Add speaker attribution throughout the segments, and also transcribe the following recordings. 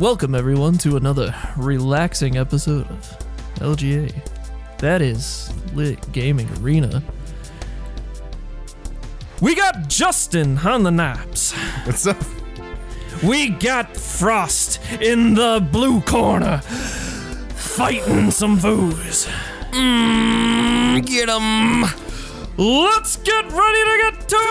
Speaker 1: Welcome, everyone, to another relaxing episode of LGA. That is Lit Gaming Arena. We got Justin on the knobs.
Speaker 2: What's up?
Speaker 1: We got Frost in the blue corner, fighting some foes. Mm, get 'em. Let's get ready to get to it!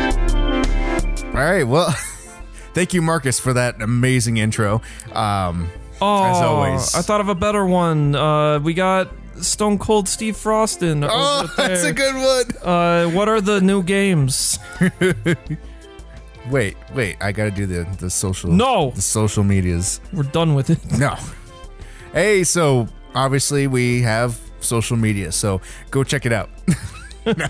Speaker 2: All right. Well, thank you, Marcus, for that amazing intro. Um,
Speaker 1: Oh,
Speaker 2: As always.
Speaker 1: I thought of a better one. Uh, we got Stone Cold Steve Frostin. over
Speaker 2: oh, that's
Speaker 1: there.
Speaker 2: a good one.
Speaker 1: Uh, what are the new games?
Speaker 2: Wait, wait. I gotta do the the social.
Speaker 1: No.
Speaker 2: the social medias.
Speaker 1: We're done with it.
Speaker 2: No. Hey, so obviously we have social media, so go check it out. no,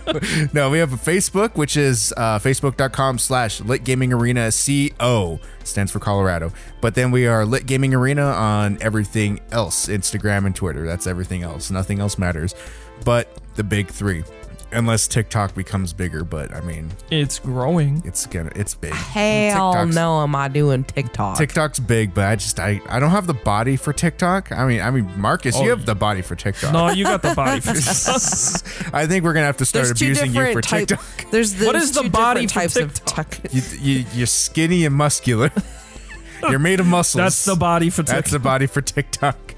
Speaker 2: no, we have a Facebook, which is uh, facebook.com slash lit gaming arena CO, stands for Colorado. But then we are lit gaming arena on everything else Instagram and Twitter. That's everything else. Nothing else matters but the big three. Unless TikTok becomes bigger, but I mean,
Speaker 1: It's growing.
Speaker 2: it's gonna, it's big.
Speaker 3: Hell
Speaker 2: TikTok's-
Speaker 3: no, am I doing TikTok?
Speaker 2: TikTok's big, but I just I, I don't have the body for TikTok. I mean I mean Marcus, you
Speaker 1: Oh.
Speaker 2: have the body for TikTok.
Speaker 1: No, you got the body. for
Speaker 2: I think we're gonna have to start abusing you for
Speaker 3: type-
Speaker 2: TikTok.
Speaker 3: There's
Speaker 1: What
Speaker 3: there's
Speaker 1: is the
Speaker 3: two
Speaker 1: body for
Speaker 3: different types of
Speaker 1: TikTok?
Speaker 3: TikTok.
Speaker 2: You, you you're skinny and muscular. you're made of muscles.
Speaker 1: That's the body for
Speaker 2: That's the
Speaker 1: TikTok.
Speaker 2: body for TikTok.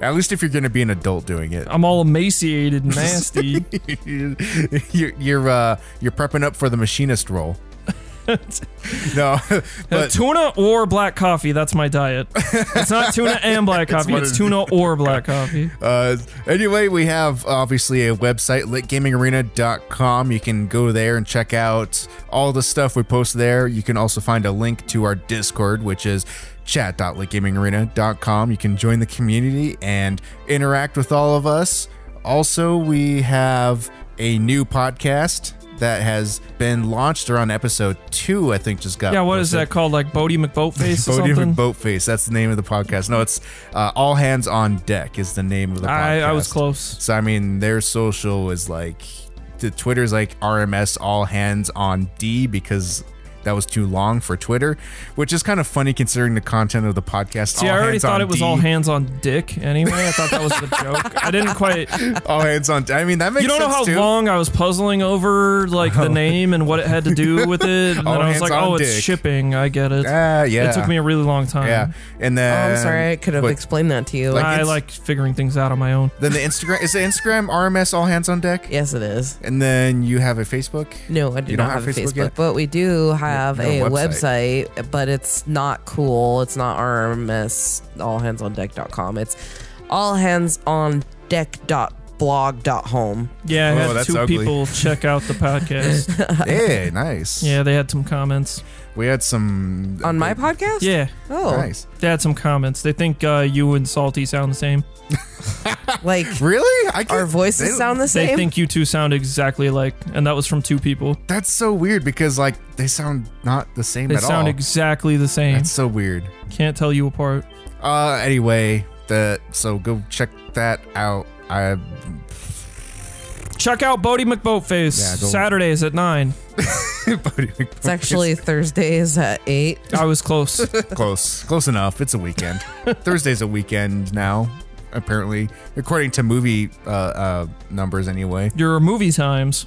Speaker 2: At least if you're gonna be an adult doing it.
Speaker 1: I'm all emaciated and nasty.
Speaker 2: you're you're uh you're prepping up for the machinist role. no,
Speaker 1: Uh,
Speaker 2: but
Speaker 1: tuna or black coffee. That's my diet. It's not tuna and black coffee.
Speaker 2: what
Speaker 1: It's,
Speaker 2: it-
Speaker 1: tuna or black coffee.
Speaker 2: Uh, anyway, we have obviously a website, litgamingarena.com. You can go there and check out all the stuff we post there. You can also find a link to our Discord, which is chat.litgamingarena.com. You can join the community and interact with all of us. Also, we have a new podcast that has been launched around episode two, I think just got
Speaker 1: Yeah, what is
Speaker 2: posted.
Speaker 1: that called? Like Bodie McBoatface or
Speaker 2: Podium
Speaker 1: something?
Speaker 2: and Boatface. That's the name of the podcast. No, it's uh, All Hands on Deck is the name of the podcast.
Speaker 1: I, I was close.
Speaker 2: So I mean, their social is like the Twitter's like RMS All Hands on D because that was too long for Twitter, which is kind of funny considering the content of the podcast.
Speaker 1: See,
Speaker 2: All
Speaker 1: I already
Speaker 2: Hands
Speaker 1: thought
Speaker 2: on
Speaker 1: it was
Speaker 2: D.
Speaker 1: all hands on dick anyway. I thought that was the joke. I didn't quite.
Speaker 2: all hands on. D. I mean, that makes
Speaker 1: You don't know
Speaker 2: sense
Speaker 1: how
Speaker 2: too.
Speaker 1: long I was puzzling over like the name and what it had to do with it, and
Speaker 2: All
Speaker 1: then I was
Speaker 2: hands
Speaker 1: like,
Speaker 2: on
Speaker 1: "Oh, it's
Speaker 2: dick.
Speaker 1: shipping. I get it."
Speaker 2: Ah, yeah.
Speaker 1: It took me a really long time.
Speaker 2: Yeah, and
Speaker 3: Oh,
Speaker 2: then
Speaker 3: I'm sorry, I could have
Speaker 2: but
Speaker 3: explained that to you. Uh,
Speaker 2: like-
Speaker 1: I
Speaker 2: it's-
Speaker 1: like figuring things out on my own.
Speaker 2: Then the Instagram is the Instagram RMS All Hands on Deck,
Speaker 3: yes, it is.
Speaker 2: and then you have a Facebook.
Speaker 3: No, I do
Speaker 2: You
Speaker 3: not have, a Facebook,
Speaker 2: yet?
Speaker 3: but we do have
Speaker 2: No
Speaker 3: a
Speaker 2: website.
Speaker 3: website. but it's not cool. It's not RMS allhandsondeck.com. It's allhandsondeck.blog.home.
Speaker 1: Yeah, I
Speaker 2: Oh,
Speaker 1: had
Speaker 2: that's
Speaker 1: two
Speaker 2: ugly.
Speaker 1: people check out the podcast.
Speaker 2: hey, nice.
Speaker 1: yeah, they had some comments.
Speaker 2: we had some uh,
Speaker 3: On my podcast?
Speaker 1: Yeah,
Speaker 3: Oh,
Speaker 2: Nice.
Speaker 1: they had some comments. They think uh, you and Salty sound the same.
Speaker 3: like
Speaker 2: Really? I
Speaker 3: our
Speaker 2: can't- they
Speaker 3: voices
Speaker 2: don't-
Speaker 3: sound the same.
Speaker 1: They think you two sound exactly alike, and that was from two people.
Speaker 2: That's so weird because like they sound not the same
Speaker 1: They
Speaker 2: at
Speaker 1: sound
Speaker 2: all.
Speaker 1: exactly the same.
Speaker 2: That's so weird.
Speaker 1: Can't tell you apart.
Speaker 2: Uh, anyway, that so go check that out. I
Speaker 1: Check out Bodie McBoatface
Speaker 2: Yeah, go-
Speaker 1: Saturdays at nine.
Speaker 3: it's actually Thursdays at eight.
Speaker 1: I was close.
Speaker 2: close, close enough. It's a weekend. Thursday's a weekend now, apparently, according to movie uh, uh, numbers. Anyway,
Speaker 1: Your movie times.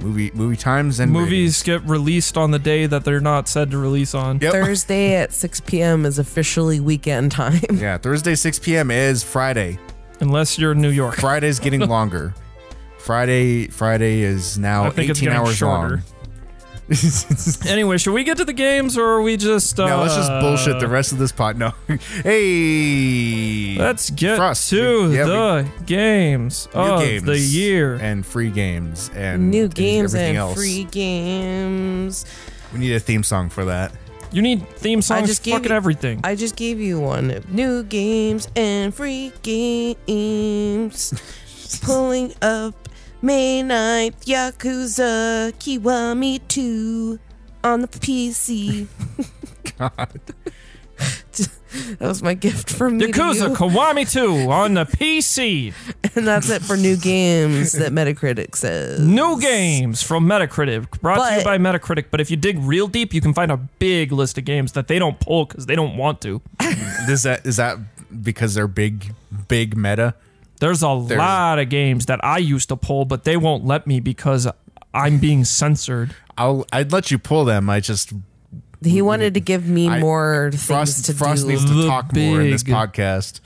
Speaker 2: movie movie times and ratings.
Speaker 1: Movies get released on the day that they're not said to release on.
Speaker 2: Yep.
Speaker 3: Thursday at 6 p.m. is officially weekend time.
Speaker 2: Yeah, Thursday 6 p.m. is Friday.
Speaker 1: Unless you're in New York.
Speaker 2: Friday's getting longer. Friday Friday is now
Speaker 1: I think it's
Speaker 2: 18
Speaker 1: getting
Speaker 2: hours
Speaker 1: shorter.
Speaker 2: long.
Speaker 1: Anyway, should we get to the games or are we just. Uh,
Speaker 2: No, let's just bullshit the rest of this pot. No. hey.
Speaker 1: Let's get
Speaker 2: Frost.
Speaker 1: to
Speaker 2: Yeah, we-
Speaker 1: the games
Speaker 2: new
Speaker 1: of
Speaker 2: games
Speaker 1: the year.
Speaker 2: and free games and
Speaker 3: New games
Speaker 2: everything
Speaker 3: and
Speaker 2: else.
Speaker 3: free games.
Speaker 2: We need a theme song for that.
Speaker 1: You need theme songs.
Speaker 3: just gave
Speaker 1: fucking
Speaker 3: you-
Speaker 1: everything.
Speaker 3: I just gave you one. New games and free games. Pulling up May 9th, Yakuza Kiwami 2 on the PC. God. that was my gift from me. to
Speaker 1: Yakuza
Speaker 3: you.
Speaker 1: Kiwami 2 on the PC.
Speaker 3: And that's it for new games that Metacritic says.
Speaker 1: New games from Metacritic, brought to you
Speaker 3: But-
Speaker 1: by Metacritic. But if you dig real deep, you can find a big list of games that they don't pull because they don't want to.
Speaker 2: Is that is that because they're big, big meta?
Speaker 1: There's a lot of games that I used to pull, but they won't let me because I'm being censored.
Speaker 2: I'll I'd let you pull them. I just
Speaker 3: He wanted to give me
Speaker 2: Mm-hmm. I-
Speaker 3: more things
Speaker 2: Frost
Speaker 3: to
Speaker 2: Frost
Speaker 3: do.
Speaker 2: needs to
Speaker 1: The
Speaker 2: talk more in this
Speaker 1: big-
Speaker 2: podcast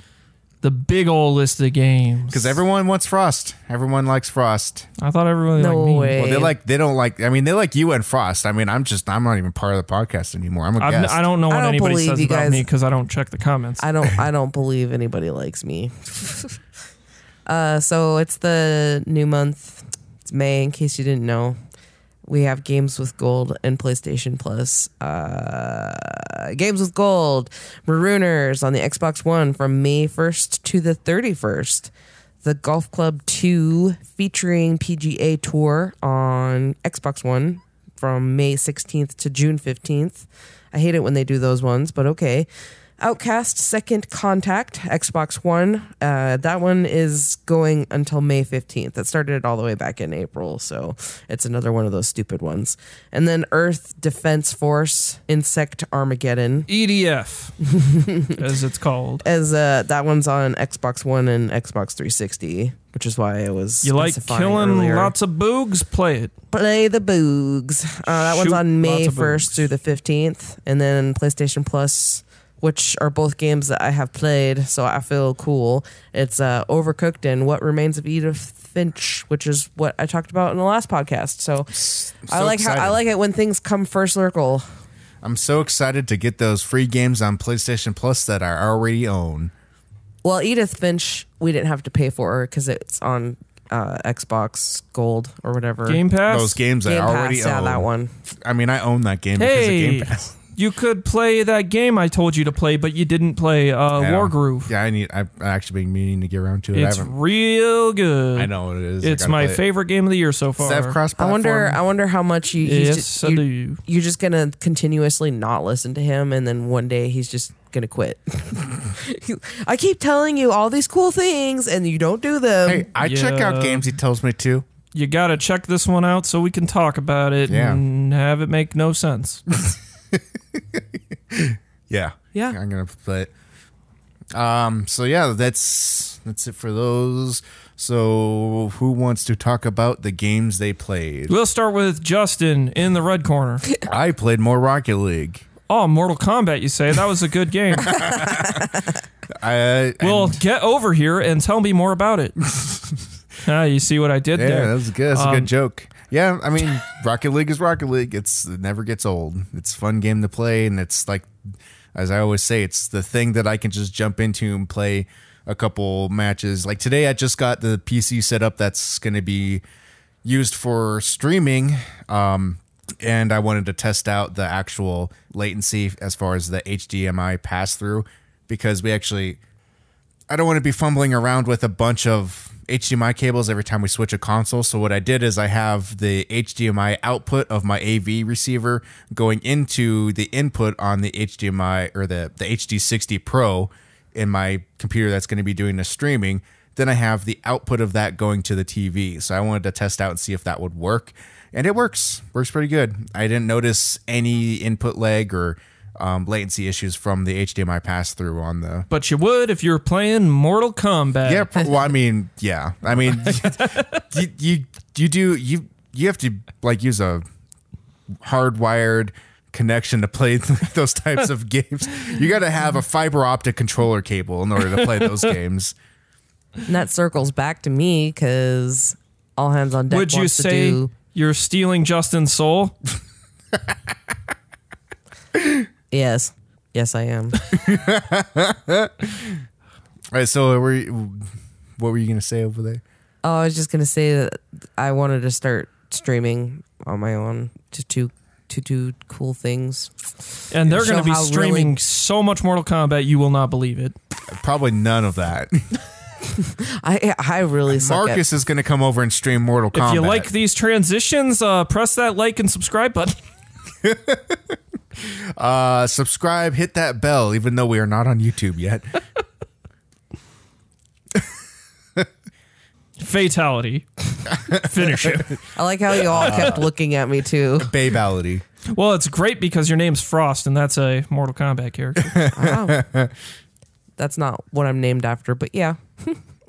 Speaker 1: The big old list of games.
Speaker 2: because everyone wants Frost. Everyone likes Frost.
Speaker 1: I thought everyone
Speaker 3: No
Speaker 1: liked me.
Speaker 3: way.
Speaker 2: Well, they like they don't like. I mean, they like you and Frost. I mean, I'm just I'm not even part of the podcast anymore. I'm a
Speaker 1: I'm,
Speaker 2: guest.
Speaker 1: I don't know
Speaker 3: I
Speaker 1: what
Speaker 3: don't
Speaker 1: anybody
Speaker 3: believe
Speaker 1: says
Speaker 3: you
Speaker 1: about
Speaker 3: guys-
Speaker 1: me because I don't check the comments.
Speaker 3: I don't I don't believe anybody likes me. uh, so it's the new month. It's May, in case you didn't know. We have games with gold and PlayStation Plus. Uh, games with gold, Marooners on the Xbox One from May 1st to the 31st. The Golf Club 2 featuring PGA Tour on Xbox One from May 16th to June 15th. I hate it when they do those ones, but okay. Outcast Second Contact, Xbox One. Uh, that one is going until May 15th. That started all the way back in April, so it's another one of those stupid ones. And then Earth Defense Force Insect Armageddon.
Speaker 1: EDF, E as it's called.
Speaker 3: As uh, that one's on Xbox One and Xbox 360, which is why it was
Speaker 1: You like
Speaker 3: specifying
Speaker 1: killing
Speaker 3: earlier.
Speaker 1: lots of boogs? Play it.
Speaker 3: Play the Boogs. Uh, that one's
Speaker 1: Shoot
Speaker 3: on May
Speaker 1: lots of
Speaker 3: 1st
Speaker 1: boogs.
Speaker 3: through the 15th. And then PlayStation Plus, which are both games that I have played, so I feel cool. It's uh, Overcooked and What Remains of Edith Finch, which is what I talked about in the last podcast. So, I like how I
Speaker 2: excited.
Speaker 3: like it when things come first circle.
Speaker 2: I'm so excited to get those free games on PlayStation Plus that I already own.
Speaker 3: Well, Edith Finch, we didn't have to pay for her because it's on uh, Xbox Gold or whatever.
Speaker 1: Game Pass. Oh.
Speaker 2: Those games
Speaker 3: Game
Speaker 2: I already
Speaker 3: Pass,
Speaker 2: own.
Speaker 3: yeah, that one.
Speaker 2: I mean, I own that game because of
Speaker 1: Hey,
Speaker 2: Game Pass.
Speaker 1: you could play that game I told you to play, but you didn't play uh,
Speaker 2: Yeah.
Speaker 1: Wargroove.
Speaker 2: Yeah, I need. I've actually been meaning to get around to it.
Speaker 1: It's
Speaker 2: I haven't.
Speaker 1: real good.
Speaker 2: I know what it is. I
Speaker 1: It's
Speaker 2: gotta
Speaker 1: my
Speaker 2: play it.
Speaker 1: favorite game of the year so far.
Speaker 2: Staff cross.
Speaker 3: I wonder.
Speaker 2: platform.
Speaker 3: I wonder how much you. He's
Speaker 1: Yes,
Speaker 3: just,
Speaker 1: I
Speaker 3: you-
Speaker 1: do.
Speaker 3: You're just gonna continuously not listen to him, and then one day he's just gonna quit. I keep telling you all these cool things, and you don't do them.
Speaker 2: Hey, I check
Speaker 1: Yeah.
Speaker 2: out games he tells me to.
Speaker 1: You gotta check this one out so we can talk about it
Speaker 2: Yeah.
Speaker 1: and have it make no sense.
Speaker 2: Yeah.
Speaker 3: Yeah.
Speaker 2: I'm gonna play it. Um. So yeah, that's that's it for those. So who wants to talk about the games they played?
Speaker 1: we'll start with Justin in the red corner.
Speaker 2: I played more Rocket League.
Speaker 1: Oh, Mortal Kombat, you say? That was a good game.
Speaker 2: I,
Speaker 1: well, get over here and tell me more about it. ah, you see what I did
Speaker 2: yeah,
Speaker 1: there?
Speaker 2: that was good. That's a
Speaker 1: Um,
Speaker 2: good joke. Yeah, I mean, Rocket League is Rocket League. It's it never gets old. It's a fun game to play, and it's like, as I always say, it's the thing that I can just jump into and play a couple matches. Like today, I just got the PC set up that's going to be used for streaming. Um, and I wanted to test out the actual latency as far as the HDMI pass through because we actually I don't want to be fumbling around with a bunch of HDMI cables every time we switch a console. So what I did is I have the HDMI output of my AV receiver going into the input on the HDMI or the the HD60 Pro in my computer that's going to be doing the streaming. Then I have the output of that going to the TV. So I wanted to test out and see if that would work, and it works. Works pretty good. I didn't notice any input lag or um, latency issues from the HDMI pass through on the
Speaker 1: but you would if you were playing Mortal Kombat.
Speaker 2: yeah, pro- well, I mean, yeah. I mean, you, you you do you you have to like use a hardwired connection to play those types of games. You got to have a fiber optic controller cable in order to play those games.
Speaker 3: And that circles back to me because all hands on deck.
Speaker 1: Would you
Speaker 3: wants to
Speaker 1: say
Speaker 3: do-
Speaker 1: you're stealing Justin's soul?
Speaker 3: yes? Yes, I am.
Speaker 2: All right, so were you, what were you gonna say over there?
Speaker 3: oh, I was just gonna say that I wanted to start streaming on my own to two to do cool things.
Speaker 1: And they're
Speaker 3: Show
Speaker 1: going to be
Speaker 3: how
Speaker 1: streaming
Speaker 3: really-
Speaker 1: so much Mortal Kombat, you will not believe it.
Speaker 2: Probably none of that.
Speaker 3: I I really suck at
Speaker 2: Marcus is going to come over and stream Mortal Kombat.
Speaker 1: If you like these transitions, uh, press that like and subscribe button.
Speaker 2: uh, subscribe, hit that bell, even though we are not on YouTube yet.
Speaker 1: Fatality. Finish him.
Speaker 3: I like how you all kept looking at me too.
Speaker 2: Babality.
Speaker 1: Well, it's great because your name's Frost, and that's a Mortal Kombat character.
Speaker 3: Wow. That's not what I'm named after, but yeah.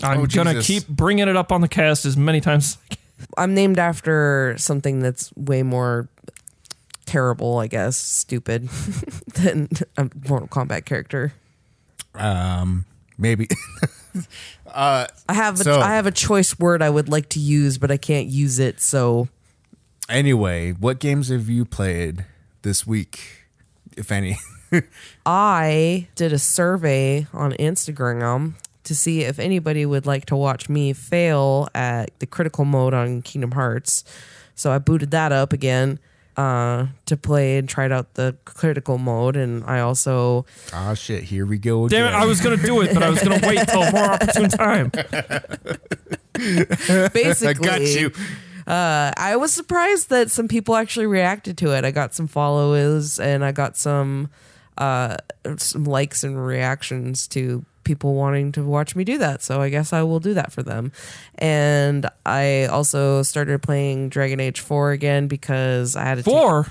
Speaker 1: I'm
Speaker 2: Oh,
Speaker 1: gonna
Speaker 2: Jesus.
Speaker 1: keep bringing it up on the cast as many times. as I can.
Speaker 3: I'm named after something that's way more terrible, I guess, stupid than a Mortal Kombat character.
Speaker 2: Um, maybe.
Speaker 3: I have a,
Speaker 2: So-
Speaker 3: I have a choice word I would like to use, but I can't use it. So
Speaker 2: anyway, what games have you played this week, if any?
Speaker 3: I did a survey on Instagram to see if anybody would like to watch me fail at the critical mode on Kingdom Hearts. So I booted that up again uh, to play and tried out the critical mode, and I also
Speaker 2: Ah, shit. Here we go again.
Speaker 1: Damn it! I was gonna do it, but I was gonna wait till a more opportune time.
Speaker 2: I
Speaker 3: basically
Speaker 2: got you.
Speaker 3: uh, I was surprised that some people actually reacted to it. I got some followers and I got some uh, some likes and reactions to people wanting to watch me do that. So I guess I will do that for them. And I also started playing Dragon Age Four again because I had to take-
Speaker 1: Four,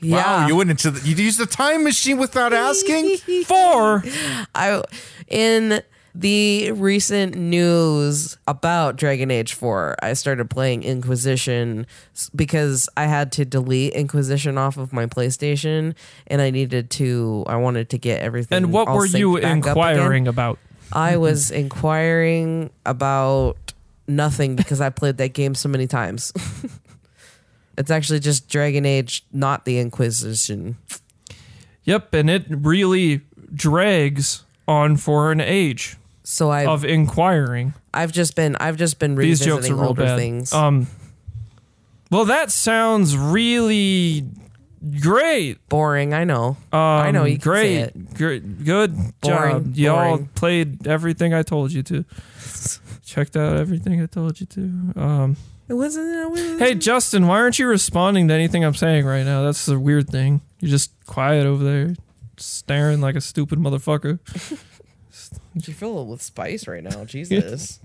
Speaker 3: yeah.
Speaker 2: Wow, you went into the, you used the time machine without asking.
Speaker 1: four.
Speaker 3: I in the recent news about Dragon Age 4, I started playing Inquisition s- because I had to delete Inquisition off of my PlayStation and I needed to I wanted to get everything
Speaker 1: And what
Speaker 3: all
Speaker 1: were you
Speaker 3: synced back up again.
Speaker 1: inquiring about?
Speaker 3: I was inquiring about nothing because I played that game so many times. it's actually just Dragon Age, not the Inquisition.
Speaker 1: Yep, and it really drags on for an age
Speaker 3: So I
Speaker 1: of inquiring.
Speaker 3: I've just been I've just been
Speaker 1: These jokes
Speaker 3: revisiting
Speaker 1: are real
Speaker 3: older
Speaker 1: bad.
Speaker 3: things.
Speaker 1: Um. Well, that sounds really great.
Speaker 3: boring. I know.
Speaker 1: Um,
Speaker 3: I know you can
Speaker 1: great,
Speaker 3: say
Speaker 1: great, good
Speaker 3: Boring,
Speaker 1: job. Y'all
Speaker 3: boring.
Speaker 1: played everything I told you to. Checked out everything I told you to. Um,
Speaker 3: It wasn't. It wasn't
Speaker 1: hey, Justin, why aren't you responding to anything I'm saying right now? That's the weird thing. You're just quiet over there, staring like a stupid motherfucker.
Speaker 3: you fill it with spice right now? Jesus.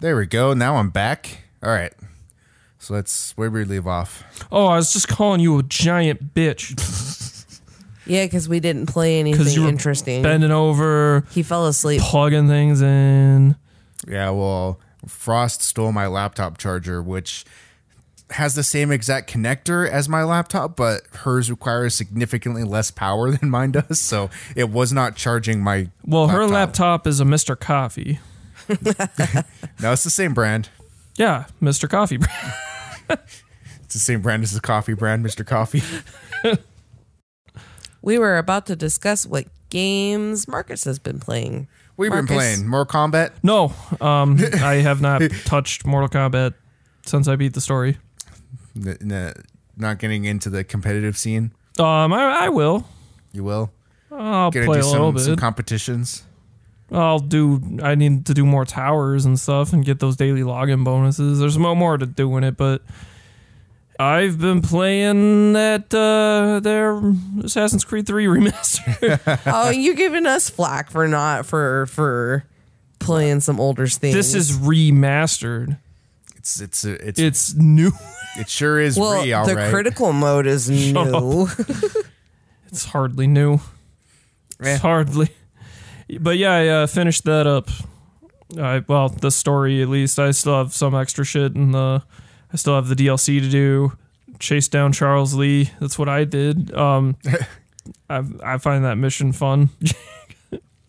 Speaker 2: There we go. Now I'm back. All right. So that's where we leave off.
Speaker 1: Oh, I was just calling you a giant bitch
Speaker 3: yeah, because we didn't play
Speaker 1: because you
Speaker 3: anything
Speaker 1: were
Speaker 3: interesting.
Speaker 1: bending over,
Speaker 3: he fell asleep.
Speaker 1: plugging things in.
Speaker 2: Yeah, well, Frost stole my laptop charger, which has the same exact connector as my laptop, but hers requires significantly less power than mine does. So it was not charging my.
Speaker 1: Well, her laptop is a Mr. Coffee.
Speaker 2: No, it's the same brand.
Speaker 1: Yeah, Mr. Coffee.
Speaker 2: It's the same brand as the coffee brand, Mr. Coffee.
Speaker 3: We were about to discuss what games Marcus has been playing.
Speaker 2: We've
Speaker 3: Marcus.
Speaker 2: been playing more combat.
Speaker 1: No, um, I have not touched Mortal Kombat since I beat the story.
Speaker 2: N- n- not getting into the competitive scene.
Speaker 1: Um, I, I will.
Speaker 2: You will.
Speaker 1: I'll
Speaker 2: Gonna
Speaker 1: play
Speaker 2: do
Speaker 1: a little
Speaker 2: some, some
Speaker 1: bit.
Speaker 2: competitions.
Speaker 1: I'll do. I need to do more towers and stuff and get those daily login bonuses. There's no more to do in it, but I've been playing that uh, their Assassin's Creed 3 remaster.
Speaker 3: oh, you're giving us flack for not for for playing some older things.
Speaker 1: this is remastered.
Speaker 2: It's it's it's, it's
Speaker 1: It's new.
Speaker 2: it sure is
Speaker 3: well,
Speaker 2: re, all
Speaker 3: the
Speaker 2: right.
Speaker 3: critical mode is new.
Speaker 1: It's hardly new.
Speaker 2: Eh.
Speaker 1: It's hardly. But yeah, I uh, finished that up. I well, the story at least. I still have some extra shit in the. I still have the DLC to do. Chase down Charles Lee. That's what I did. Um, I I find that mission fun.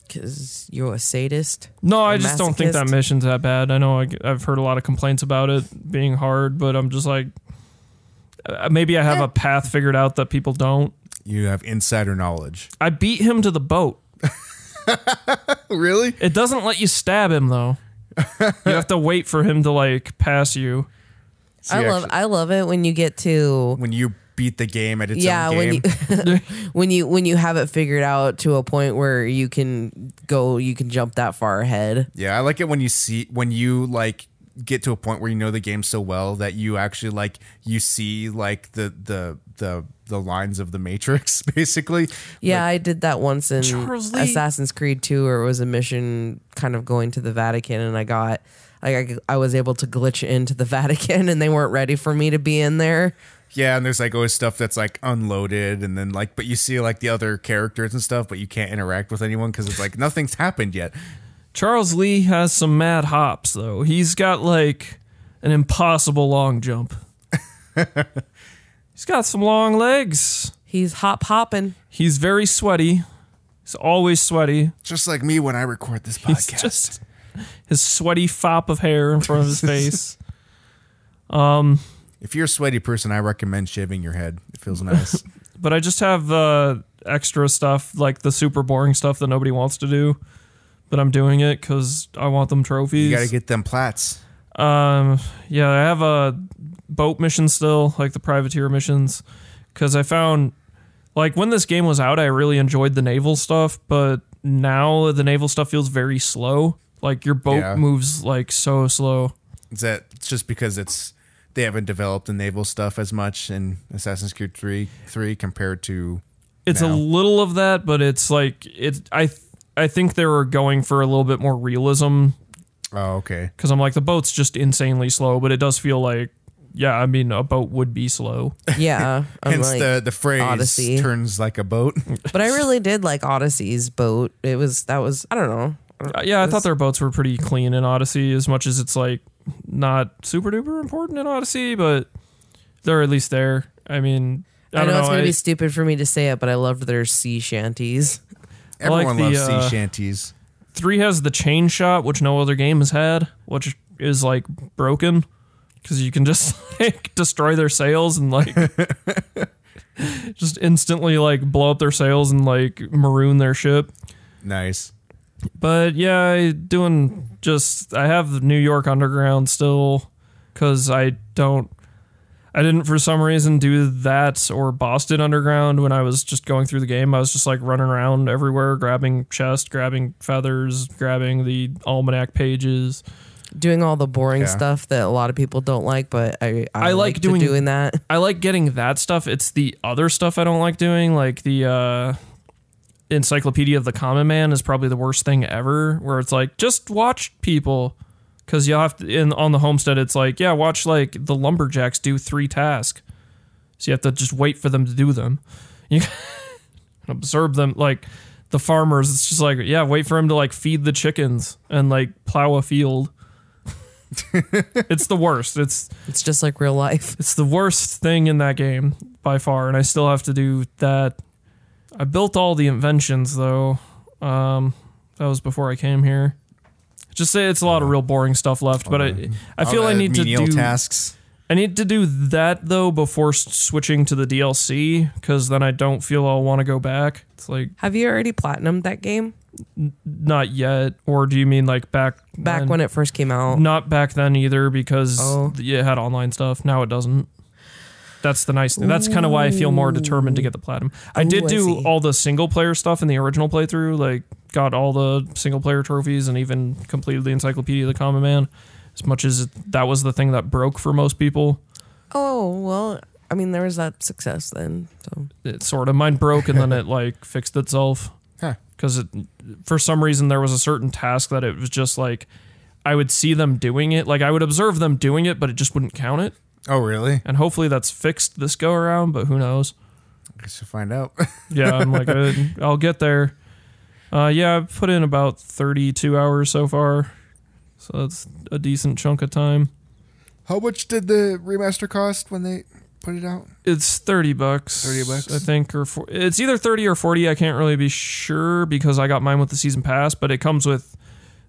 Speaker 3: Because you're a sadist.
Speaker 1: No, I
Speaker 3: A
Speaker 1: just don't think that
Speaker 3: masochist?
Speaker 1: mission's that bad. I know I, have heard a lot of complaints about it being hard, but I'm just like, uh, maybe I have a path figured out that people don't.
Speaker 2: You have insider knowledge.
Speaker 1: I beat him to the boat.
Speaker 2: Oh, Really?
Speaker 1: It doesn't let you stab him though. you have to wait for him to like pass you.
Speaker 3: I love
Speaker 2: actually-
Speaker 3: I love it when you get to
Speaker 2: when you beat the game at its
Speaker 3: yeah
Speaker 2: own game.
Speaker 3: when you when you when you have it figured out to a point where you can go you can jump that far ahead.
Speaker 2: Yeah, I like it when you see when you like get to a point where you know the game so well that you actually like you see like the the the the lines of the matrix basically.
Speaker 3: Yeah, I did that once in
Speaker 1: Charles Lee-
Speaker 3: Assassin's Creed 2 where it was a mission kind of going to the Vatican and I got like I, I was able to glitch into the Vatican and they weren't ready for me to be in there.
Speaker 2: Yeah, and there's like always stuff that's like unloaded and then like but you see like the other characters and stuff but you can't interact with anyone cuz it's like nothing's happened yet.
Speaker 1: Charles Lee has some mad hops though. He's got like an impossible long jump. He's got some long legs.
Speaker 3: He's hop hopping.
Speaker 1: He's very sweaty. He's always sweaty.
Speaker 2: Just like me when I record this
Speaker 1: He's
Speaker 2: podcast.
Speaker 1: just his sweaty fop of hair in front of his face.
Speaker 2: if you're a sweaty person, I recommend shaving your head. It feels nice.
Speaker 1: But I just have uh, extra stuff, like the super boring stuff that nobody wants to do. But I'm doing it because I want them trophies.
Speaker 2: you got to get them plats.
Speaker 1: Um, yeah, I have a boat mission still, like the privateer missions, because I found, like, when this game was out, I really enjoyed the naval stuff, but now the naval stuff feels very slow. Like your boat
Speaker 2: Yeah.
Speaker 1: moves like so slow.
Speaker 2: Is that it's just because it's they haven't developed the naval stuff as much in Assassin's Creed 3 3 compared to
Speaker 1: It's a
Speaker 2: now.
Speaker 1: little of that, but it's like it. I th- I think they were going for a little bit more realism
Speaker 2: Oh, okay.
Speaker 1: because I'm like the boat's just insanely slow, but it does feel like. Yeah, I mean, a boat would be slow.
Speaker 3: Yeah. I'm
Speaker 2: Hence
Speaker 3: like-
Speaker 2: the the phrase
Speaker 3: Odyssey.
Speaker 2: turns like a boat.
Speaker 3: but I really did like Odyssey's boat. It was that was I don't know. I don't-
Speaker 1: Uh, yeah, I thought their boats were pretty clean in Odyssey, as much as it's like not super duper important in Odyssey, but they're at least there. I mean, I,
Speaker 3: I,
Speaker 1: don't
Speaker 3: know,
Speaker 1: know.
Speaker 3: it's gonna
Speaker 1: I-
Speaker 3: be stupid for me to say it, but I loved their sea shanties.
Speaker 1: I like
Speaker 2: Everyone
Speaker 1: the,
Speaker 2: loves
Speaker 1: uh,
Speaker 2: sea shanties.
Speaker 1: three has the chain shot, which no other game has had, which is like broken because you can just like destroy their sails and like just instantly like blow up their sails and like maroon their ship.
Speaker 2: Nice.
Speaker 1: But yeah, I doing just I have New York Underground still cuz I don't I didn't for some reason do that or Boston Underground when I was just going through the game. I was just like running around everywhere grabbing chest, grabbing feathers, grabbing the almanac pages.
Speaker 3: Doing all the boring
Speaker 2: Yeah.
Speaker 3: stuff that a lot of people don't like, but I I,
Speaker 1: I like
Speaker 3: liked
Speaker 1: doing-
Speaker 3: doing that.
Speaker 1: I like getting that stuff. It's the other stuff I don't like doing, like the uh Encyclopedia of the Common Man is probably the worst thing ever. Where it's like just watch people, because you'll have to in on the homestead. It's like yeah, watch like the lumberjacks do three tasks, so you have to just wait for them to do them. You can observe them like the farmers. It's just like yeah, wait for him to like feed the chickens and like plow a field. it's the worst. It's
Speaker 3: It's just like real life.
Speaker 1: it's the worst thing in that game by far, and I still have to do that. I built all the inventions though. Um, that was before I came here. Just say it's a lot of real boring stuff left, but I I feel
Speaker 2: All
Speaker 1: I
Speaker 2: the
Speaker 1: need to
Speaker 2: menial
Speaker 1: do
Speaker 2: tasks.
Speaker 1: I need to do that though before s- switching to the DLC because then I don't feel I'll want to go back. It's like
Speaker 3: Have you already platinumed that game?
Speaker 1: not yet, or do you mean like back
Speaker 3: Back when it first came out.
Speaker 1: Not back then either because
Speaker 3: Oh.
Speaker 1: it had online stuff. Now it doesn't. That's the nice thing. That's kind of why I feel more determined to get the platinum. I did
Speaker 3: Ooh, I
Speaker 1: do
Speaker 3: see.
Speaker 1: all the single player stuff in the original playthrough, like got all the single player trophies and even completed the Encyclopedia of the Common Man. As much as it, that was the thing that broke for most people,
Speaker 3: Oh well, I mean there was that success then. So
Speaker 1: it sort of mine broke and then it like fixed itself.
Speaker 2: Huh.
Speaker 1: because it, for some reason there was a certain task that it was just like I would see them doing it, like I would observe them doing it, but it just wouldn't count it.
Speaker 2: Oh, really?
Speaker 1: And hopefully that's fixed this go around, but who knows?
Speaker 2: I should find out.
Speaker 1: Yeah, I'm like, uh, I'll get there. Uh, yeah, I've put in about 32 hours so far, so that's a decent chunk of time.
Speaker 2: How much did the remaster cost when they put it out?
Speaker 1: It's 30 bucks.
Speaker 2: 30 bucks?
Speaker 1: I think, or four, it's either 30 or 40. I can't really be sure because I got mine with the season pass, but it comes with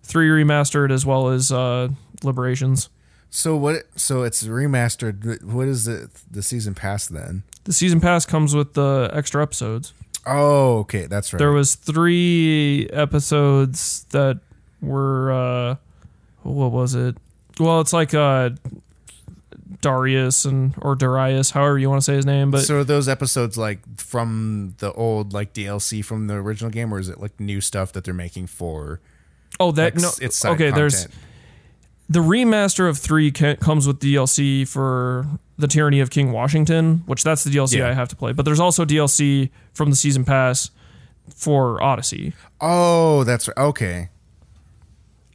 Speaker 1: three remastered as well as uh, Liberations.
Speaker 2: So what? So it's remastered. What is the the season pass then?
Speaker 1: The season pass comes with the extra episodes.
Speaker 2: Oh, okay, that's right.
Speaker 1: There was three episodes that were uh what was it? Well, it's like uh Darius and or Darius, however you want to say his name. But
Speaker 2: so are those episodes like from the old like DLC from the original game, or is it like new stuff that they're making for?
Speaker 1: oh, that
Speaker 2: Like,
Speaker 1: no,
Speaker 2: s- it's side
Speaker 1: okay. There's
Speaker 2: content?
Speaker 1: the remaster of three ca- comes with DLC for the Tyranny of King Washington, which that's the DLC
Speaker 2: Yeah.
Speaker 1: I have to play. But there's also DLC from the season pass for Odyssey,
Speaker 2: oh, that's right. okay.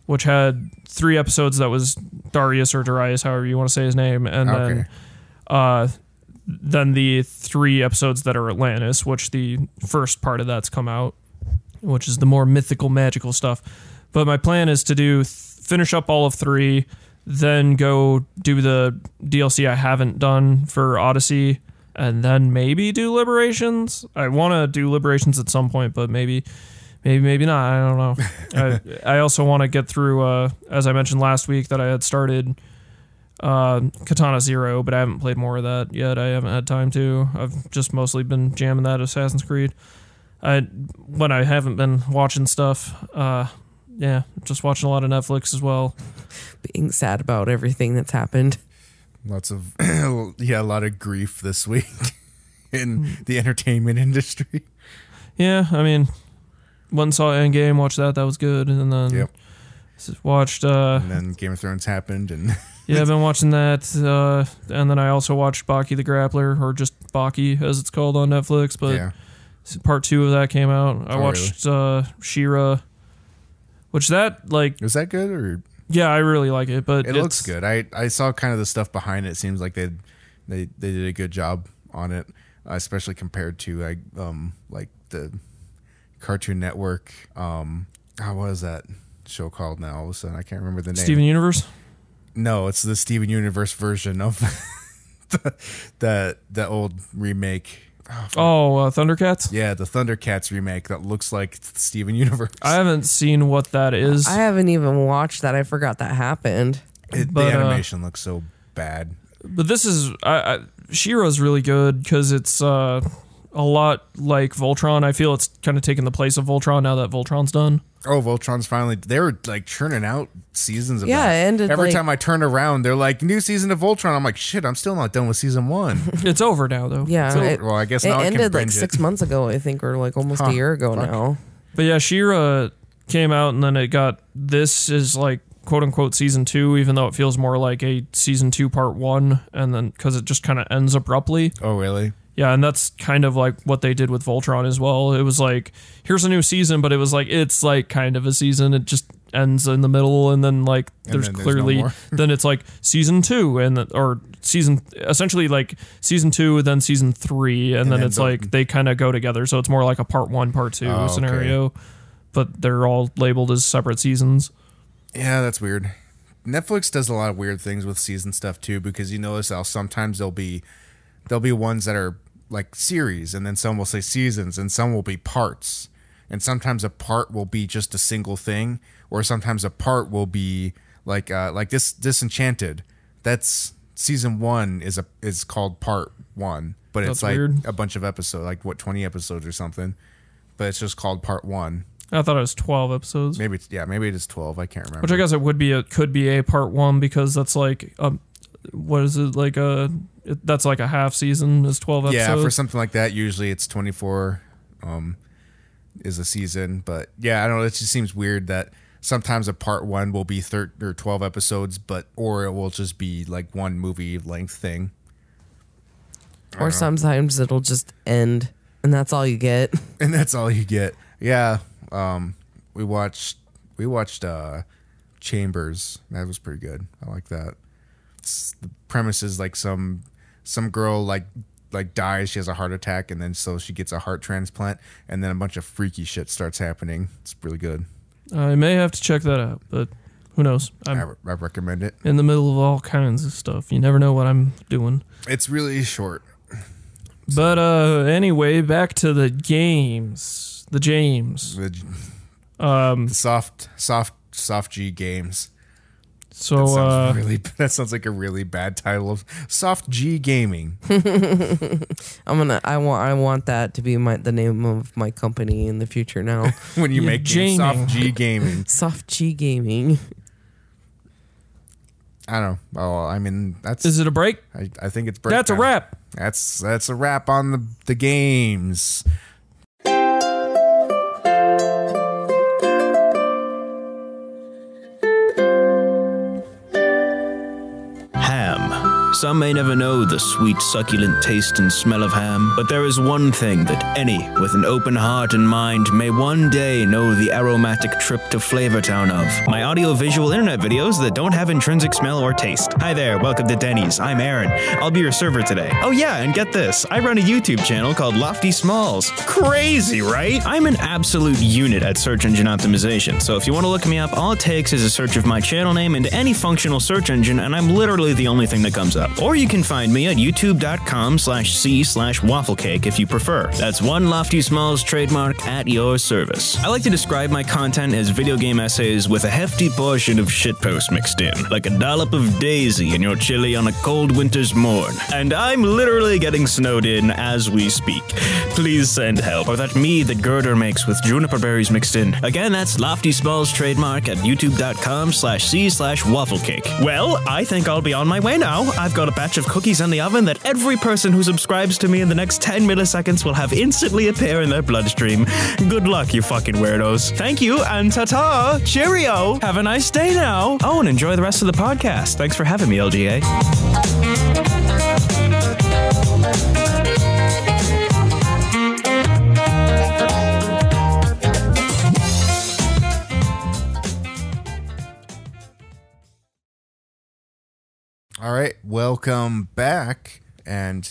Speaker 1: which had three episodes that was Darius or Darius, however you want to say his name, and
Speaker 2: Okay.
Speaker 1: then uh, then the three episodes that are Atlantis, which the first part of that's come out, which is the more mythical, magical stuff. But my plan is to do th- finish up all of three, then go do the DLC I haven't done for Odyssey, and then maybe do Liberations. I want to do Liberations at some point, but maybe. Maybe, maybe not. I don't know. I, I also want to get through, uh, as I mentioned last week, that I had started uh, Katana Zero, but I haven't played more of that yet. I haven't had time to. I've just mostly been jamming that Assassin's Creed. I when I haven't been watching stuff, uh, yeah, just watching a lot of Netflix as well.
Speaker 3: Being sad about everything that's happened.
Speaker 2: Lots of yeah, a lot of grief this week
Speaker 1: Hmm.
Speaker 2: in the entertainment industry.
Speaker 1: Yeah, I mean, went and saw Endgame, watched that, that was good, and then
Speaker 2: Yep.
Speaker 1: s- watched. Uh,
Speaker 2: And then Game of Thrones happened, and
Speaker 1: yeah, I've been watching that, uh, and then I also watched Baki the Grappler, or just Baki as it's called on Netflix. But
Speaker 2: yeah,
Speaker 1: part two of that came out. I
Speaker 2: Oh,
Speaker 1: watched uh, Shira, which that like
Speaker 2: was that good or
Speaker 1: yeah, I really like it, but
Speaker 2: it
Speaker 1: it's-
Speaker 2: looks good. I I saw kind of the stuff behind it. It seems like they they they did a good job on it, uh, especially compared to like um like the Cartoon Network. Um, oh, what is that show called now? All of a sudden, I can't remember the name.
Speaker 1: Steven Universe.
Speaker 2: No, it's the Steven Universe version of the, the the old remake. Oh,
Speaker 1: Oh, uh, Thundercats.
Speaker 2: yeah, the Thundercats remake that looks like Steven Universe.
Speaker 1: I haven't seen what that is.
Speaker 3: I haven't even watched that. I forgot that happened.
Speaker 2: It-
Speaker 1: but, uh,
Speaker 2: the animation looks so bad.
Speaker 1: but this is I, I, Shira's really good because it's uh, a lot like Voltron. I feel it's kind of taking the place of Voltron now that Voltron's done.
Speaker 2: Oh, Voltron's finally. They were like churning out seasons of
Speaker 3: Yeah,
Speaker 2: that.
Speaker 3: it ended,
Speaker 2: Every
Speaker 3: like-
Speaker 2: time I turn around, they're like, new season of Voltron. I'm like, shit, I'm still not done with season one.
Speaker 1: It's over now though.
Speaker 3: Yeah.
Speaker 2: So,
Speaker 3: it,
Speaker 2: well, I guess
Speaker 3: it
Speaker 2: now I can
Speaker 3: ended like
Speaker 2: binge it.
Speaker 3: six months ago, I think, or like almost
Speaker 2: Huh,
Speaker 3: a year ago
Speaker 2: fuck.
Speaker 3: now.
Speaker 1: But yeah, Shira came out and then it got this is like quote unquote season two, even though it feels more like a season two part one, and then because it just kind of ends abruptly.
Speaker 2: oh, really?
Speaker 1: Yeah, and that's kind of like what they did with Voltron as well. It was like here's a new season, but it was like it's like kind of a season. It just ends in the middle, and then like there's
Speaker 2: then there's no
Speaker 1: clearly
Speaker 2: more.
Speaker 1: then it's like season two and the, or season essentially like season two, then season three, and, then,
Speaker 2: then
Speaker 1: it's
Speaker 2: the- Oh,
Speaker 1: like they kind of go together. So it's more like a part one, part two
Speaker 2: okay.
Speaker 1: scenario, but they're all labeled as separate seasons.
Speaker 2: Yeah, that's weird. Netflix does a lot of weird things with season stuff too, because you notice how sometimes there'll be there'll be ones that are like series, and then some will say seasons, and some will be parts, and sometimes a part will be just a single thing, or sometimes a part will be like uh, like this Disenchanted. That's season one is a is called part one, but it's
Speaker 1: That's
Speaker 2: like
Speaker 1: weird.
Speaker 2: a bunch of episodes, like what twenty episodes or something, but it's just called part one.
Speaker 1: I thought it was twelve episodes.
Speaker 2: Maybe it's, yeah, maybe it is twelve. I can't remember.
Speaker 1: Which I guess it would be a could be a part one because that's like um what is it like a it, that's like a half season is twelve
Speaker 2: yeah for
Speaker 1: episodes.
Speaker 2: something like that usually it's 24 um is a season but yeah i don't know it just seems weird that sometimes a part one will be 13 or 12 episodes but or it will just be like one movie length thing
Speaker 3: Or sometimes it'll just end and that's all you get.
Speaker 2: and that's all you get yeah um we watched we watched uh chambers that was pretty good i like that it's the premise is like some some girl like like dies she has a heart attack and then so she gets a heart transplant and then a bunch of freaky shit starts happening it's really good
Speaker 1: I may have to check that out, but who knows?
Speaker 2: i,
Speaker 1: I'm
Speaker 2: I recommend it
Speaker 1: in the middle of all kinds of stuff. You never know what I'm doing.
Speaker 2: it's really short
Speaker 1: But uh anyway, back to the games. The James.
Speaker 2: the,
Speaker 1: Um
Speaker 2: the soft soft soft g games
Speaker 1: so
Speaker 2: that sounds
Speaker 1: uh
Speaker 2: really that sounds like a really bad title of soft g gaming
Speaker 3: I'm gonna I want I want that to be my the name of my company in the future now.
Speaker 2: when you
Speaker 1: Yeah,
Speaker 2: make games,
Speaker 1: gaming.
Speaker 2: soft g gaming
Speaker 3: Soft G Gaming.
Speaker 2: I don't know. Oh, I mean, that's.
Speaker 1: Is it a break?
Speaker 2: I, I think it's break.
Speaker 1: That's a
Speaker 2: time.
Speaker 1: wrap.
Speaker 2: That's that's a wrap on the the games.
Speaker 4: Ham. Some may never know the sweet, succulent taste and smell of ham, but there is one thing that any with an open heart and mind may one day know the aromatic trip to Flavortown of. My audiovisual internet videos that don't have intrinsic smell or taste. Hi there, welcome to Denny's. I'm Aaron. I'll be your server today. Oh, yeah, and get this I run a YouTube channel called Lofty Smalls. Crazy, right? I'm an absolute unit at search engine optimization, so if you want to look me up, all it takes is a search of my channel name into any functional search engine, and I'm literally the only thing that comes up. Or you can find me at youtube.com slash c slash wafflecake if you prefer. That's one Lofty Smalls trademark at your service. I like to describe my content as video game essays with a hefty portion of shitpost mixed in, like a dollop of daisy in your chili on a cold winter's morn. And I'm literally getting snowed in as we speak. Please send help, or that mead that Gerder makes with juniper berries mixed in. Again, that's Lofty Smalls trademark at youtube.com slash c slash wafflecake. Well, I think I'll be on my way now. I've got a batch of cookies in the oven that every person who subscribes to me in the next 10 milliseconds will have instantly appear in their bloodstream. Good luck, you fucking weirdos. Thank you, and ta-ta! Cheerio! Have a nice day now! Oh, and enjoy the rest of the podcast. Thanks for having me, LGA.
Speaker 2: All right, welcome back. And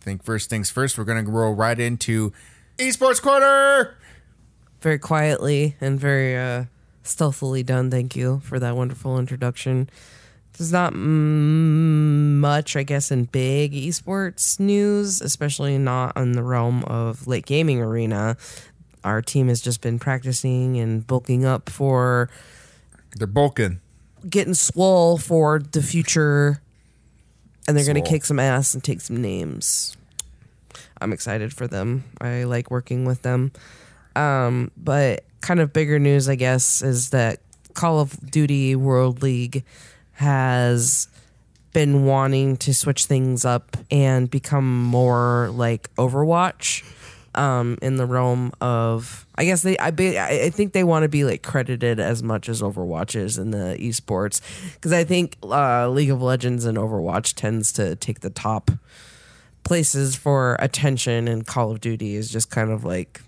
Speaker 2: I think first things first, we're gonna roll right into esports corner.
Speaker 3: very quietly and very uh, stealthily done. Thank you for that wonderful introduction. There's not mm, much, I guess, in big esports news, especially not in the realm of late gaming arena. Our team has just been practicing and bulking up for
Speaker 2: They're bulking.
Speaker 3: getting swole for the future, and they're going
Speaker 2: Swole.
Speaker 3: to kick some ass and take some names. I'm excited for them. I like working with them. Um, but kind of bigger news, I guess, is that Call of Duty World League has been wanting to switch things up and become more like Overwatch um, in the realm of. I guess they. I be, I I think they want to be like credited as much as Overwatch is in the esports because I think uh, League of Legends and Overwatch tends to take the top places for attention, and Call of Duty is just kind of like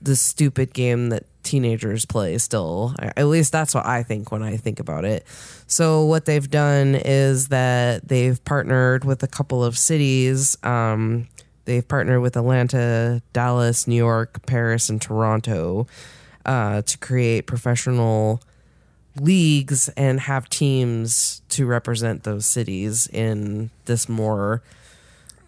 Speaker 3: the stupid game that teenagers play still. At least that's what I think when I think about it. So what they've done is that they've partnered with a couple of cities. Um, they've partnered with Atlanta, Dallas, New York, Paris, and Toronto uh, to create professional leagues and have teams to represent those cities in this more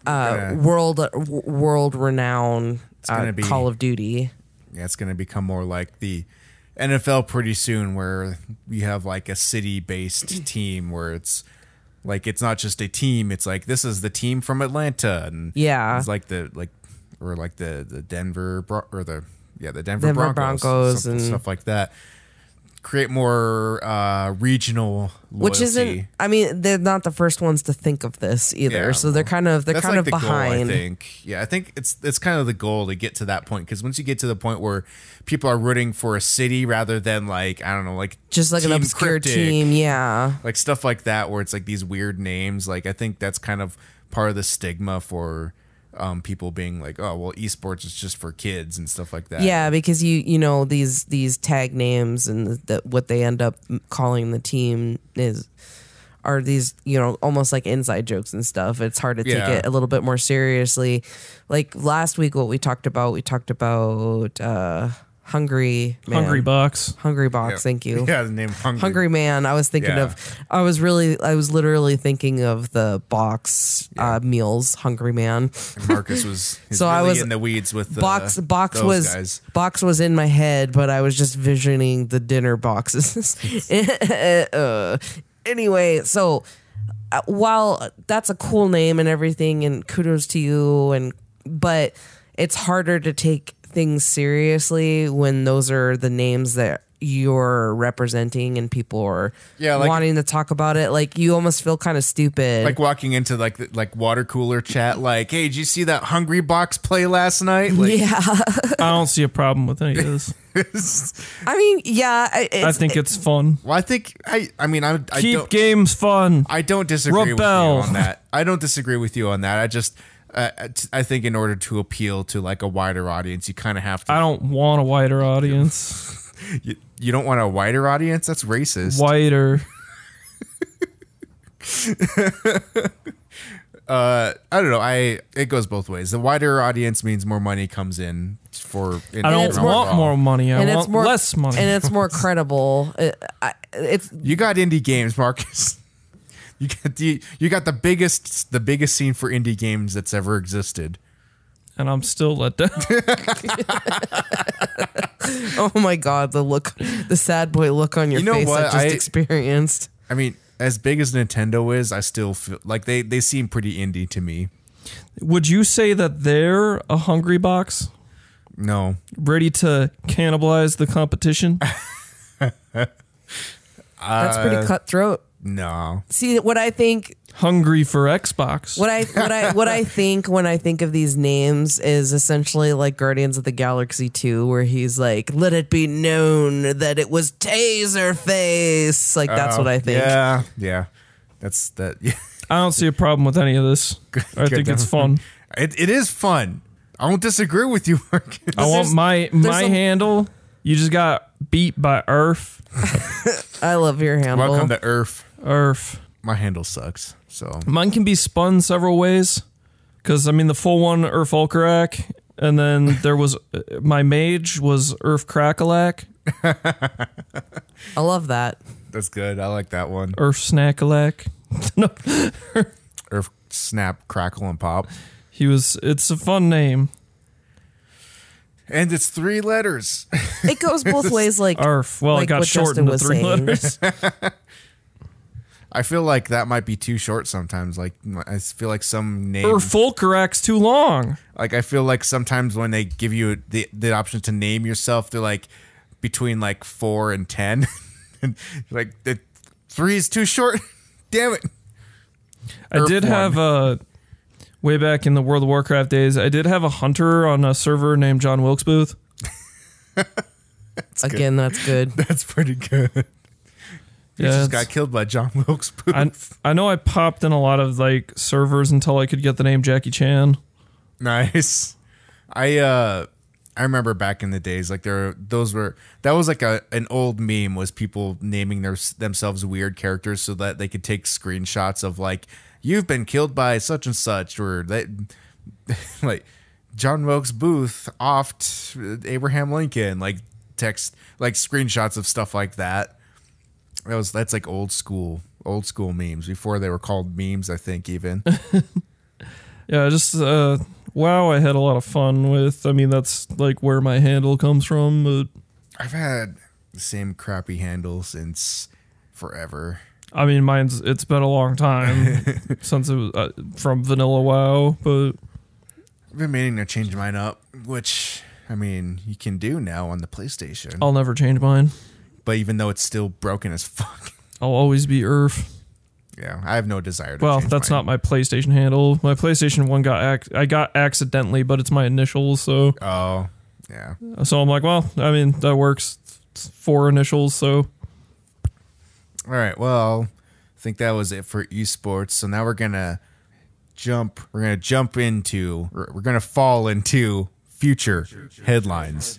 Speaker 3: uh,
Speaker 2: Yeah.
Speaker 3: world world renowned
Speaker 2: gonna
Speaker 3: uh,
Speaker 2: be-
Speaker 3: Call of Duty.
Speaker 2: Yeah, it's gonna become more like the NFL pretty soon, where you have like a city-based team where it's like it's not just a team. It's like this is the team from Atlanta, and
Speaker 3: Yeah.
Speaker 2: it's like the like or like the the Denver Bron- or the yeah the Denver,
Speaker 3: Denver
Speaker 2: Broncos,
Speaker 3: Broncos
Speaker 2: stuff,
Speaker 3: and-
Speaker 2: stuff like that. Create more uh, regional loyalty.
Speaker 3: which isn't i mean they're not the first ones to think of this either
Speaker 2: Yeah,
Speaker 3: so they're kind of they're
Speaker 2: That's
Speaker 3: kind
Speaker 2: like
Speaker 3: of
Speaker 2: the
Speaker 3: behind
Speaker 2: Goal, I think. Yeah, I think it's it's kind of the goal to get to that point because once you get to the point where people are rooting for a city rather than like I don't know, like
Speaker 3: just like an
Speaker 2: Team
Speaker 3: obscure
Speaker 2: Cryptic,
Speaker 3: team yeah
Speaker 2: like stuff like that, where it's like these weird names. Like I think that's kind of part of the stigma for um, people being like, oh well, esports is just for kids and stuff like that.
Speaker 3: yeah because you you know these these tag names and the, the, what they end up calling the team is are these you know almost like inside jokes and stuff it's hard to
Speaker 2: Yeah.
Speaker 3: take it a little bit more seriously like last week what we talked about we talked about uh hungry man.
Speaker 1: Hungry Bucks.
Speaker 3: hungry box thank you
Speaker 2: Yeah, the name hungry.
Speaker 3: Hungry Man. I was thinking
Speaker 2: Yeah.
Speaker 3: of. I was really. I was literally thinking of the box uh, meals. Hungry Man.
Speaker 2: Marcus was
Speaker 3: So I
Speaker 2: really
Speaker 3: was-
Speaker 2: in the weeds with the,
Speaker 3: box. box
Speaker 2: those
Speaker 3: was.
Speaker 2: guys.
Speaker 3: Box was in my head, but I was just visioning the dinner boxes. Uh, anyway, so uh, while that's a cool name and everything, and kudos to you, and but it's harder to take things seriously when those are the names that you're representing and people are
Speaker 2: Yeah, like-
Speaker 3: wanting to talk about it. Like you almost feel kind of stupid.
Speaker 2: Like walking into like the, like water cooler chat, like, hey, did you see that Hungry Box play last night? Like,
Speaker 3: yeah.
Speaker 1: I don't see a problem with any of this.
Speaker 3: I mean, yeah. I- It's,
Speaker 1: I think it's fun.
Speaker 2: well, I think I, I mean, I, I
Speaker 1: Keep
Speaker 2: don't,
Speaker 1: games fun.
Speaker 2: I don't disagree with you
Speaker 1: Rebel.
Speaker 2: on that. I don't disagree with you on that. I just, uh, I t- I think in order to appeal to like a wider audience, you kind of have to.
Speaker 1: I don't want a wider audience.
Speaker 2: You, you don't want a wider audience. That's racist.
Speaker 1: Wider.
Speaker 2: I don't know. I it goes both ways. The wider audience means more money comes in for. in
Speaker 1: I don't
Speaker 3: it's more-
Speaker 1: want more money. I
Speaker 3: and
Speaker 1: want
Speaker 3: it's more
Speaker 1: less money.
Speaker 3: and it's more credible. It, I, it's
Speaker 2: You got indie games, Marcus. You got the you got the biggest the biggest scene for indie games that's ever existed.
Speaker 1: and I'm still let down.
Speaker 3: oh my god, the look, the sad boy look on your
Speaker 2: You know
Speaker 3: face
Speaker 2: what?
Speaker 3: I just
Speaker 2: I-
Speaker 3: experienced.
Speaker 2: I mean, as big as Nintendo is, I still feel like they they seem pretty indie to me.
Speaker 1: Would you say that they're a hungry box
Speaker 2: No,
Speaker 1: ready to cannibalize the competition?
Speaker 3: That's
Speaker 2: Uh,
Speaker 3: pretty cutthroat.
Speaker 2: no.
Speaker 3: See what I think
Speaker 1: Hungry for Xbox.
Speaker 3: what I what I what I think when I think of these names is essentially like Guardians of the Galaxy 2 where he's like let it be known that it was Taserface. Like that's what I think.
Speaker 2: Oh, Yeah, yeah. That's that. Yeah,
Speaker 1: I don't see a problem with any of this. I think it's fun.
Speaker 2: It, it is fun. I don't disagree with you, Marcus.
Speaker 1: I want
Speaker 3: there's-
Speaker 1: my my
Speaker 3: a-
Speaker 1: handle. You just got beat by Earth.
Speaker 3: I love your handle.
Speaker 2: Welcome to Earth.
Speaker 1: Earth.
Speaker 2: My handle sucks. So
Speaker 1: Mine can be spun several ways. Because, I mean, the full one, Earth Ulkarak. And then there was uh, my mage was Earth Crackalack,
Speaker 3: I love that.
Speaker 2: that's good. I like that one.
Speaker 1: Earth Snackalack. no,
Speaker 2: Earth snap, crackle, and pop.
Speaker 1: he was, it's a fun name.
Speaker 2: And it's three letters.
Speaker 3: It goes both ways like
Speaker 1: Arf. Well,
Speaker 3: like
Speaker 1: it got
Speaker 3: what
Speaker 1: shortened
Speaker 3: Justin
Speaker 1: to
Speaker 3: was
Speaker 1: three
Speaker 3: saying.
Speaker 1: letters.
Speaker 2: I feel like that might be too short sometimes. Like I feel like some name,
Speaker 1: or Fulcrax too long.
Speaker 2: like I feel like sometimes when they give you the the option to name yourself, they're like between like four and ten, and like the three is too short. Damn it!
Speaker 1: I
Speaker 2: Earth
Speaker 1: did
Speaker 2: one.
Speaker 1: have a way back in the World of Warcraft days. I did have a hunter on a server named John Wilkes Booth.
Speaker 3: again that's good.
Speaker 2: That's pretty good. You
Speaker 1: Yeah, it's-
Speaker 2: just got killed by John Wilkes Booth.
Speaker 1: I, I know I popped in a lot of like servers until I could get the name Jackie Chan.
Speaker 2: Nice. I uh I remember back in the days like there those were that was like a an old meme was people naming their themselves weird characters so that they could take screenshots of like you've been killed by such and such or that like John Wilkes Booth oft Abraham Lincoln like text like screenshots of stuff like that. That was that's like old school old school memes before they were called memes I think even.
Speaker 1: Yeah, just uh, wow, I had a lot of fun with. I mean, that's like where my handle comes from. But
Speaker 2: I've had the same crappy handle since forever.
Speaker 1: I mean, mine's it's been a long time since it was uh, from Vanilla WoW, but
Speaker 2: I've been meaning to change mine up, which I mean you can do now on the PlayStation.
Speaker 1: I'll never change mine.
Speaker 2: But even though it's still broken as fuck,
Speaker 1: I'll always be Earth.
Speaker 2: yeah, I have no desire to.
Speaker 1: Well,
Speaker 2: change
Speaker 1: that's
Speaker 2: mine.
Speaker 1: not my PlayStation handle. My PlayStation One got ac- I got accidentally, but it's my initials. So
Speaker 2: Oh, yeah.
Speaker 1: so I'm like, well, I mean that works. It's four initials, so
Speaker 2: All right. Well, I think that was it for esports. So now we're gonna jump. We're gonna jump into. We're we're gonna fall into future headlines.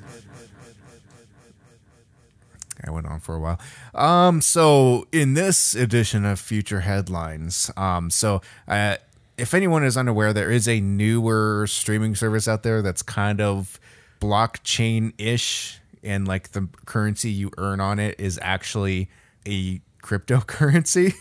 Speaker 2: I went on for a while. Um, so in this edition of future headlines, um, so uh, if anyone is unaware, there is a newer streaming service out there that's kind of blockchain ish, and like the currency you earn on it is actually a cryptocurrency.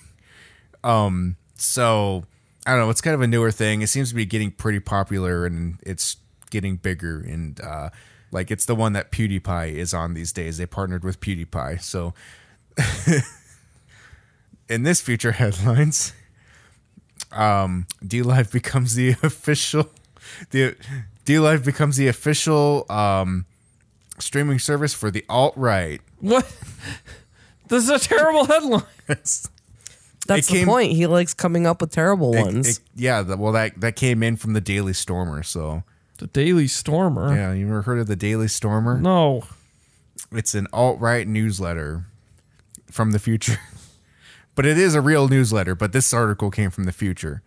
Speaker 2: so I don't know. It's kind of a newer thing. It seems to be getting pretty popular, and it's getting bigger. And uh, like, it's the one that PewDiePie is on these days. They partnered with PewDiePie. So, in this future headlines, um, D Live becomes the official. The D Live becomes the official um, streaming service for the alt right.
Speaker 1: What? This is a terrible headline.
Speaker 3: That's
Speaker 2: came-
Speaker 3: the point. He likes coming up with terrible
Speaker 2: It-
Speaker 3: ones.
Speaker 2: it- yeah, that, well, that that came in from the Daily Stormer. So,
Speaker 1: The Daily Stormer.
Speaker 2: yeah, you ever heard of the Daily Stormer?
Speaker 1: No.
Speaker 2: It's an alt right newsletter from the future, but it is a real newsletter. But this article came from the future.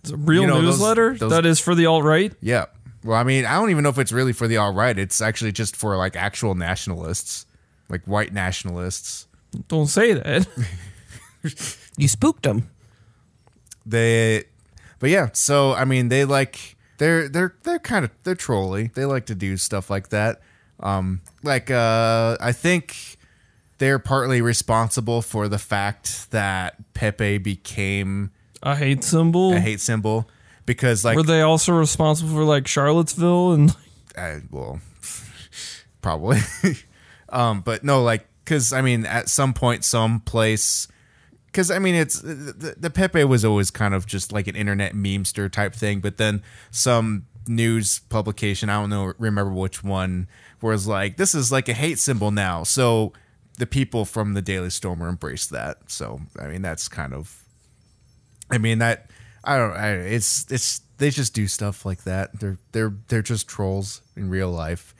Speaker 1: It's a real
Speaker 2: You know, those-
Speaker 1: newsletter
Speaker 2: those-
Speaker 1: that is for the alt right.
Speaker 2: Yeah. Well, I mean, I don't even know if it's really for the alt right. It's actually just for like actual nationalists, like white nationalists.
Speaker 1: Don't say that.
Speaker 3: you spooked him.
Speaker 2: They, but yeah. So I mean, they like they're they're they're kind of they're trolly. They like to do stuff like that. Um, like uh, I think they're partly responsible for the fact that Pepe became
Speaker 1: A hate symbol.
Speaker 2: a hate symbol because like
Speaker 1: Were they also responsible for like Charlottesville and
Speaker 2: I, well, probably. um, but no, like, because I mean, at some point, some place, because I mean, it's the, the Pepe was always kind of just like an internet memester type thing, but then some news publication, I don't know, remember which one, was like, this is like a hate symbol now. So the people from the Daily Stormer embraced that. So I mean, that's kind of I mean that I don't I, it's it's they just do stuff like that. They're they're they're just trolls in real life.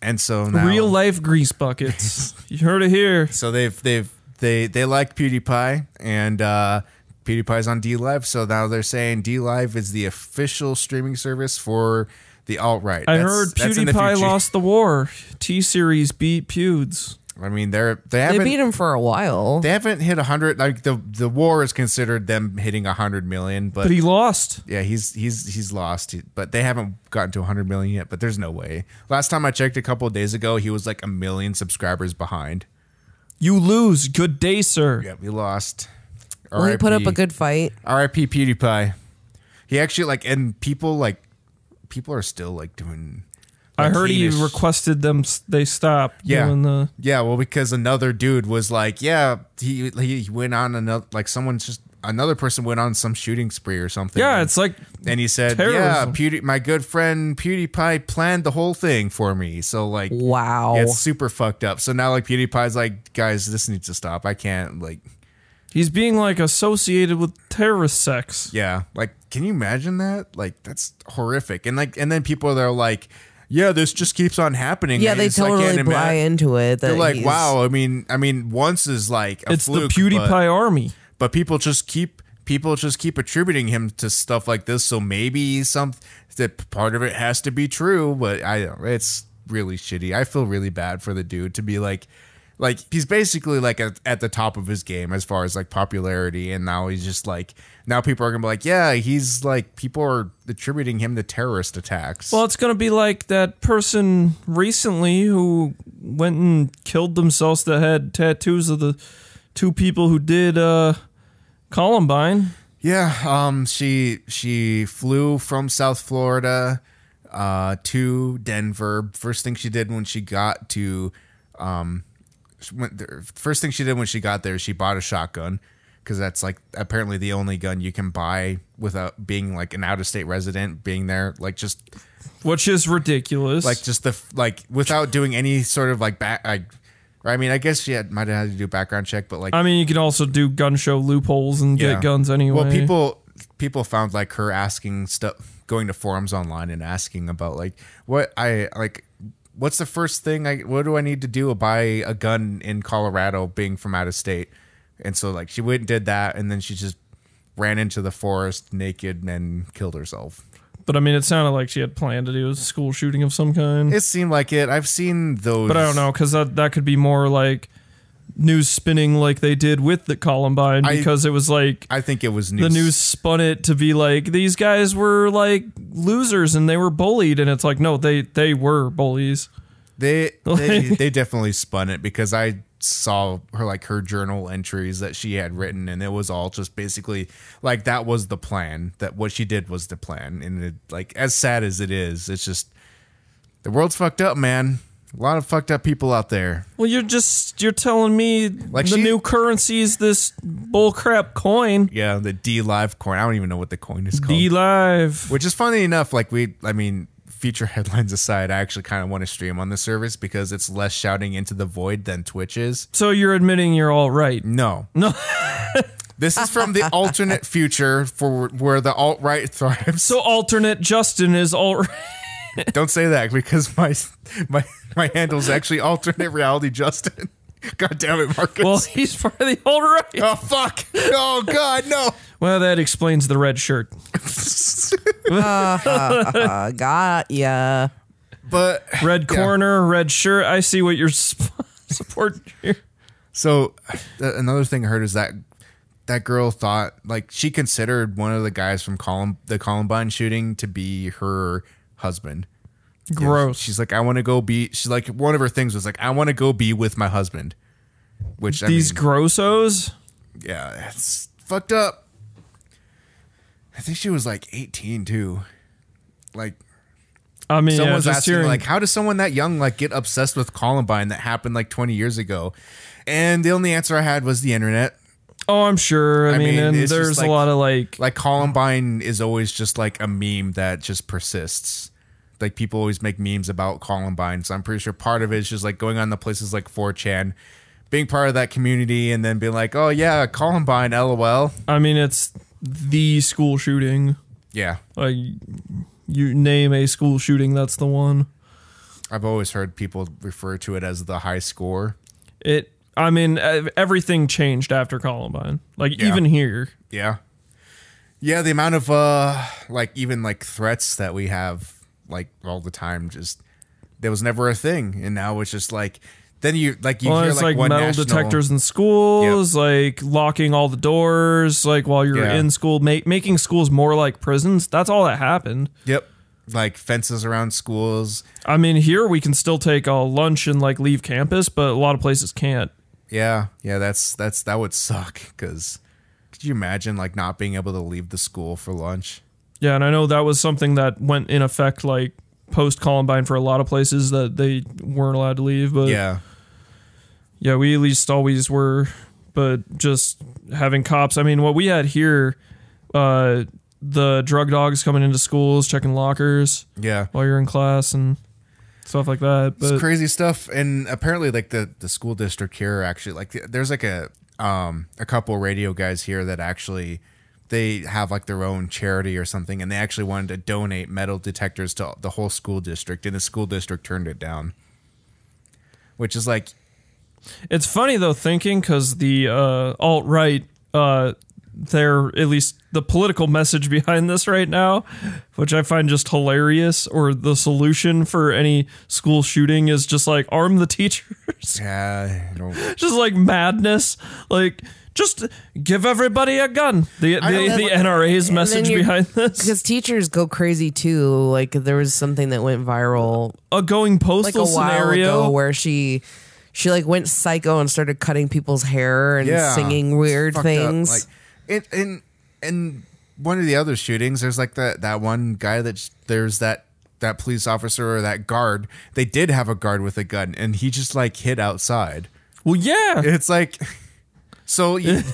Speaker 2: And so now
Speaker 1: real life grease buckets? you heard it here.
Speaker 2: so they've they've they they like PewDiePie and uh PewDiePie's on D Live, so now they're saying D Live is the official streaming service for the alt right.
Speaker 1: I heard PewDiePie lost the war. T Series beat Pewds.
Speaker 2: I mean, they're they
Speaker 3: They
Speaker 2: haven't
Speaker 3: beat him for a while.
Speaker 2: they haven't hit hundred. Like the the war is considered them hitting hundred million, but,
Speaker 1: But he lost.
Speaker 2: yeah, he's he's he's lost, but they haven't gotten to 100 million yet. But there's no way. Last time I checked, a couple of days ago, he was like a million subscribers behind.
Speaker 1: You lose. Good day, sir.
Speaker 2: Yeah, we lost.
Speaker 3: well, he put up
Speaker 2: RIP.
Speaker 3: a good fight.
Speaker 2: R.I.P. PewDiePie. He actually like, and people like, people are still like doing.
Speaker 1: I
Speaker 2: like,
Speaker 1: heard he
Speaker 2: heinous-
Speaker 1: requested them. s- They stop
Speaker 2: Yeah.
Speaker 1: doing the.
Speaker 2: Yeah, well, because another dude was like, yeah, he he went on another like someone's just another person went on some shooting spree or something.
Speaker 1: Yeah, it's like
Speaker 2: and he said, yeah,
Speaker 1: terrorism.
Speaker 2: Pewdie, my good friend PewDiePie planned the whole thing for me. So like,
Speaker 3: Wow.
Speaker 2: Yeah, it's super fucked up. So now like PewDiePie's like, guys, this needs to stop. I can't like,
Speaker 1: he's being like associated with terrorist sex.
Speaker 2: yeah, like, can you imagine that? Like, that's horrific. And like, and then people they're like, yeah, this just keeps on happening.
Speaker 3: yeah,
Speaker 2: I
Speaker 3: they
Speaker 2: just- I
Speaker 3: totally
Speaker 2: can't
Speaker 3: buy
Speaker 2: imagine.
Speaker 3: into it. That
Speaker 2: They're like,
Speaker 3: he's-
Speaker 2: wow. I mean, I mean, once is like a
Speaker 1: It's
Speaker 2: fluke,
Speaker 1: the PewDiePie
Speaker 2: But,
Speaker 1: army.
Speaker 2: but people just keep people just keep attributing him to stuff like this. So maybe some that part of it has to be true. But I don't. It's really shitty. I feel really bad for the dude to be like. Like he's basically like at, at the top of his game as far as like popularity, and now he's just like now people are gonna be like, yeah, he's like people are attributing him to terrorist attacks.
Speaker 1: Well, it's going to be like that person recently who went and killed themselves that had tattoos of the two people who did uh, Columbine.
Speaker 2: Yeah, um, she she flew from South Florida uh, to Denver. First thing she did when she got to, um, she went there. First thing she did when she got there, she bought a shotgun because that's like apparently the only gun you can buy without being like an out of state resident being there. Like just
Speaker 1: Which is ridiculous.
Speaker 2: like just the like without doing any sort of like back. Like, I mean, I guess she had, might have had to do a background check, but like
Speaker 1: I mean, you can also do gun show loopholes and
Speaker 2: Yeah.
Speaker 1: get guns anyway.
Speaker 2: Well, people people found like her asking stuff, going to forums online and asking about like what I like. What's the first thing I? What do I need to do to buy a gun in Colorado? Being from out of state, and so like she went and did that, and then she just ran into the forest naked and killed herself.
Speaker 1: But I mean, it sounded like she had planned to do a school shooting of some kind.
Speaker 2: It seemed like it. I've seen those,
Speaker 1: but I don't know, because that, that could be more like news spinning like they did with the Columbine,
Speaker 2: I-
Speaker 1: because it was like
Speaker 2: I think it was news.
Speaker 1: the news spun it to be like these guys were like losers and they were bullied and it's like no they they were bullies
Speaker 2: They they, they definitely spun it because I saw her like her journal entries that she had written and it was all just basically like that was the plan that what she did was the plan and it like as sad as it is it's just the world's fucked up man a lot of fucked up people out there
Speaker 1: well you're just you're telling me
Speaker 2: Like
Speaker 1: the
Speaker 2: she-
Speaker 1: new currency is this bullcrap coin
Speaker 2: yeah Oh. the d live coin i don't even know what the coin is called
Speaker 1: d live
Speaker 2: which is funny enough like we i mean future headlines aside, I actually kind of want to stream on the service because it's less shouting into the void than Twitch is.
Speaker 1: So you're admitting you're all right.
Speaker 2: No.
Speaker 1: No.
Speaker 2: This is from the alternate future for where the alt right thrives.
Speaker 1: So alternate Justin is all right.
Speaker 2: Don't say that because my my my handle's actually alternate reality Justin. God damn it, Marcus.
Speaker 1: Well, he's part of the all right.
Speaker 2: oh fuck. Oh god, no.
Speaker 1: Well, that explains the red shirt.
Speaker 3: Uh, got ya.
Speaker 2: But
Speaker 1: Red
Speaker 2: Yeah.
Speaker 1: corner, red shirt. I see what you're sp- supporting here.
Speaker 2: So th- another thing I heard is that that girl thought like she considered one of the guys from Colum- the Columbine shooting to be her husband. Yeah,
Speaker 1: Gross.
Speaker 2: She's like, I want to go be. She's like, one of her things was like, I want to go be with my husband. Which
Speaker 1: These
Speaker 2: I mean,
Speaker 1: grossos.
Speaker 2: yeah, it's fucked up. I think she was like 18 too. Like
Speaker 1: I mean, yeah,
Speaker 2: someone's
Speaker 1: just
Speaker 2: asking
Speaker 1: hearing.
Speaker 2: like, how does someone that young like get obsessed with Columbine that happened like 20 years ago? And the only answer I had was the internet.
Speaker 1: oh, I'm sure. I,
Speaker 2: I
Speaker 1: mean,
Speaker 2: mean,
Speaker 1: and
Speaker 2: it's just
Speaker 1: there's
Speaker 2: like-
Speaker 1: a lot of like,
Speaker 2: like Columbine is always just like a meme that just persists. Like people always make memes about Columbine, so I'm pretty sure part of it is just like going on the places like 4chan, being part of that community, and then being like, "Oh yeah, Columbine, lol."
Speaker 1: I mean, it's the school shooting.
Speaker 2: Yeah,
Speaker 1: Like, you name a school shooting, that's the one.
Speaker 2: I've always heard people refer to it as the high score.
Speaker 1: It. I mean, ev- everything changed after Columbine. Like
Speaker 2: Yeah.
Speaker 1: even here,
Speaker 2: Yeah, yeah, the amount of uh, like even like threats that we have like all the time just there was never a thing, and now it's just like then you like you
Speaker 1: well,
Speaker 2: hear
Speaker 1: it's like,
Speaker 2: one
Speaker 1: metal
Speaker 2: national-
Speaker 1: detectors in schools, like locking all the doors, like while you're
Speaker 2: Yeah.
Speaker 1: in school, ma- making schools more like prisons. That's all that happened.
Speaker 2: Yep. Like fences around schools.
Speaker 1: I mean, here we can still take a lunch and like leave campus, but a lot of places can't.
Speaker 2: Yeah. Yeah, that's that's that would suck cuz could you imagine like not being able to leave the school for lunch?
Speaker 1: Yeah, and I know that was something that went in effect like post Columbine for a lot of places that they weren't allowed to leave. But
Speaker 2: Yeah.
Speaker 1: yeah, we at least always were. But just having cops, I mean, what we had here, uh, the drug dogs coming into schools, checking lockers
Speaker 2: Yeah.
Speaker 1: while you're in class and stuff like that.
Speaker 2: It's
Speaker 1: But
Speaker 2: crazy stuff and apparently like the the school district here actually like there's like a um a couple radio guys here that actually they have like their own charity or something and they actually wanted to donate metal detectors to the whole school district and the school district turned it down. Which is like
Speaker 1: It's funny though thinking because the uh, alt right, uh, they're at least the political message behind this right now, which I find just hilarious. Or the solution for any school shooting is just like arm the teachers,
Speaker 2: yeah, I don't
Speaker 1: just like madness, like. Just give everybody a gun. The the,
Speaker 2: don't-
Speaker 1: the NRA's message
Speaker 3: you're-
Speaker 1: behind this,
Speaker 3: Because teachers go crazy too. Like there was something that went viral
Speaker 1: a going
Speaker 3: like
Speaker 1: postal
Speaker 3: a while
Speaker 1: scenario.
Speaker 3: ago where she she like went psycho and started cutting people's hair and
Speaker 2: Yeah.
Speaker 3: singing weird
Speaker 2: fucked up.
Speaker 3: things.
Speaker 2: Like, in in in one of the other shootings, there's like that that one guy that sh- there's that that police officer or that guard. They did have a guard with a gun, and he just like hid outside.
Speaker 1: well, yeah,
Speaker 2: It's like. So you, and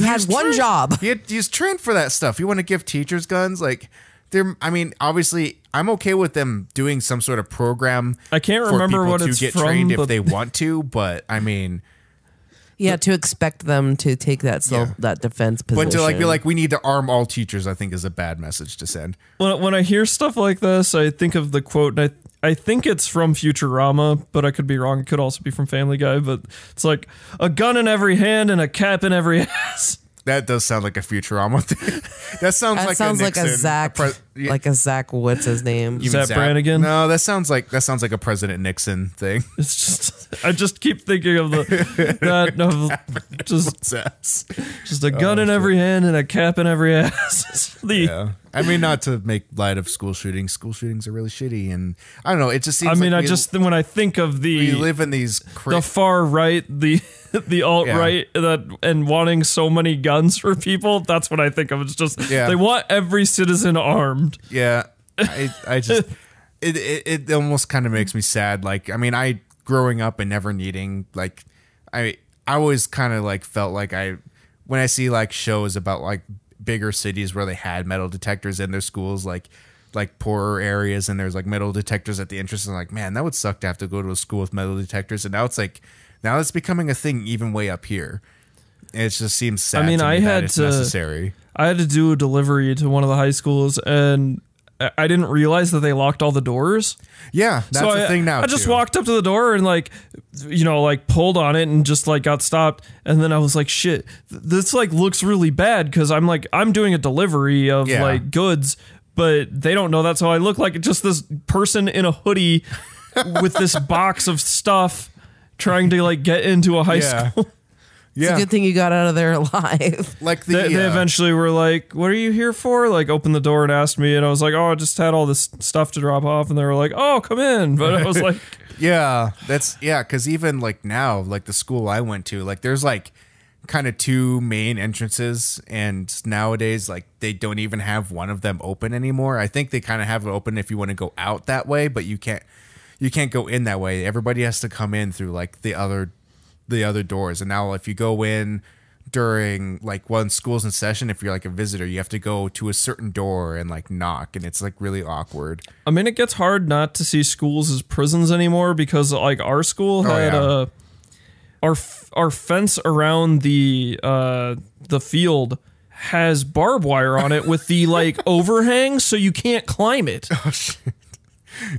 Speaker 2: he
Speaker 3: had
Speaker 2: was
Speaker 3: one
Speaker 2: trained-
Speaker 3: job.
Speaker 2: He had, he's trained for that stuff. You want to give teachers guns, like they're. I mean, obviously, I'm okay with them doing some sort of program.
Speaker 1: I can't
Speaker 2: for
Speaker 1: remember
Speaker 2: people
Speaker 1: what
Speaker 2: to
Speaker 1: it's
Speaker 2: get
Speaker 1: from,
Speaker 2: trained
Speaker 1: but-
Speaker 2: if they want to, but I mean,
Speaker 3: yeah, to expect them to take that self
Speaker 2: Yeah.
Speaker 3: that defense position.
Speaker 2: But to like be like, we need to arm all teachers, I think is a bad message to send.
Speaker 1: when, when I hear stuff like this, I think of the quote, and I, I think it's from Futurama, but I could be wrong. It could also be from Family Guy, but it's like a gun in every hand and a cap in every ass.
Speaker 2: That does sound like a Futurama thing. that sounds
Speaker 3: that
Speaker 2: like
Speaker 3: sounds
Speaker 2: a
Speaker 3: like a
Speaker 2: Nixon,
Speaker 3: Zach,
Speaker 2: pre- yeah,
Speaker 3: like a Zach. What's his name?
Speaker 2: even
Speaker 1: Zach Brannigan?
Speaker 2: No, that sounds like that sounds like a President Nixon thing.
Speaker 1: It's just I just keep thinking of the that of just
Speaker 2: Zach's.
Speaker 1: just a gun in every hand and a cap in every ass. the
Speaker 2: Oh, yeah, I mean, not to make light of school shootings. School shootings are really shitty, and I don't know. It just seems.
Speaker 1: I mean,
Speaker 2: like
Speaker 1: I
Speaker 2: we-
Speaker 1: just when I think of
Speaker 2: we
Speaker 1: the
Speaker 2: live in these. Cra-
Speaker 1: the far right, the the alt right, that and wanting so many guns for people. That's what I think of. It's just
Speaker 2: Yeah.
Speaker 1: they want every citizen armed.
Speaker 2: Yeah, I, I just it, it it almost kind of makes me sad. Like, I mean, I growing up and never needing like, I I always kind of like felt like I when I see like shows about like bigger cities where they had metal detectors in their schools, like like poorer areas and there's like metal detectors at the entrance and like man that would suck to have to go to a school with metal detectors and now it's like now it's becoming a thing even way up here And it just seems sad
Speaker 1: mean,
Speaker 2: to me
Speaker 1: I
Speaker 2: that
Speaker 1: had
Speaker 2: it's
Speaker 1: to-
Speaker 2: necessary
Speaker 1: I had to do a delivery to one of the high schools, and I- I didn't realize that they locked all the doors.
Speaker 2: yeah that's
Speaker 1: so
Speaker 2: the
Speaker 1: I,
Speaker 2: thing now
Speaker 1: I just
Speaker 2: too.
Speaker 1: walked up to the door and like, you know, like pulled on it and just like got stopped. And then I was like, shit, th- this like looks really bad because I'm like I'm doing a delivery of
Speaker 2: Yeah.
Speaker 1: like goods, but they don't know that, so I look like just this person in a hoodie with this box of stuff trying to like get into a high
Speaker 2: Yeah.
Speaker 1: school.
Speaker 3: It's
Speaker 2: yeah
Speaker 3: a good thing you got out of there alive.
Speaker 2: like the
Speaker 1: They, they
Speaker 2: uh,
Speaker 1: eventually were like, "What are you here for?" Like, opened the door and asked me, and I was like, "Oh, I just had all this stuff to drop off," and they were like, "Oh, come in," but I was like,
Speaker 2: Yeah, that's yeah. Because even like now, like the school I went to, like there's like kind of two main entrances, and nowadays like they don't even have one of them open anymore. I think they kind of have it open if you want to go out that way, but you can't you can't go in that way. Everybody has to come in through like the other the other doors. And now if you go in during like when school's in session, if you're like a visitor, you have to go to a certain door and like knock, and it's like really awkward.
Speaker 1: I mean, it gets hard not to see schools as prisons anymore because, like, our school had
Speaker 2: Oh, yeah.
Speaker 1: uh our f- our fence around the uh, the field has barbed wire on it with the like overhang, so you can't climb it.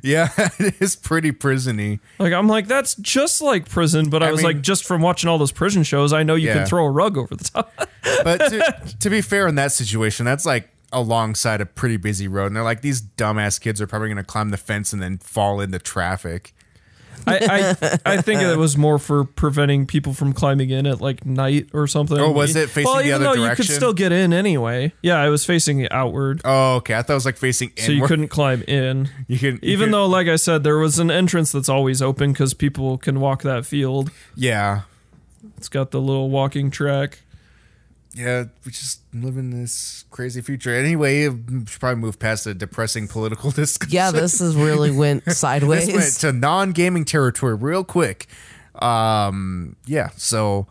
Speaker 2: Yeah, it is pretty prisony.
Speaker 1: Like, I'm like, that's just like prison, but I,
Speaker 2: I
Speaker 1: was
Speaker 2: mean-
Speaker 1: like, just from watching all those prison shows, I know you
Speaker 2: Yeah.
Speaker 1: can throw a rug over the top.
Speaker 2: but to, to be fair in that situation that's like alongside a pretty busy road and they're like these dumbass kids are probably going to climb the fence and then fall into traffic
Speaker 1: I, I I think it was more for preventing people from climbing in at like night or something.
Speaker 2: Oh, was it facing
Speaker 1: well,
Speaker 2: the
Speaker 1: even
Speaker 2: other
Speaker 1: though you could
Speaker 2: direction?
Speaker 1: still get in anyway. Yeah, it was facing outward.
Speaker 2: oh okay i thought it was like facing inward
Speaker 1: so you couldn't climb in.
Speaker 2: You couldn't- you
Speaker 1: even
Speaker 2: couldn't-
Speaker 1: though, like I said, there was an entrance that's always open because people can walk that field.
Speaker 2: yeah
Speaker 1: It's got the little walking track.
Speaker 2: yeah we just live in this crazy future anyway we should probably move past the depressing political discussion
Speaker 3: Yeah, this has really went sideways.
Speaker 2: this went to non-gaming territory real quick um yeah so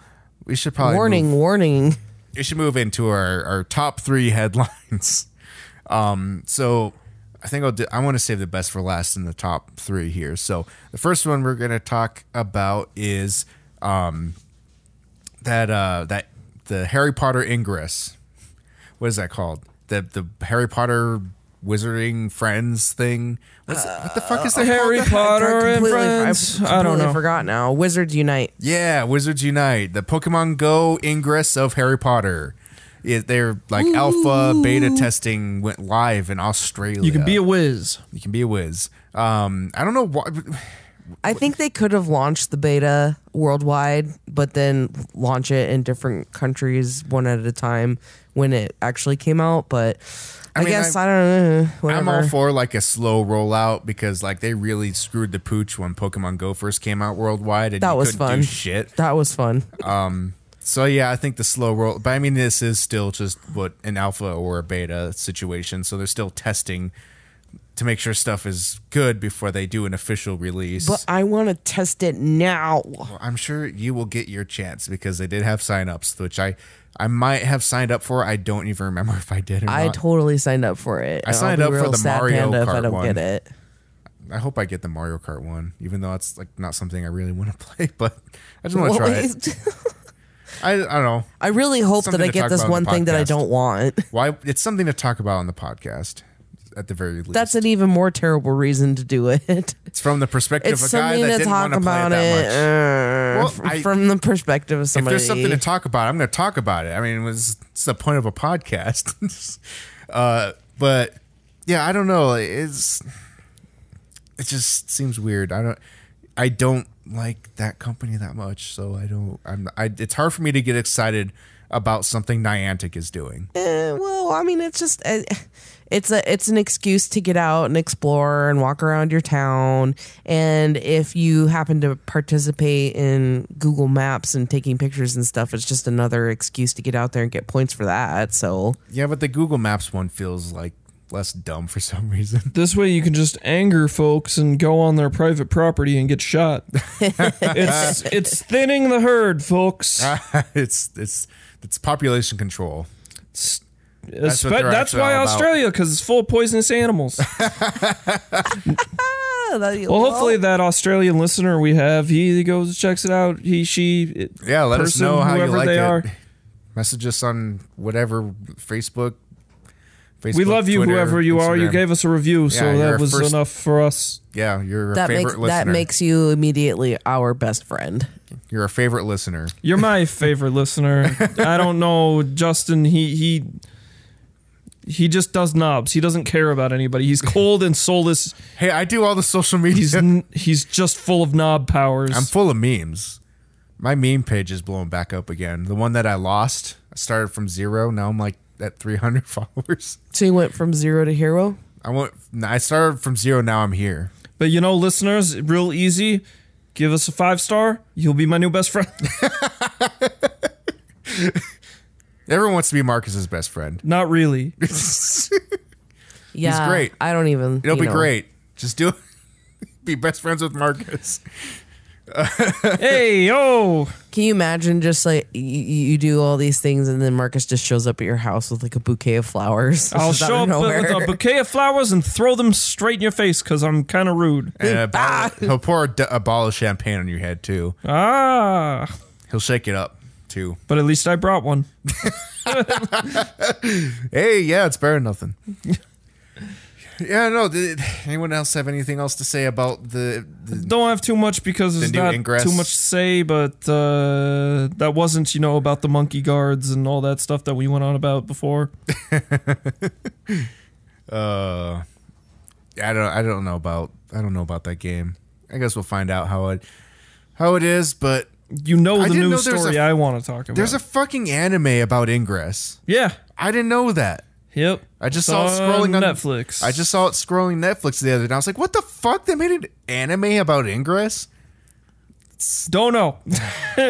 Speaker 2: we should probably move
Speaker 3: warning, warning.
Speaker 2: we should move into our, our top three headlines. Um, so I think I'll do, I want to save the best for last in the top three here. So the first one we're going to talk about is um, that uh, that the Harry Potter ingress. What is that called? The the Harry Potter wizarding friends thing. What's, what the fuck is that? called?
Speaker 1: Harry Potter and
Speaker 3: Completely-
Speaker 1: friends.
Speaker 3: I've
Speaker 1: I don't
Speaker 3: completely
Speaker 1: know.
Speaker 3: forgot now. Wizards unite.
Speaker 2: Yeah, Wizards Unite, the Pokemon Go ingress of Harry Potter. It, they're like alpha beta testing went live in Australia.
Speaker 1: You can be a whiz.
Speaker 2: you can be a whiz. Um, I don't know why.
Speaker 3: I think they could have launched the beta worldwide, but then launch it in different countries one at a time when it actually came out. But I,
Speaker 2: mean,
Speaker 3: guess
Speaker 2: I-
Speaker 3: I, don't know.
Speaker 2: I'm
Speaker 3: Whatever.
Speaker 2: all for like a slow rollout because like they really screwed the pooch when Pokemon Go first came out worldwide, and
Speaker 3: That
Speaker 2: you
Speaker 3: was
Speaker 2: couldn't
Speaker 3: fun.
Speaker 2: Do shit.
Speaker 3: that was fun.
Speaker 2: So yeah, I think the slow roll, but I mean this is still just what an alpha or a beta situation. So they're still testing to make sure stuff is good before they do an official release.
Speaker 3: But I want to test it now.
Speaker 2: I'm sure you will get your chance because they did have signups, which I I might have signed up for. I don't even remember if I did or
Speaker 3: I
Speaker 2: not.
Speaker 3: totally signed up for it. and I'll
Speaker 2: signed
Speaker 3: be
Speaker 2: up for
Speaker 3: real
Speaker 2: the
Speaker 3: sad
Speaker 2: Mario
Speaker 3: panda if I
Speaker 2: Kart
Speaker 3: don't
Speaker 2: one.
Speaker 3: get it.
Speaker 2: I hope I get the Mario Kart one, even though that's like not something I really want to play. But I just want to
Speaker 3: Well,
Speaker 2: try it. I, I don't know
Speaker 3: I really hope
Speaker 2: Something
Speaker 3: that I
Speaker 2: to
Speaker 3: get
Speaker 2: talk
Speaker 3: this
Speaker 2: about on
Speaker 3: one
Speaker 2: the
Speaker 3: thing that I
Speaker 2: podcast.
Speaker 3: don't want.
Speaker 2: why. It's something to talk about on the podcast, at the very least.
Speaker 3: That's an even more terrible reason to do it.
Speaker 2: it's from the perspective
Speaker 3: It's
Speaker 2: of a guy
Speaker 3: something
Speaker 2: that
Speaker 3: to
Speaker 2: didn't
Speaker 3: talk
Speaker 2: want to play it
Speaker 3: about
Speaker 2: that
Speaker 3: it
Speaker 2: much.
Speaker 3: uh,
Speaker 2: Well,
Speaker 3: f-
Speaker 2: I-
Speaker 3: from the perspective of
Speaker 2: if
Speaker 3: somebody.
Speaker 2: there's something to talk about, I'm going to talk about it. I mean, it was, it's the point of a podcast. uh, but yeah, I don't know. It's it just seems weird. I don't I don't like that company that much, so I don't. I'm. I, it's hard for me to get excited about something Niantic is doing.
Speaker 3: Eh, well, I mean, it's just uh, it's a it's an excuse to get out and explore and walk around your town. And if you happen to participate in Google Maps and taking pictures and stuff, it's just another excuse to get out there and get points for that. So
Speaker 2: Yeah, but the Google Maps one feels like less dumb for some reason.
Speaker 1: This way, you can just anger folks and go on their private property and get shot. it's it's thinning the herd, folks.
Speaker 2: it's it's it's population control.
Speaker 1: That's,
Speaker 2: what they're
Speaker 1: that's
Speaker 2: actually
Speaker 1: why
Speaker 2: all about.
Speaker 1: Australia, because it's full of poisonous animals.
Speaker 3: Ah, that-
Speaker 1: well, hopefully that Australian listener we have, he goes checks it out. He, she, it-
Speaker 2: Yeah, let
Speaker 1: person,
Speaker 2: us know how you
Speaker 1: whoever
Speaker 2: like
Speaker 1: they
Speaker 2: it.
Speaker 1: are.
Speaker 2: Message us on whatever Facebook. Facebook
Speaker 1: We love you,
Speaker 2: Twitter,
Speaker 1: whoever you are. You
Speaker 2: Instagram.
Speaker 1: gave us a review,
Speaker 2: Yeah,
Speaker 1: so
Speaker 2: you're
Speaker 1: that
Speaker 2: a
Speaker 1: was
Speaker 2: first-
Speaker 1: enough for us.
Speaker 2: Yeah, you're a
Speaker 3: that
Speaker 2: favorite
Speaker 3: makes
Speaker 2: listener.
Speaker 3: that makes you immediately our best friend.
Speaker 2: you're a favorite listener.
Speaker 1: You're my favorite listener. I don't know, Justin. He he he just does knobs. He doesn't care about anybody. He's cold and soulless.
Speaker 2: Hey, I do all the social media.
Speaker 1: He's n- he's just full of knob powers.
Speaker 2: I'm full of memes. My meme page is blowing back up again. The one that I lost, I started from zero. Now I'm like at 300 followers.
Speaker 3: So you went from zero to hero.
Speaker 2: I went. I started from zero. Now I'm here.
Speaker 1: but you know, listeners, real easy. Give us a five star. You'll be my new best friend.
Speaker 2: Everyone wants to be Marcus's best friend.
Speaker 1: Not really.
Speaker 3: Yeah,
Speaker 2: great.
Speaker 3: I don't even.
Speaker 2: It'll
Speaker 3: you
Speaker 2: be
Speaker 3: know.
Speaker 2: great. Just do it. be best friends with Marcus.
Speaker 1: hey yo,
Speaker 3: Can you imagine just like you, you do all these things and then Marcus just shows up at your house with like a bouquet of flowers?
Speaker 1: I'll
Speaker 3: just out
Speaker 1: show
Speaker 3: of
Speaker 1: up with
Speaker 3: nowhere.
Speaker 1: a bouquet of flowers and throw them straight in your face because I'm kind of rude.
Speaker 2: And a bottle- he'll pour a, d- a bottle of champagne on your head too.
Speaker 1: Ah,
Speaker 2: He'll shake it up too.
Speaker 1: but at least I brought one.
Speaker 2: Hey, yeah, it's better than nothing. yeah, no. Did anyone else have anything else to say about the? the
Speaker 1: Don't have too much because there's
Speaker 2: new
Speaker 1: not
Speaker 2: Ingress.
Speaker 1: too much to say, but uh, that wasn't, you know, about the monkey guards and all that stuff that we went on about before.
Speaker 2: uh, I don't. I don't know about. I don't know about that game. I guess we'll find out how it how it is. But
Speaker 1: You know
Speaker 2: I
Speaker 1: the
Speaker 2: didn't
Speaker 1: new
Speaker 2: know there's
Speaker 1: story
Speaker 2: a-
Speaker 1: I want to talk about.
Speaker 2: there's a fucking anime about Ingress.
Speaker 1: yeah,
Speaker 2: I didn't know that.
Speaker 1: yep.
Speaker 2: I just
Speaker 1: It's
Speaker 2: saw it scrolling on
Speaker 1: Netflix.
Speaker 2: I just saw it scrolling Netflix the other day. I was like, what the fuck? They made an anime about Ingress?
Speaker 1: don't know.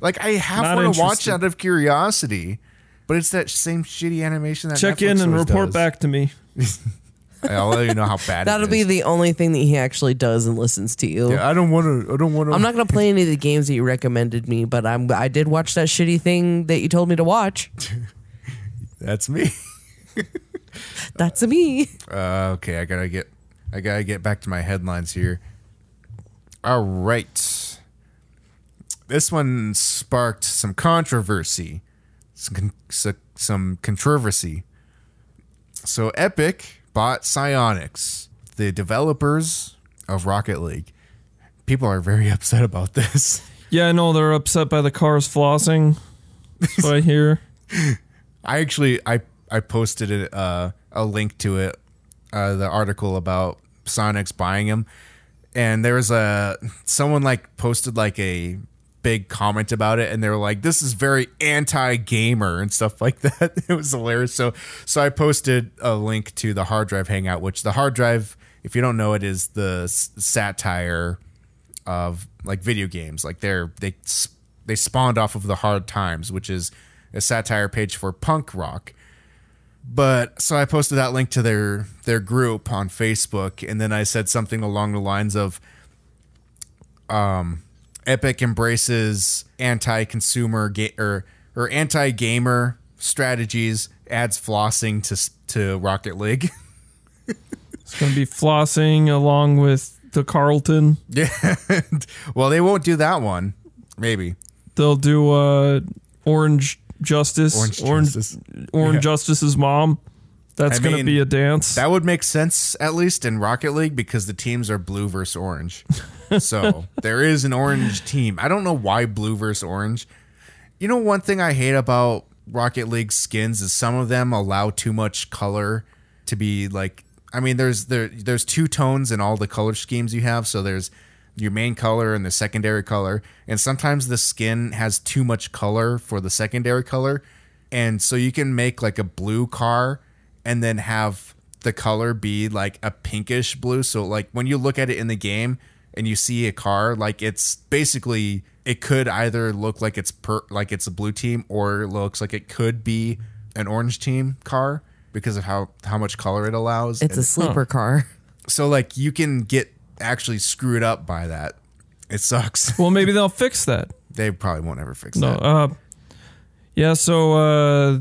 Speaker 2: Like, I
Speaker 1: Not
Speaker 2: half want to watch
Speaker 1: interested.
Speaker 2: out of curiosity, but it's that same shitty animation that
Speaker 1: Check
Speaker 2: Netflix
Speaker 1: in and
Speaker 2: always
Speaker 1: report
Speaker 2: does.
Speaker 1: back to me.
Speaker 2: I'll let you know how bad
Speaker 3: That'll
Speaker 2: it
Speaker 3: be
Speaker 2: is.
Speaker 3: the only thing that he actually does and listens to you.
Speaker 2: I don't want to. I don't want to.
Speaker 3: I'm not gonna play any of the games that you recommended me, but I'm I did watch that shitty thing that you told me to watch.
Speaker 2: That's me.
Speaker 3: That's a me.
Speaker 2: Uh, okay, I gotta get. I gotta get back to my headlines here. All right. This one sparked some controversy. Some, con- so- some controversy. So Epic bought Psyonix, the developers of Rocket League. People are very upset about this.
Speaker 1: Yeah, I know they're upset by the cars flossing. That's what I hear.
Speaker 2: I actually I I posted a uh, a link to it, uh, the article about Sonic's buying him, and there was a someone like posted like a big comment about it, and they were like, "This is very anti gamer" and stuff like that. it was hilarious. So so I posted a link to the hard drive hangout, which the hard drive, if you don't know it, is the s- satire of like video games. Like they're they s- they spawned off of the Hard Times, which is a satire page for punk rock. But so I posted that link to their their group on Facebook, and then I said something along the lines of, um, "Epic embraces anti-consumer ga- or or anti-gamer strategies, adds flossing to s- to Rocket League."
Speaker 1: It's going to be flossing along with the Carlton.
Speaker 2: yeah, well, they won't do that one, maybe.
Speaker 1: They'll do uh, Orange Justice.
Speaker 2: Orange Justice.
Speaker 1: Orange
Speaker 2: Yeah.
Speaker 1: Justice's mom. That's
Speaker 2: I
Speaker 1: going to
Speaker 2: mean,
Speaker 1: be a dance.
Speaker 2: That would make sense at least in Rocket League because the teams are blue versus orange. so there is an orange team. I don't know why blue versus orange. You know, one thing I hate about Rocket League skins is some of them allow too much color to be like. I mean, there's there there's two tones in all the color schemes you have. So there's your main color and the secondary color, and sometimes the skin has too much color for the secondary color, and so you can make like a blue car and then have the color be like a pinkish blue. So like when you look at it in the game and you see a car, like it's basically it could either look like it's per like it's a blue team or it looks like it could be an orange team car because of how how much color it allows.
Speaker 3: It's a sleeper car.
Speaker 2: so like you can get actually screwed up by that. It sucks.
Speaker 1: well, maybe they'll fix that.
Speaker 2: they probably won't ever fix
Speaker 1: No.
Speaker 2: that.
Speaker 1: Uh, yeah, so uh,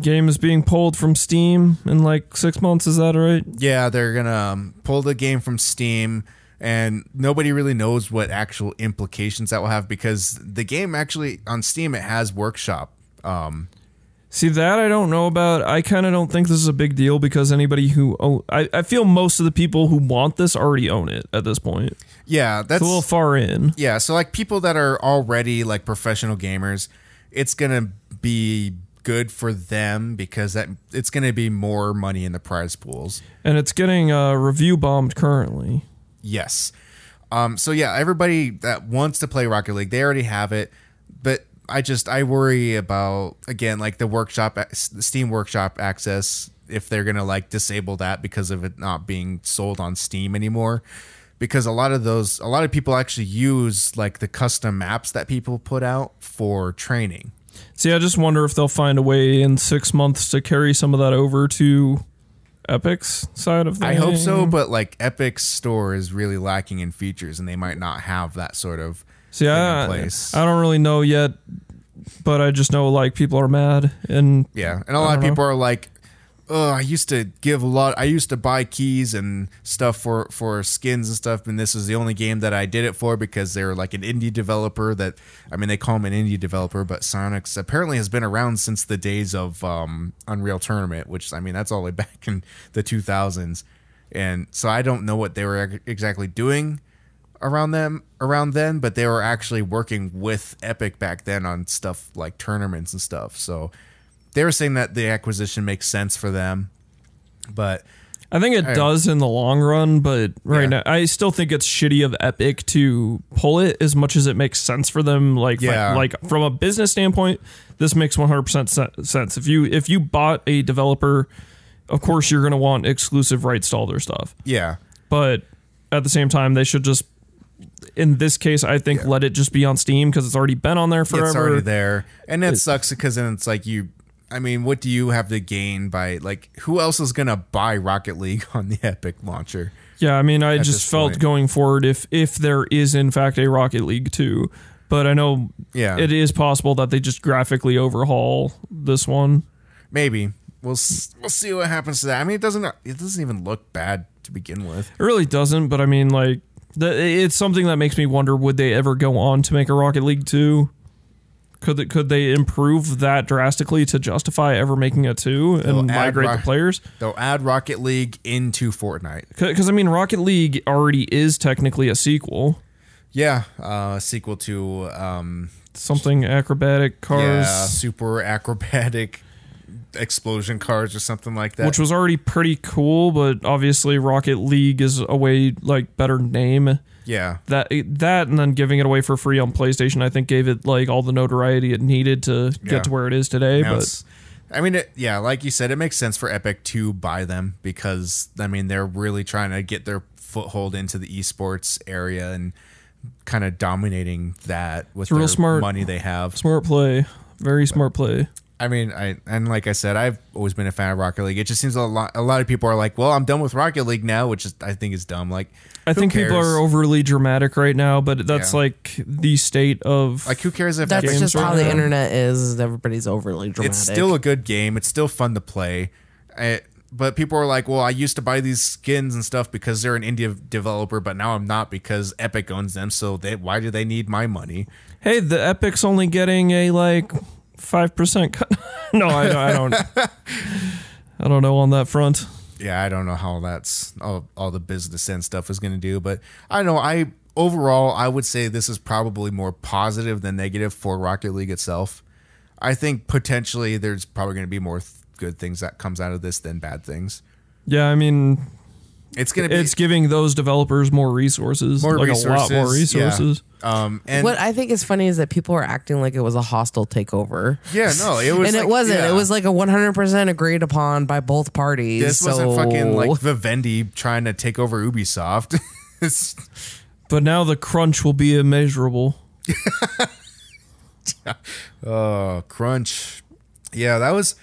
Speaker 1: game is being pulled from Steam in like six months. Is that right?
Speaker 2: Yeah, they're gonna um, pull the game from Steam, and nobody really knows what actual implications that will have because the game actually on Steam it has workshop. Um,
Speaker 1: See that I don't know about. I kind of don't think this is a big deal because anybody who own, I, I feel most of the people who want this already own it at this point. It's
Speaker 2: yeah, that's
Speaker 1: a little far in.
Speaker 2: yeah. So like people that are already like professional gamers, it's gonna be good for them because that it's gonna be more money in the prize pools.
Speaker 1: And it's getting uh, review bombed currently.
Speaker 2: Yes. Um, so yeah, everybody that wants to play Rocket League, they already have it. But I just I worry about again like the workshop, the Steam Workshop access. If they're gonna like disable that because of it not being sold on Steam anymore, because a lot of those, a lot of people actually use like the custom maps that people put out for training.
Speaker 1: See, I just wonder if they'll find a way in six months to carry some of that over to Epic's side of things.
Speaker 2: I hope so, but like Epic's store is really lacking in features, and they might not have that sort of
Speaker 1: See, I,
Speaker 2: place.
Speaker 1: I don't really know yet, but I just know like people are mad and
Speaker 2: Yeah, and a lot of
Speaker 1: don't know.
Speaker 2: people are like, "Oh, I used to give a lot. I used to buy keys and stuff for for skins and stuff, and this is the only game that I did it for because they're like an indie developer. That I mean, they call him an indie developer, but Sonic's apparently has been around since the days of um, Unreal Tournament, which I mean, that's all the way back in the 2000s. And so I don't know what they were ex- exactly doing around them around then, but they were actually working with Epic back then on stuff like tournaments and stuff. So they were saying that the acquisition makes sense for them, but
Speaker 1: I think it does in the long run, but right
Speaker 2: Yeah.
Speaker 1: now I still think it's shitty of Epic to pull it as much as it makes sense for them. Like, fi-
Speaker 2: Yeah.
Speaker 1: like from a business standpoint, this makes one hundred percent sense. If you if you bought a developer, of course you're gonna want exclusive rights to all their stuff.
Speaker 2: yeah,
Speaker 1: But at the same time, they should just, in this case, I think let it just be on Steam because it's already been on there forever.
Speaker 2: it's already there, and it sucks because then it's like you. I mean, what do you have to gain by like who else is gonna buy Rocket League on the Epic launcher?
Speaker 1: Yeah, I mean, I
Speaker 2: this
Speaker 1: just felt
Speaker 2: point.
Speaker 1: going forward if if there is in fact a Rocket League two, but I know
Speaker 2: Yeah.
Speaker 1: it is possible that they just graphically overhaul this one.
Speaker 2: Maybe we'll s- we'll see what happens to that. I mean, it doesn't it doesn't even look bad to begin with.
Speaker 1: It really doesn't, but I mean, like, the, it's something that makes me wonder: would they ever go on to make a Rocket League two? Could they, could they improve that drastically to justify ever making a two
Speaker 2: They'll
Speaker 1: and
Speaker 2: add
Speaker 1: migrate
Speaker 2: Ro-
Speaker 1: the players?
Speaker 2: They'll add Rocket League into Fortnite.
Speaker 1: Because I mean, Rocket League already is technically a sequel.
Speaker 2: Yeah, uh, sequel to um,
Speaker 1: Something acrobatic cars.
Speaker 2: yeah, super acrobatic explosion cars or something like that.
Speaker 1: which was already pretty cool, but obviously Rocket League is a way like better name.
Speaker 2: yeah,
Speaker 1: That that and then giving it away for free on PlayStation, I think gave it like all the notoriety it needed to
Speaker 2: Yeah.
Speaker 1: get to where it is today.
Speaker 2: Now
Speaker 1: but
Speaker 2: it's- I mean, it, yeah, like you said, it makes sense for Epic to buy them because I mean they're really trying to get their foothold into the esports area and kind of dominating that with
Speaker 1: real
Speaker 2: their
Speaker 1: smart.
Speaker 2: money they have.
Speaker 1: smart play, very smart play.
Speaker 2: I mean, I and like I said, I've always been a fan of Rocket League. It just seems a lot. A lot of people are like, "Well, I'm done with Rocket League now," which is I think is dumb. Like,
Speaker 1: I
Speaker 2: who
Speaker 1: think people
Speaker 2: cares?
Speaker 1: are overly dramatic right now, but that's
Speaker 2: Yeah.
Speaker 1: like the state of
Speaker 2: like, who cares if
Speaker 3: That's
Speaker 2: Epic-
Speaker 3: just
Speaker 1: right
Speaker 3: how the
Speaker 1: now.
Speaker 3: internet is. is Everybody's overly dramatic.
Speaker 2: It's still a good game. It's still fun to play. I, but people are like, well, I used to buy these skins and stuff because they're an indie developer, but now I'm not because Epic owns them. So they, why do they need my money?
Speaker 1: hey, the Epic's only getting a like five percent cut. no, I, don't- I don't. I don't know on that front.
Speaker 2: Yeah, I don't know how that's all, all the business end stuff is going to do, but I know I overall I would say this is probably more positive than negative for Rocket League itself. I think potentially there's probably going to be more th- good things that comes out of this than bad things.
Speaker 1: Yeah, I mean,
Speaker 2: It's going to be
Speaker 1: it's giving those developers more resources,
Speaker 2: more
Speaker 1: like
Speaker 2: resources,
Speaker 1: a lot more
Speaker 2: yeah.
Speaker 1: resources.
Speaker 2: Um, and
Speaker 3: what I think is funny is that people are acting like it was a hostile takeover.
Speaker 2: Yeah, no, it was,
Speaker 3: and
Speaker 2: like-
Speaker 3: it wasn't.
Speaker 2: yeah.
Speaker 3: It was like a 100% agreed upon by both parties.
Speaker 2: this wasn't
Speaker 3: so-
Speaker 2: fucking like Vivendi trying to take over Ubisoft. It's-
Speaker 1: But now the crunch will be immeasurable.
Speaker 2: oh, crunch. Yeah, that was.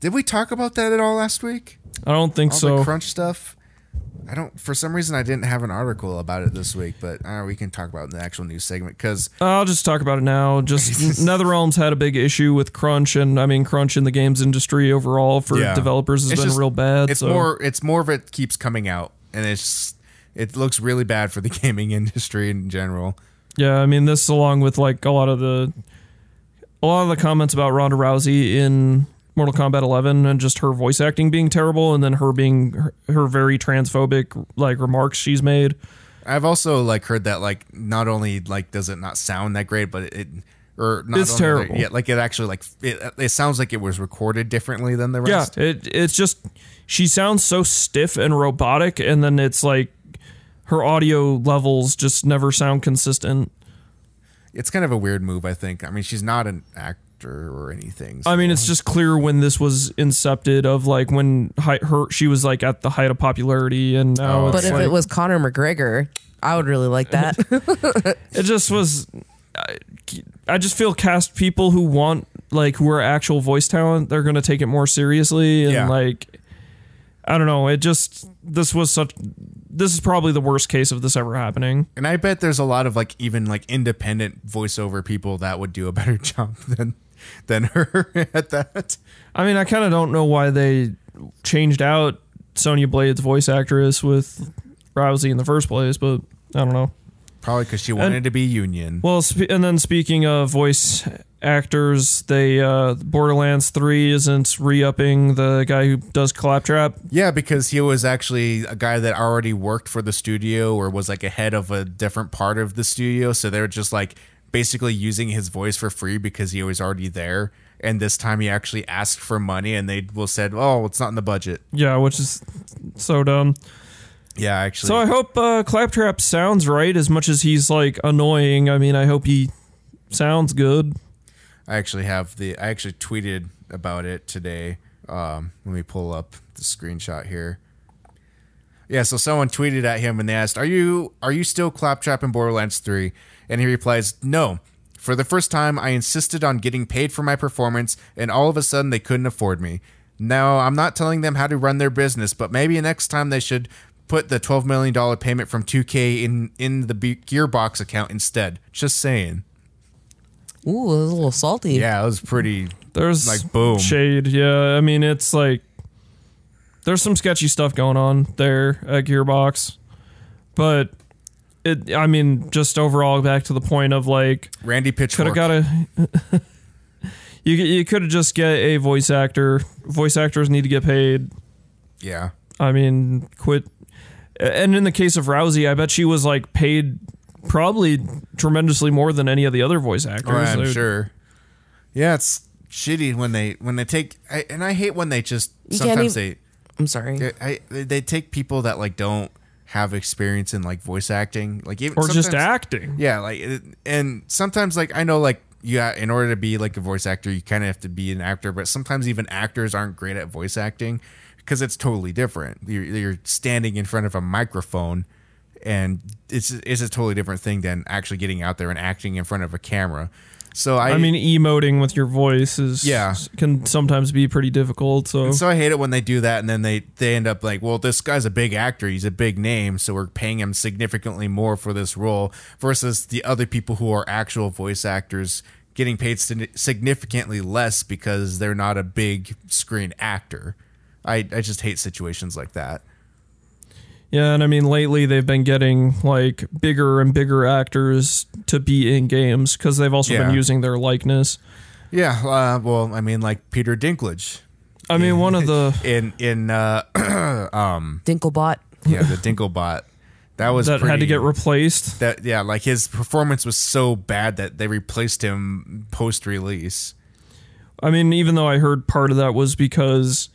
Speaker 2: Did we talk about that at all last week?
Speaker 1: I don't think
Speaker 2: All
Speaker 1: so.
Speaker 2: the crunch stuff. I don't. For some reason, I didn't have an article about it this week, but uh, we can talk about it in the actual news segment because
Speaker 1: I'll just talk about it now. Just NetherRealm's had a big issue with crunch, and I mean crunch in the games industry overall for
Speaker 2: Yeah.
Speaker 1: developers has
Speaker 2: It's
Speaker 1: been
Speaker 2: just-
Speaker 1: real bad.
Speaker 2: It's
Speaker 1: so
Speaker 2: more. It's more of it keeps coming out, and it's it looks really bad for the gaming industry in general.
Speaker 1: yeah, I mean this along with like a lot of the a lot of the comments about Ronda Rousey in Mortal Kombat 11 and just her voice acting being terrible, and then her being her, her very transphobic like remarks she's made.
Speaker 2: I've also like heard that like not only like does it not sound that great, but it or not
Speaker 1: It's
Speaker 2: only that-
Speaker 1: terrible.
Speaker 2: Yeah, like it actually like it, it sounds like it was recorded differently than the
Speaker 1: Yeah,
Speaker 2: rest.
Speaker 1: it it's just she sounds so stiff and robotic, and then it's like her audio levels just never sound consistent.
Speaker 2: It's kind of a weird move, I think. I mean, she's not an actor or anything. so-
Speaker 1: I mean, it's just clear when this was incepted of like when hi- her she was like at the height of popularity, and now
Speaker 2: Oh,
Speaker 1: it's
Speaker 3: But if
Speaker 1: like,
Speaker 3: it was Conor McGregor, I would really like that.
Speaker 1: it just was. I, I just feel cast people who want like who are actual voice talent, they're gonna take it more seriously, and
Speaker 2: Yeah.
Speaker 1: like I don't know, it just this was such. This is probably the worst case of this ever happening.
Speaker 2: and I bet there's a lot of like even like independent voiceover people that would do a better job than than her at that.
Speaker 1: I mean, I kind of don't know why they changed out Sonya Blade's voice actress with Rousey in the first place, but I don't know.
Speaker 2: Probably because she wanted to be union.
Speaker 1: Well, sp- and then speaking of voice actors, they uh, Borderlands Three isn't re-upping the guy who does Claptrap.
Speaker 2: Yeah, because he was actually a guy that already worked for the studio or was like a head of a different part of the studio. So they were just like basically using his voice for free because he was already there. And this time he actually asked for money and they will said, Oh, it's not in the budget.
Speaker 1: Yeah, which is so dumb.
Speaker 2: Yeah, actually.
Speaker 1: So I hope uh, Claptrap sounds right as much as he's like annoying. I mean, I hope he sounds good.
Speaker 2: I actually have the I actually tweeted about it today. Um, let me pull up the screenshot here. Yeah, so someone tweeted at him and they asked, "Are you are you still claptrap in Borderlands 3?" And he replies, "No. For the first time, I insisted on getting paid for my performance, and all of a sudden they couldn't afford me. Now, I'm not telling them how to run their business, but maybe next time they should put the 12 million dollar payment from 2K in in the Be- Gearbox account instead. Just saying."
Speaker 3: Ooh, it was a little salty.
Speaker 2: Yeah, it was pretty
Speaker 1: There's
Speaker 2: Like, boom.
Speaker 1: shade. Yeah, I mean it's like there's some sketchy stuff going on there at Gearbox, but it. I mean, just overall back to the point of like
Speaker 2: Randy
Speaker 1: could
Speaker 2: Pitchfork.
Speaker 1: have got a. you you could have just get a voice actor. Voice actors need to get paid.
Speaker 2: Yeah.
Speaker 1: I mean, quit. And in the case of Rousey, I bet she was like paid probably tremendously more than any of the other voice actors.
Speaker 2: Oh, I'm
Speaker 1: They-
Speaker 2: sure. Yeah, it's shitty when they when they take I, and I hate when they just
Speaker 3: You can't
Speaker 2: sometimes
Speaker 3: even- I'm sorry.
Speaker 2: they I, they take people that like don't have experience in like voice acting like even
Speaker 1: Or just
Speaker 2: sometimes-
Speaker 1: acting.
Speaker 2: Yeah, like it- and sometimes like I know like yeah, in order to be like a voice actor, you kind of have to be an actor, but sometimes even actors aren't great at voice acting because it's totally different. You're, you're standing in front of a microphone and it's it's a totally different thing than actually getting out there and acting in front of a camera. So I,
Speaker 1: I mean, emoting with your voice is
Speaker 2: Yeah.
Speaker 1: can sometimes be pretty difficult. So,
Speaker 2: so I hate it when they do that and then they they end up like, well, this guy's a big actor, he's a big name, so we're paying him significantly more for this role versus the other people who are actual voice actors getting paid sin- significantly less because they're not a big screen actor. I I just hate situations like that.
Speaker 1: yeah, and I mean, lately they've been getting like bigger and bigger actors to be in games because they've also
Speaker 2: Yeah.
Speaker 1: been using their likeness.
Speaker 2: Yeah, uh, well, I mean, like Peter Dinklage
Speaker 1: I mean, one of the
Speaker 2: in in uh,
Speaker 3: Dinklebot.
Speaker 2: yeah the Dinklebot. That was
Speaker 1: that had to
Speaker 2: pretty-
Speaker 1: get replaced.
Speaker 2: that yeah like his performance was so bad that they replaced him post release
Speaker 1: I mean, even though I heard part of that was because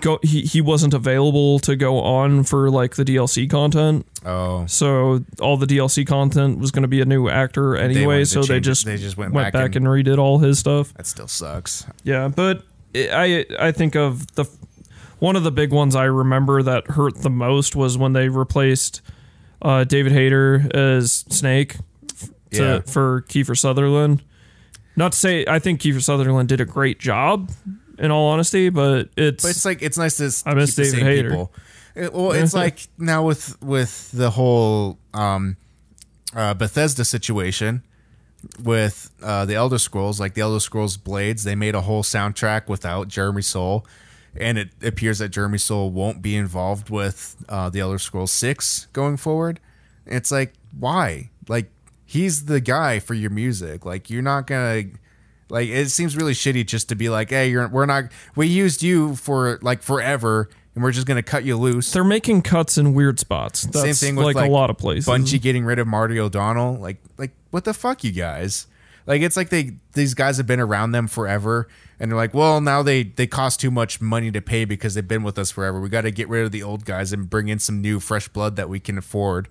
Speaker 1: go he he wasn't available to go on for like the DLC content.
Speaker 2: oh
Speaker 1: So all the DLC content was going to be a new actor anyway.
Speaker 2: wanted to
Speaker 1: so they
Speaker 2: change it.
Speaker 1: just
Speaker 2: They just went back
Speaker 1: back
Speaker 2: and-
Speaker 1: and redid all his stuff.
Speaker 2: that still sucks
Speaker 1: Yeah, but I I think of the one of the big ones I remember that hurt the most was when they replaced uh, David Hayter as Snake f- to,
Speaker 2: Yeah.
Speaker 1: for Kiefer Sutherland. Not to say I think Kiefer Sutherland did a great job, in all honesty, but it's,
Speaker 2: but it's like it's nice to s-
Speaker 1: I miss
Speaker 2: keep the
Speaker 1: David
Speaker 2: same
Speaker 1: Hayter.
Speaker 2: people It- well, it's like now with with the whole um, uh, Bethesda situation with uh, the Elder Scrolls, like the Elder Scrolls Blades, they made a whole soundtrack without Jeremy Soule, and it appears that Jeremy Soule won't be involved with uh, the Elder Scrolls Six going forward. It's like why? Like he's the guy for your music. Like you're not gonna. Like it seems really shitty just to be like, hey, you're we're not we used you for like forever, and we're just gonna cut you loose.
Speaker 1: They're making cuts in weird spots. That's
Speaker 2: Same thing with like,
Speaker 1: like, a lot of places.
Speaker 2: Bungie getting rid of Marty O'Donnell. Like, like what the fuck, you guys? Like, it's like they these guys have been around them forever, and they're like, well, now they they cost too much money to pay because they've been with us forever. We got to get rid of the old guys and bring in some new fresh blood that we can afford.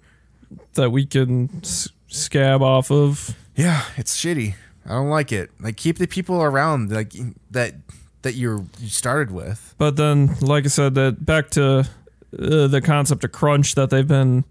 Speaker 1: that we can s- scab off of.
Speaker 2: Yeah, it's shitty. I don't like it. Like, keep the people around like that that you're you started with.
Speaker 1: But then, like I said, that back to uh, the concept of crunch that they've been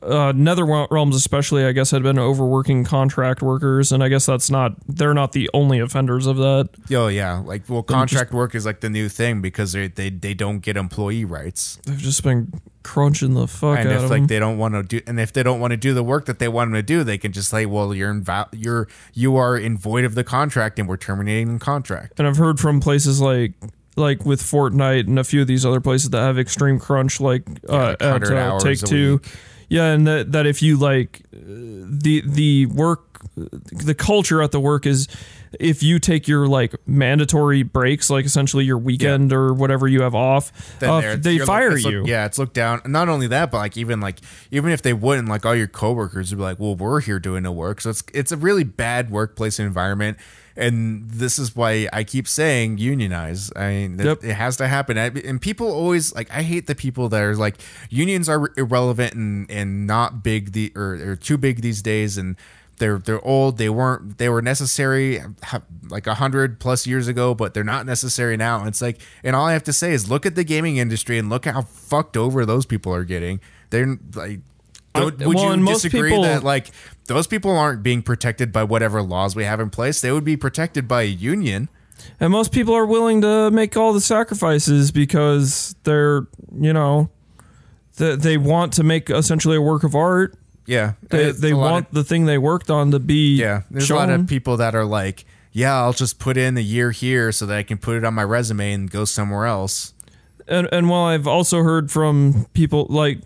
Speaker 1: uh, Nether realms, especially, I guess, had been overworking contract workers, and I guess that's not they're not the only offenders of that.
Speaker 2: Oh yeah, like well, contract work is like the new thing because they they, they don't get employee rights.
Speaker 1: They've just been crunching the fuck
Speaker 2: and
Speaker 1: out
Speaker 2: if
Speaker 1: of
Speaker 2: like
Speaker 1: them.
Speaker 2: they don't want to do and if they don't want to do the work that they want them to do they can just say well you're in vo- you're you are in void of the contract and we're terminating the contract
Speaker 1: and I've heard from places like like with Fortnite and a few of these other places that have extreme crunch, like uh,
Speaker 2: like
Speaker 1: at
Speaker 2: 100
Speaker 1: uh,
Speaker 2: hours
Speaker 1: Take
Speaker 2: a
Speaker 1: Two. Yeah, and that, that if you like uh, the the work, the culture at the work is if you take your like mandatory breaks, like essentially your weekend or whatever you have off,
Speaker 2: Then
Speaker 1: uh,
Speaker 2: they're-
Speaker 1: they
Speaker 2: you're look-
Speaker 1: fire
Speaker 2: it's look-
Speaker 1: you.
Speaker 2: yeah it's looked down not only that but like even like even if they wouldn't like all your coworkers would be like well we're here doing the work so it's it's a really bad workplace environment and this is why I keep saying unionize. I mean, it-
Speaker 1: Yep.
Speaker 2: it has to happen. I, and people always like, I hate the people that are like, unions are irrelevant and and not big the or, or too big these days, and they're they're old. They weren't they were necessary ha- like a hundred plus years ago, but they're not necessary now. And it's like, and all I have to say is look at the gaming industry and look how fucked over those people are getting. They're like.
Speaker 1: I-
Speaker 2: Don't, would
Speaker 1: Uh, well, and
Speaker 2: you
Speaker 1: most
Speaker 2: disagree
Speaker 1: people-
Speaker 2: that like those people aren't being protected by whatever laws we have in place? They would be protected by a union.
Speaker 1: And most people are willing to make all the sacrifices because they're you know they, they want to make essentially a work of art.
Speaker 2: Yeah,
Speaker 1: They,
Speaker 2: It's
Speaker 1: they
Speaker 2: a lot of-
Speaker 1: want the thing they worked on to be
Speaker 2: Yeah, there's
Speaker 1: shown.
Speaker 2: a lot of people that are like, yeah, I'll just put in a year here so that I can put it on my resume and go somewhere else.
Speaker 1: and and while I've also heard from people like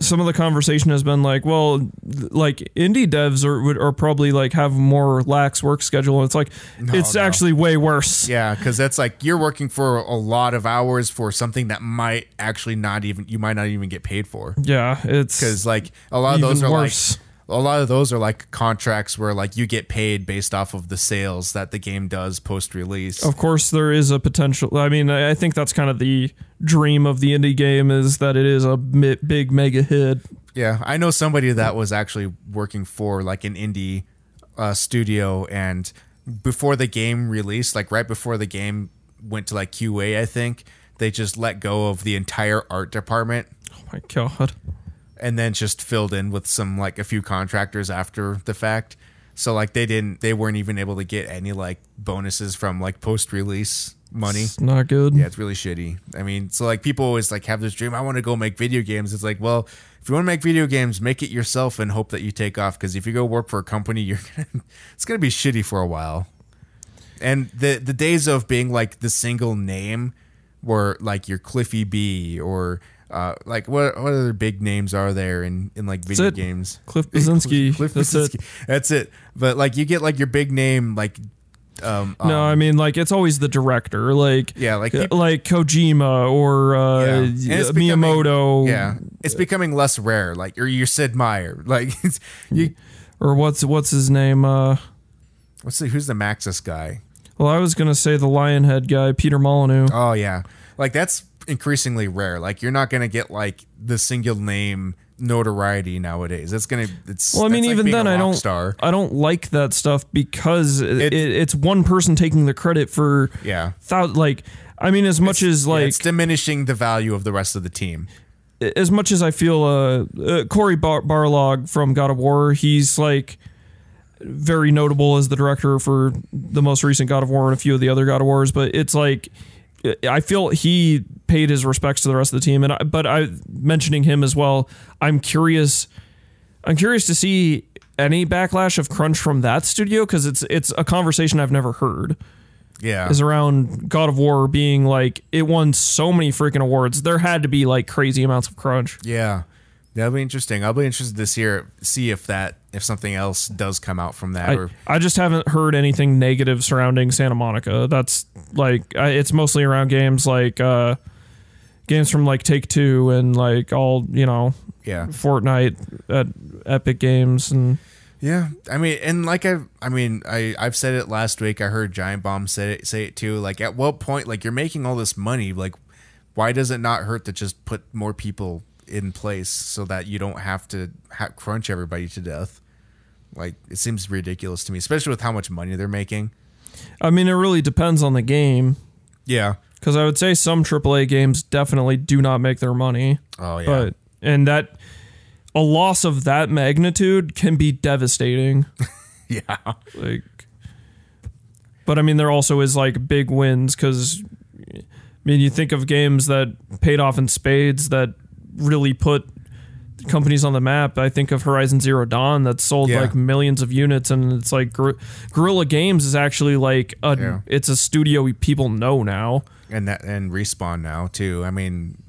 Speaker 1: some of the conversation has been like, well, th- like indie devs are would, are probably like have more lax work schedule. And it's like it's
Speaker 2: no.
Speaker 1: actually way worse.
Speaker 2: Yeah, because that's like you're working for a lot of hours for something that might actually not even you might not even get paid for.
Speaker 1: Yeah, it's
Speaker 2: Because like a lot of
Speaker 1: Even
Speaker 2: those are
Speaker 1: worse.
Speaker 2: like a lot of those are like contracts where like you get paid based off of the sales that the game does post release.
Speaker 1: of course there is a potential. I mean, I I think that's kind of the dream of the indie game is that it is a mi- big mega hit.
Speaker 2: Yeah, I know somebody that was actually working for like an indie uh, studio, and before the game released, like right before the game went to like QA, I think they just let go of the entire art department
Speaker 1: Oh my god.
Speaker 2: and then just filled in with some like a few contractors after the fact. So like they didn't, they weren't even able to get any like bonuses from like post release money.
Speaker 1: It's not good.
Speaker 2: Yeah, it's really shitty. I mean, so like people always like have this dream, I want to go make video games. It's like, well, if you want to make video games, make it yourself and hope that you take off. Because if you go work for a company, you're gonna, it's gonna be shitty for a while. And the the days of being like the single name, were like your Cliffy B or uh, like what what other big names are there in in like video
Speaker 1: it.
Speaker 2: games?
Speaker 1: Cliff Blazinski.
Speaker 2: Cliff
Speaker 1: that's it.
Speaker 2: Blazinski. That's it. But like you get like your big name like. Um,
Speaker 1: No, I mean like it's always the director, like
Speaker 2: Yeah, like
Speaker 1: uh,
Speaker 2: people-
Speaker 1: like Kojima or uh,
Speaker 2: Yeah. And it's becoming-
Speaker 1: Miyamoto,
Speaker 2: yeah it's becoming less rare like or your sid meier like it's,
Speaker 1: Hmm.
Speaker 2: you
Speaker 1: or what's what's his name? Uh,
Speaker 2: let's see who's the maxis guy
Speaker 1: well, I was gonna say the Lionhead guy, Peter Molyneux.
Speaker 2: oh yeah like that's increasingly rare like you're not gonna get like the single name notoriety nowadays it's gonna it's
Speaker 1: well, I mean,
Speaker 2: that's like
Speaker 1: even
Speaker 2: being
Speaker 1: then,
Speaker 2: a
Speaker 1: I
Speaker 2: rock
Speaker 1: don't
Speaker 2: star
Speaker 1: I don't like that stuff because it,
Speaker 2: It's-
Speaker 1: it's one person taking the credit for
Speaker 2: yeah
Speaker 1: thou- like. I mean, as much as
Speaker 2: Yeah,
Speaker 1: like
Speaker 2: it's diminishing the value of the rest of the team
Speaker 1: as much as I feel uh, uh Corey Bar- Barlog from God of War, he's like very notable as the director for the most recent God of War and a few of the other God of Wars, but it's like I feel he paid his respects to the rest of the team, and I, but I mentioning him as well. I'm curious. I'm curious to see any backlash of crunch from that studio because it's it's a conversation I've never heard
Speaker 2: Yeah.
Speaker 1: is around God of War being like it won so many freaking awards. There had to be like crazy amounts of crunch.
Speaker 2: Yeah. That'll be interesting. I'll be interested this year see if that if something else does come out from that
Speaker 1: I,
Speaker 2: or
Speaker 1: I just haven't heard anything negative surrounding Santa Monica. That's like I, it's mostly around games like uh, games from like Take Two and like all you know
Speaker 2: yeah.
Speaker 1: Fortnite at Epic Games and
Speaker 2: Yeah. I mean and like I I mean I I've said it last week. I heard Giant Bomb said it say it too. Like at what point like you're making all this money like why does it not hurt to just put more people in place so that you don't have to ha- crunch everybody to death? Like it seems ridiculous to me, especially with how much money they're making.
Speaker 1: I mean it really depends on the game
Speaker 2: Yeah.
Speaker 1: because I would say some AAA games definitely do not make their money.
Speaker 2: Oh yeah.
Speaker 1: But and that a loss of that magnitude can be devastating.
Speaker 2: yeah.
Speaker 1: like but i mean there also is like big wins because i mean you think of games that paid off in spades that really put companies on the map i think of horizon zero dawn that sold
Speaker 2: Yeah.
Speaker 1: like millions of units and it's like Gor- guerrilla games is actually like a
Speaker 2: Yeah.
Speaker 1: it's a studio people know now
Speaker 2: and that and respawn now too. I mean,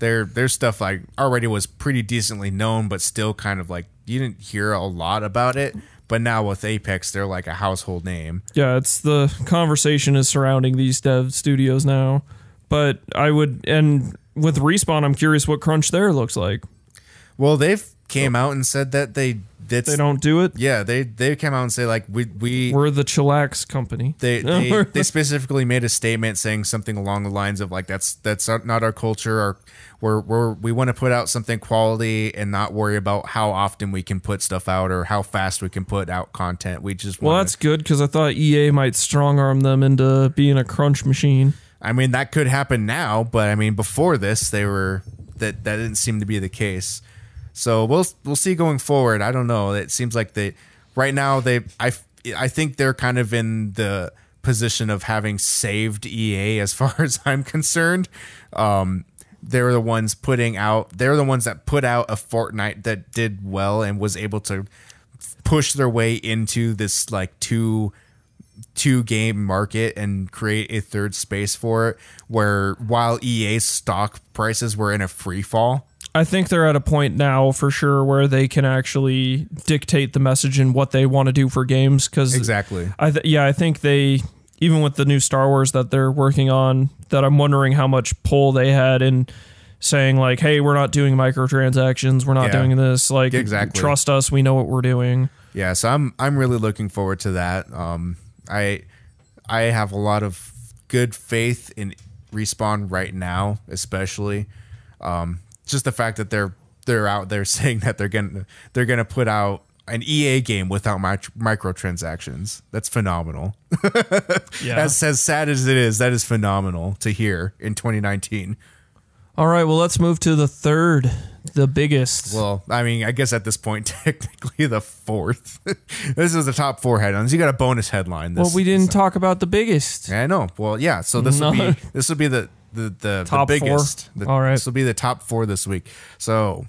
Speaker 2: their their stuff like already was pretty decently known, but still kind of like you didn't hear a lot about it. But now with Apex, they're like a household name.
Speaker 1: Yeah, it's the conversation is surrounding these dev studios now. But I would and with respawn, I'm curious what crunch there looks like.
Speaker 2: Well, they've came out and said that they that's,
Speaker 1: Oh. They don't do it.
Speaker 2: Yeah, they they came out and say like we we
Speaker 1: We're the chillax company.
Speaker 2: they they, they specifically made a statement saying something along the lines of like that's that's our- not our culture or we're, we're we want to put out something quality and not worry about how often we can put stuff out or how fast we can put out content we just
Speaker 1: well,
Speaker 2: wanna-
Speaker 1: that's good because I thought EA might strong arm them into being a crunch machine.
Speaker 2: i mean that could happen now but i mean before this they were that that didn't seem to be the case so we'll we'll see going forward i don't know it seems like they right now they i i think they're kind of in the position of having saved ea as far as i'm concerned um they're the ones putting out they're the ones that put out a Fortnite that did well and was able to push their way into this like two two game market and create a third space for it where while EA's stock prices were in a free fall.
Speaker 1: I think they're at a point now for sure where they can actually dictate the message and what they want to do for games. Because
Speaker 2: Exactly.
Speaker 1: I th- yeah, I think they even with the new Star Wars that they're working on, that I'm wondering how much pull they had in saying like, "Hey, we're not doing microtransactions. We're not
Speaker 2: Yeah.
Speaker 1: doing this. Like,
Speaker 2: Exactly.
Speaker 1: trust us. We know what we're doing."
Speaker 2: Yeah, so I'm I'm really looking forward to that. Um I I have a lot of good faith in respawn right now, especially. Um just the fact that they're they're out there saying that they're gonna they're gonna put out an EA game without mic- microtransactions. That's phenomenal.
Speaker 1: Yeah.
Speaker 2: As as sad as it is, that is phenomenal to hear in 2019.
Speaker 1: All right. Well, let's move to the third, the biggest.
Speaker 2: Well, I mean, I guess at this point, technically the fourth. this is the top four headlines. You got a bonus headline. This,
Speaker 1: well, we didn't talk about the biggest.
Speaker 2: I know. Well, yeah. So this will
Speaker 1: No.
Speaker 2: be this will be the the the,
Speaker 1: Top
Speaker 2: the
Speaker 1: four.
Speaker 2: biggest. The-
Speaker 1: All right.
Speaker 2: This will be the top four this week. So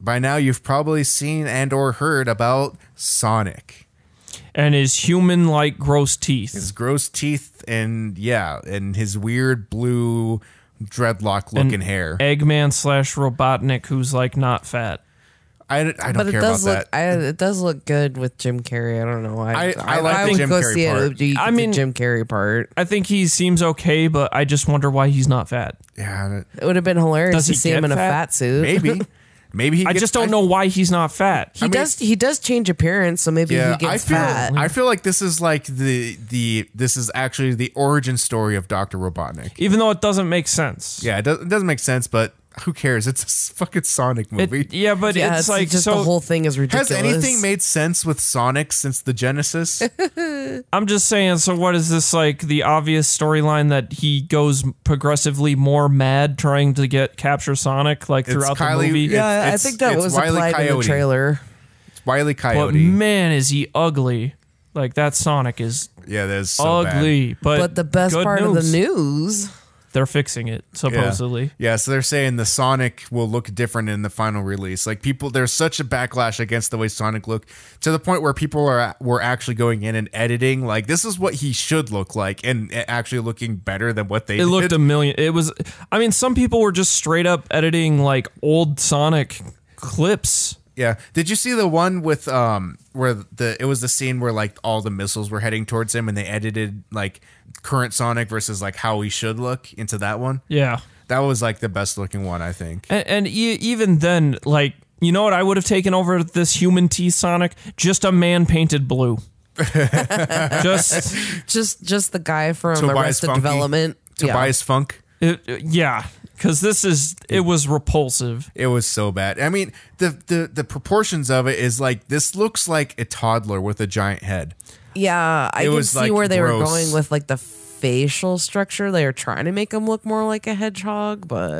Speaker 2: by now, you've probably seen and or heard about Sonic.
Speaker 1: And is human like gross teeth.
Speaker 2: His gross teeth and yeah, and his weird blue dreadlock looking hair.
Speaker 1: Eggman slash Robotnik, who's like not fat.
Speaker 2: I, I don't
Speaker 3: But
Speaker 2: care
Speaker 3: it does
Speaker 2: about
Speaker 3: look
Speaker 2: that.
Speaker 3: I, it does look good with Jim Carrey. I don't know why.
Speaker 2: I- I like the
Speaker 3: would
Speaker 2: Jim
Speaker 3: go
Speaker 2: Carrey
Speaker 3: see
Speaker 2: part.
Speaker 3: it. The,
Speaker 1: I
Speaker 3: I
Speaker 1: mean-
Speaker 3: mean, Jim Carrey part.
Speaker 1: I think he seems okay, but I just wonder why he's not fat.
Speaker 2: yeah, I don't-
Speaker 3: It would have been
Speaker 1: Does
Speaker 3: hilarious
Speaker 1: he
Speaker 3: to see him
Speaker 1: get
Speaker 3: in a
Speaker 1: fat?
Speaker 3: fat suit.
Speaker 2: maybe. Maybe he
Speaker 1: I
Speaker 2: gets-
Speaker 1: just don't know why he's not fat.
Speaker 3: He does. He does change appearance, so maybe he gets
Speaker 2: I feel
Speaker 3: fat.
Speaker 2: I feel like this is like the the this is actually the origin story of Doctor Robotnik.
Speaker 1: even though it doesn't make sense.
Speaker 2: Yeah, it, does, it doesn't make sense, but who cares? It's a s- fucking Sonic movie.
Speaker 1: It, yeah, but
Speaker 3: yeah,
Speaker 1: it's,
Speaker 3: it's
Speaker 1: like
Speaker 3: just
Speaker 1: so.
Speaker 3: the whole thing is ridiculous.
Speaker 2: Has anything made sense with Sonic since the Genesis?
Speaker 1: I'm just saying. So what is this like? The obvious storyline that he goes progressively more mad trying to get capture Sonic like throughout
Speaker 2: Kylie-
Speaker 1: the movie.
Speaker 2: Yeah,
Speaker 3: Yeah, I
Speaker 2: It's-
Speaker 3: think that
Speaker 2: it's
Speaker 3: was
Speaker 2: Wile E.
Speaker 3: applied in the
Speaker 2: Coyote.
Speaker 3: trailer.
Speaker 2: It's Wily
Speaker 1: but
Speaker 2: E. Coyote.
Speaker 1: man, is he ugly! Like that Sonic is
Speaker 2: yeah, that's so bad.
Speaker 1: ugly. But
Speaker 3: But the best
Speaker 1: good
Speaker 3: part of
Speaker 1: news.
Speaker 3: the news
Speaker 1: They're fixing it supposedly.
Speaker 2: Yeah, so they're saying the Sonic will look different in the final release. Like people, there's such a backlash against the way Sonic looked to the point where people are were actually going in and editing. Like this is what he should look like, and it actually looking better than what they.
Speaker 1: It
Speaker 2: did.
Speaker 1: looked a million. It was. I mean, some people were just straight up editing like old Sonic clips.
Speaker 2: Yeah. Did you see the one with um where the it was the scene where like all the missiles were heading towards him and they edited like current Sonic versus like how he should look into that one?
Speaker 1: Yeah,
Speaker 2: That was like the best looking one, I think.
Speaker 1: and, and e- even then, like you know what, I would have taken over this human T Sonic, just a man painted blue. just
Speaker 3: Just just the guy from
Speaker 2: Tobias
Speaker 3: Arrested
Speaker 2: Funky.
Speaker 3: Development.
Speaker 2: Tobias Funk.
Speaker 1: it, yeah, because this is it was repulsive.
Speaker 2: It was so bad. I mean, the, the the proportions of it is like this looks like a toddler with a giant head.
Speaker 3: Yeah, I
Speaker 2: It
Speaker 3: can
Speaker 2: was,
Speaker 3: see
Speaker 2: like,
Speaker 3: where they were
Speaker 2: gross.
Speaker 3: going with like the facial structure. They were trying to make him look more like a hedgehog, but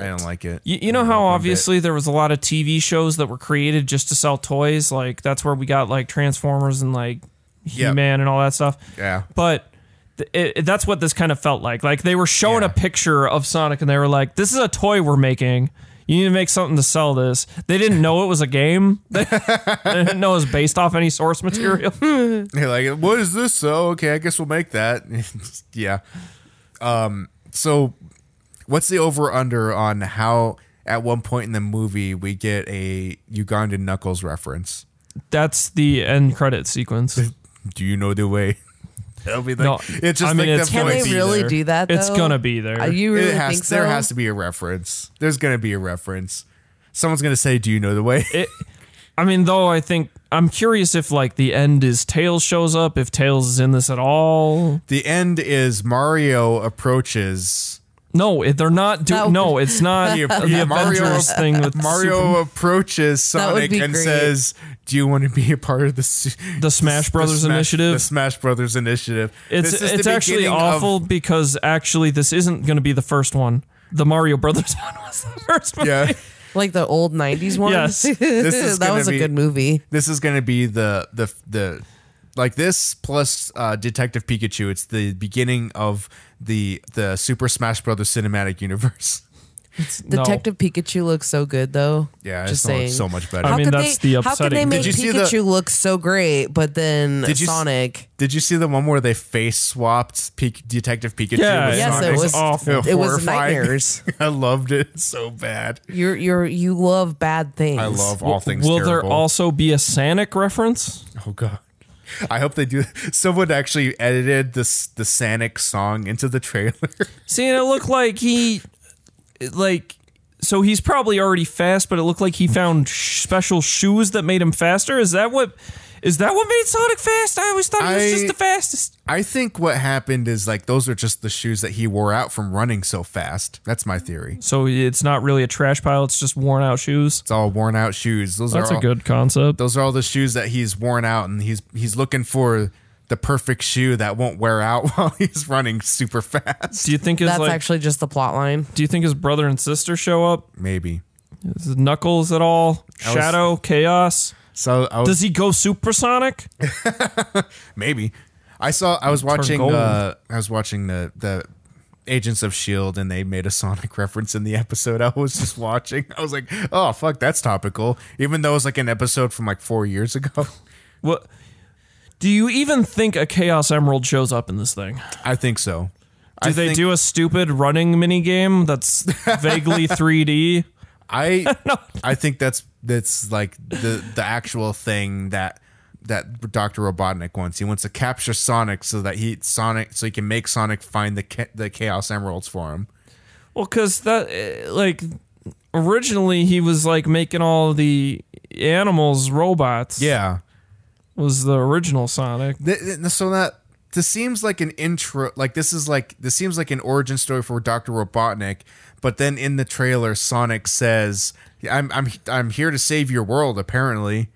Speaker 2: I don't like it.
Speaker 1: You, you know how obviously there was a lot of TV shows that were created just to sell toys. Like that's where we got like Transformers and like He Man and all that stuff.
Speaker 2: Yeah.
Speaker 1: But th- it, it- that's what this kind of felt like. Like they were showing a
Speaker 2: Yeah.
Speaker 1: picture of Sonic and they were like, "This is a toy we're making. You need to make something to sell this." They didn't know it was a game. they didn't know it was based off any source material.
Speaker 2: You're like, what is this? So okay, I guess we'll make that. yeah. Um. So, what's the over under on how at one point in the movie we get a Ugandan Knuckles reference?
Speaker 1: that's the end credit sequence.
Speaker 2: Do you know the way? That'll be like,
Speaker 1: No,
Speaker 2: it's just
Speaker 1: I mean,
Speaker 2: like
Speaker 1: it's-
Speaker 2: that
Speaker 1: Can
Speaker 3: can
Speaker 2: voice
Speaker 3: they really
Speaker 2: either.
Speaker 3: do that?
Speaker 1: It's
Speaker 3: though?
Speaker 1: gonna be there.
Speaker 3: Uh, you really
Speaker 2: it has,
Speaker 3: think so?
Speaker 2: There has to be a reference. There's gonna be a reference. Someone's gonna say, "Do you know the way?"
Speaker 1: it, I mean, though, I think I'm curious if like the end is Tails shows up, if Tails is in this at all.
Speaker 2: the end is Mario approaches.
Speaker 1: No, it- they're not. Do- no.
Speaker 3: No.
Speaker 1: it's not
Speaker 2: Yeah,
Speaker 1: the
Speaker 2: yeah, Mario-
Speaker 1: Avengers thing with
Speaker 2: Mario
Speaker 1: Super-
Speaker 2: approaches
Speaker 3: That would
Speaker 2: Sonic
Speaker 3: be
Speaker 2: and
Speaker 3: great.
Speaker 2: says, "Do you want to be a part of the s-
Speaker 1: the Smash Brothers
Speaker 2: the Smash-
Speaker 1: Initiative.
Speaker 2: The Smash Brothers Initiative.
Speaker 1: it's
Speaker 2: This is
Speaker 1: it's
Speaker 2: the
Speaker 1: actually
Speaker 2: beginning of-
Speaker 1: awful because actually this isn't going to be the first one. The Mario Brothers one was the first one.
Speaker 2: yeah,
Speaker 3: like the old '90s one.
Speaker 1: Yes. This
Speaker 2: is
Speaker 3: that
Speaker 2: gonna
Speaker 3: was
Speaker 2: be-
Speaker 3: a good movie.
Speaker 2: this is going to be the the the like this plus uh, Detective Pikachu. It's the beginning of the the Super Smash Brothers cinematic universe.
Speaker 1: No.
Speaker 3: Detective Pikachu looks so good though.
Speaker 2: Yeah,
Speaker 3: just
Speaker 2: it's so-
Speaker 3: saying.
Speaker 2: so much better.
Speaker 1: I
Speaker 3: How
Speaker 1: mean,
Speaker 3: could
Speaker 1: that's
Speaker 3: they,
Speaker 1: the
Speaker 3: How could they
Speaker 1: upsetting
Speaker 2: thing.
Speaker 3: make
Speaker 2: Did you see the-
Speaker 3: Pikachu look so great, but then
Speaker 2: Did you s-
Speaker 3: Sonic?
Speaker 2: Did you see the one where they face swapped Pik- Detective Pikachu?
Speaker 1: Yeah,
Speaker 2: with
Speaker 1: Yes,
Speaker 2: Sonic?
Speaker 1: it was- awful.
Speaker 3: It was
Speaker 2: Horrifying.
Speaker 3: nightmares.
Speaker 2: I loved it so bad.
Speaker 3: You're you're you love bad things.
Speaker 2: I love all things.
Speaker 1: Will there
Speaker 2: terrible.
Speaker 1: also be a Sonic reference?
Speaker 2: Oh god. I hope they do. Someone actually edited this the Sonic song into the trailer.
Speaker 1: See, and it looked like he, like, so he's probably already fast, but it looked like he found sh- special shoes that made him faster. Is that what? Is that what made Sonic fast? I always thought he was
Speaker 2: I-
Speaker 1: just the fastest.
Speaker 2: I think what happened is like those are just the shoes that he wore out from running so fast. That's my theory.
Speaker 1: So it's not really a trash pile; it's just worn out shoes.
Speaker 2: It's all worn out shoes. Those
Speaker 1: That's
Speaker 2: are
Speaker 1: a
Speaker 2: all,
Speaker 1: good concept.
Speaker 2: Those are all the shoes that he's worn out, and he's he's looking for the perfect shoe that won't wear out while he's running super fast.
Speaker 1: Do you think his
Speaker 3: That's
Speaker 1: like?
Speaker 3: actually just the plot line.
Speaker 1: do you think his brother and sister show up?
Speaker 2: Maybe.
Speaker 1: Is it Knuckles at all?
Speaker 2: was-
Speaker 1: Shadow, Chaos.
Speaker 2: So I was,
Speaker 1: Does he go supersonic?
Speaker 2: Maybe. I saw. I was watching.
Speaker 1: gold.
Speaker 2: Uh, I was watching the the Agents of Shield, E and they made a Sonic reference in the episode I was just watching. I was like, oh fuck, that's topical. Even though it was like an episode from like four years ago.
Speaker 1: What? Do you even think a Chaos Emerald shows up in this thing?
Speaker 2: I think so.
Speaker 1: Do they do a stupid running mini game that's vaguely 3D?
Speaker 2: I I think that's that's like the the actual thing that that Dr. Robotnik wants. He wants to capture Sonic so that he Sonic so he can make Sonic find the cha- the Chaos Emeralds for him.
Speaker 1: Well, because that uh, like originally he was like making all the animals robots.
Speaker 2: Yeah.
Speaker 1: was the original Sonic.
Speaker 2: Th- th- so that this seems like an intro like this is like this seems like an origin story for Dr. Robotnik but then in the trailer Sonic says I'm I'm I'm here to save your world apparently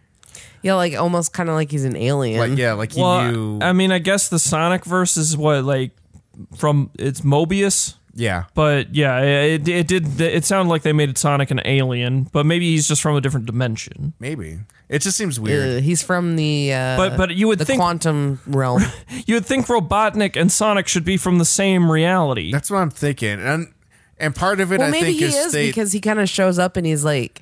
Speaker 3: Yeah, like almost kind of like he's an alien.
Speaker 2: like yeah like he
Speaker 1: Well,
Speaker 2: knew
Speaker 1: I mean, I guess the Sonic verse is what like from it's Mobius.
Speaker 2: Yeah.
Speaker 1: But yeah, it, it did. It sounded like they made Sonic an alien, but maybe he's just from a different dimension.
Speaker 2: Maybe. It just seems weird.
Speaker 3: Uh, he's from the uh,
Speaker 1: But- but you would
Speaker 3: the
Speaker 1: think-
Speaker 3: quantum realm.
Speaker 1: You would think Robotnik and Sonic should be from the same reality.
Speaker 2: That's what I'm thinking. And and part of it
Speaker 3: well,
Speaker 2: I
Speaker 3: maybe
Speaker 2: think
Speaker 3: he
Speaker 2: is,
Speaker 3: is
Speaker 2: they-
Speaker 3: because he kind of shows up and he's like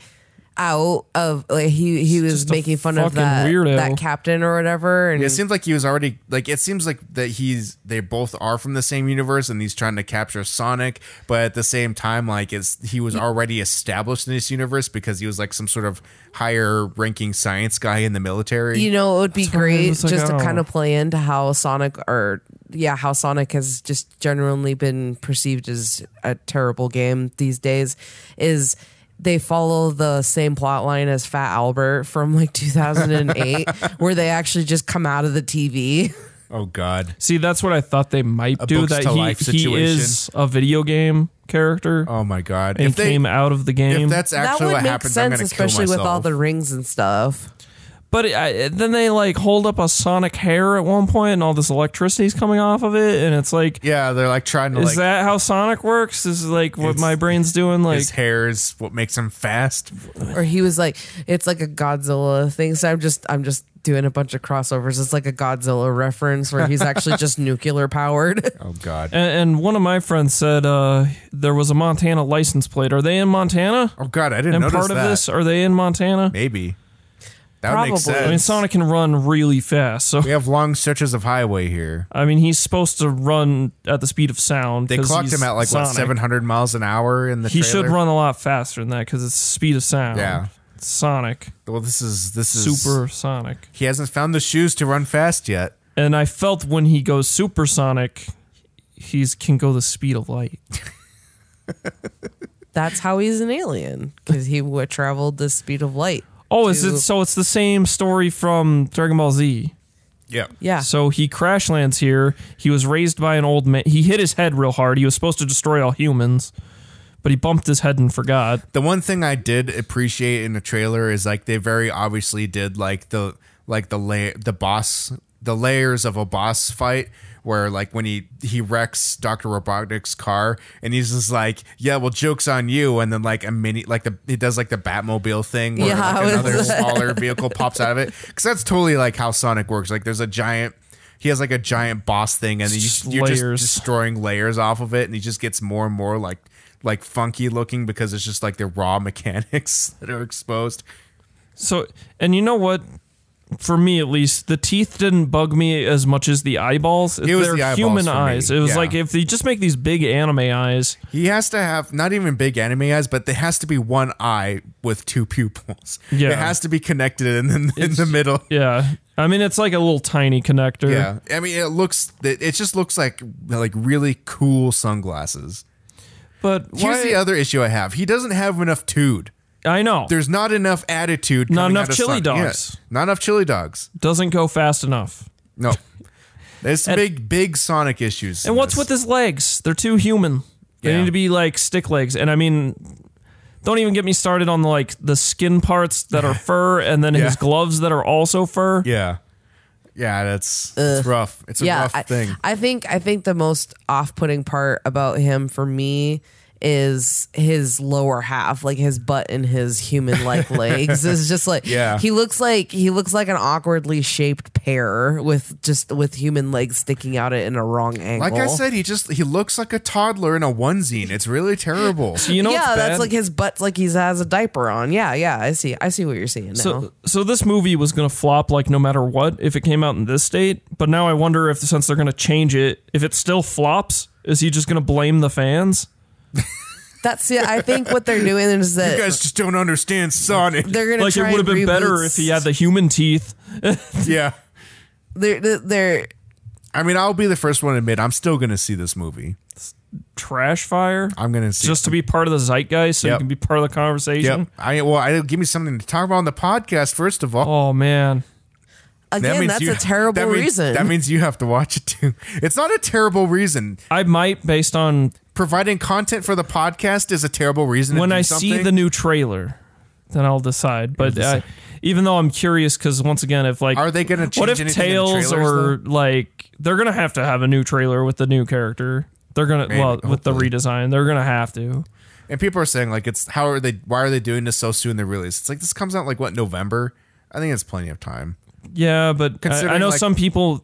Speaker 3: out of like he he was
Speaker 1: just a
Speaker 3: making fun of
Speaker 1: fucking
Speaker 3: that
Speaker 1: weirdo.
Speaker 3: that captain or whatever. And
Speaker 1: Mm.
Speaker 2: it seems like he was already like it seems like that he's they both are from the same universe and he's trying to capture Sonic, but at the same time, like it's he was already established in this universe because he was like some sort of higher ranking science guy in the military.
Speaker 3: you know, it would be
Speaker 1: why I
Speaker 3: great
Speaker 1: was like,
Speaker 3: just to
Speaker 1: oh.
Speaker 3: kind of play into how Sonic or yeah, how Sonic has just generally been perceived as a terrible game these days is they follow the same plot line as Fat Albert from like 2008 where they actually just come out of the TV.
Speaker 2: oh god.
Speaker 1: See, that's what I thought they might do.
Speaker 2: books
Speaker 1: That
Speaker 2: to
Speaker 1: he,
Speaker 2: life
Speaker 1: he is a video game character
Speaker 2: Oh my god.
Speaker 1: and
Speaker 2: if they
Speaker 1: came out of the game.
Speaker 2: if that's actually
Speaker 3: that would
Speaker 2: what
Speaker 3: make
Speaker 2: happens, I'm
Speaker 3: sense
Speaker 2: gonna
Speaker 3: especially
Speaker 2: kill
Speaker 3: with
Speaker 2: myself.
Speaker 3: all the rings and stuff.
Speaker 1: But it, I, then they like hold up a Sonic hair at one point, and all this electricity's coming off of it, and it's like,
Speaker 2: Yeah, they're like trying to
Speaker 1: is
Speaker 2: like
Speaker 1: that how Sonic works? Is like what my brain's doing? Like,
Speaker 2: his hair is what makes him fast.
Speaker 3: Or he was like it's like a Godzilla thing. So I'm just I'm just doing a bunch of crossovers. It's like a Godzilla reference where he's actually just nuclear powered.
Speaker 2: Oh god.
Speaker 1: and, and one of my friends said uh, there was a Montana license plate. Are they in Montana?
Speaker 2: Oh god, I didn't
Speaker 1: And
Speaker 2: notice
Speaker 1: part of
Speaker 2: that.
Speaker 1: this, are they in Montana?
Speaker 2: Maybe. That would make
Speaker 3: Probably.
Speaker 2: sense.
Speaker 1: I mean, Sonic can run really fast, so
Speaker 2: we have long stretches of highway here.
Speaker 1: I mean, he's supposed to run at the speed of sound.
Speaker 2: They
Speaker 1: 'cause
Speaker 2: clocked
Speaker 1: he's
Speaker 2: him at like
Speaker 1: Sonic.
Speaker 2: what 700 miles an hour in the
Speaker 1: He
Speaker 2: trailer.
Speaker 1: should run a lot faster than that because it's speed of sound.
Speaker 2: Yeah.
Speaker 1: Sonic,
Speaker 2: Well, this is this is
Speaker 1: supersonic.
Speaker 2: He hasn't found the shoes to run fast yet.
Speaker 1: And I felt when he goes supersonic, he's can go the speed of light.
Speaker 3: That's how he's an alien because he w- traveled the speed of light.
Speaker 1: Oh, is it
Speaker 3: Dude.
Speaker 1: so? It's the same story from Dragon Ball Z.
Speaker 2: Yeah.
Speaker 3: Yeah.
Speaker 1: So he crash lands here. He was raised by an old man. He hit his head real hard. He was supposed to destroy all humans, but he bumped his head and forgot.
Speaker 2: The one thing I did appreciate in the trailer is like they very obviously did like the like the layer the boss the layers of a boss fight where like when he he wrecks Dr. Robotnik's car and he's just like, "Yeah, well jokes on you." And then like a mini like the he does like the Batmobile thing where
Speaker 3: Yeah, I
Speaker 2: like
Speaker 3: was-
Speaker 2: another smaller vehicle pops out of it cuz that's totally like how Sonic works. Like there's a giant he has like a giant boss thing and you,
Speaker 1: just
Speaker 2: you're
Speaker 1: layers.
Speaker 2: just destroying layers off of it and he just gets more and more like like funky looking because it's just like the raw mechanics that are exposed
Speaker 1: So, and you know what? For me, at least, the teeth didn't bug me as much as the eyeballs.
Speaker 2: It was
Speaker 1: They're
Speaker 2: the eyeballs
Speaker 1: human
Speaker 2: for me,
Speaker 1: eyes. It was
Speaker 2: yeah.
Speaker 1: like if they just make these big anime eyes.
Speaker 2: he has to have not even big anime eyes but there has to be one eye with two pupils
Speaker 1: Yeah.
Speaker 2: it has to be connected in the, in the middle
Speaker 1: Yeah, I mean, it's like a little tiny connector.
Speaker 2: yeah i mean it looks it it just looks like like really cool sunglasses
Speaker 1: But
Speaker 2: here's
Speaker 1: why?
Speaker 2: the other issue i have he doesn't have enough tude
Speaker 1: I know.
Speaker 2: there's not enough attitude
Speaker 1: Not
Speaker 2: coming
Speaker 1: enough
Speaker 2: out of
Speaker 1: chili
Speaker 2: Sonic. Yeah,
Speaker 1: dogs.
Speaker 2: not enough chili dogs
Speaker 1: Doesn't go fast enough.
Speaker 2: No. There's big, big Sonic issues.
Speaker 1: And what's with his legs? They're too human. They
Speaker 2: Yeah.
Speaker 1: need to be like stick legs. And I mean, don't even get me started on like the skin parts that are fur, and then his
Speaker 2: Yeah.
Speaker 1: gloves that are also fur.
Speaker 2: Yeah. Yeah, that's it's rough. It's a
Speaker 3: yeah,
Speaker 2: rough
Speaker 3: I,
Speaker 2: thing.
Speaker 3: I think I think the most off-putting part about him for me is his lower half, like his butt and his human-like legs. It's just like
Speaker 2: Yeah.
Speaker 3: he looks like he looks like an awkwardly shaped pear with just with human legs sticking out at in a wrong angle.
Speaker 2: Like I said, he just he looks like a toddler in a onesie. And it's really terrible.
Speaker 1: You know,
Speaker 3: yeah,
Speaker 1: what's
Speaker 3: that's
Speaker 1: bad?
Speaker 3: like his butt's like he has a diaper on. Yeah, yeah, I see. I see what you're seeing now.
Speaker 1: So, so this movie was gonna flop like no matter what if it came out in this state. But now I wonder if since they're gonna change it, if it still flops, is he just gonna blame the fans?
Speaker 3: That's it. I think what they're doing is that
Speaker 2: You guys just don't understand Sonic.
Speaker 3: they're gonna
Speaker 1: Like it
Speaker 3: try
Speaker 1: would have
Speaker 3: and
Speaker 1: been better
Speaker 3: reboot
Speaker 1: if he had the human teeth.
Speaker 2: yeah.
Speaker 3: they're they're- they're
Speaker 2: I mean, I'll be the first one to admit I'm still gonna see this movie.
Speaker 1: Trash fire.
Speaker 2: I'm gonna see
Speaker 1: just to be part of the zeitgeist, so you
Speaker 2: Yep.
Speaker 1: can be part of the conversation.
Speaker 2: Yep. I well, I give me something to talk about on the podcast first of all.
Speaker 1: Oh man.
Speaker 3: again. That's
Speaker 2: you-
Speaker 3: a terrible
Speaker 2: that means-
Speaker 3: reason.
Speaker 2: That means you have to watch it too. It's not a terrible reason.
Speaker 1: I might, based on
Speaker 2: Providing content for the podcast is a terrible reason. to
Speaker 1: when
Speaker 2: do
Speaker 1: I see
Speaker 2: something.
Speaker 1: the new trailer, then I'll decide. But I, even though I'm curious, because once again, if like,
Speaker 2: Are they gonna
Speaker 1: What
Speaker 2: change
Speaker 1: if
Speaker 2: anything in
Speaker 1: Tails
Speaker 2: trailers,
Speaker 1: or like they're gonna have to have a new trailer with the new character? They're gonna
Speaker 2: Maybe,
Speaker 1: well with the
Speaker 2: hopefully.
Speaker 1: redesign, they're gonna have to.
Speaker 2: And people are saying like it's how are they why are they doing this so soon in the release? It's like this comes out like what November? I think it's plenty of time.
Speaker 1: Yeah, but I, I
Speaker 2: Considering,
Speaker 1: know
Speaker 2: like-
Speaker 1: some people.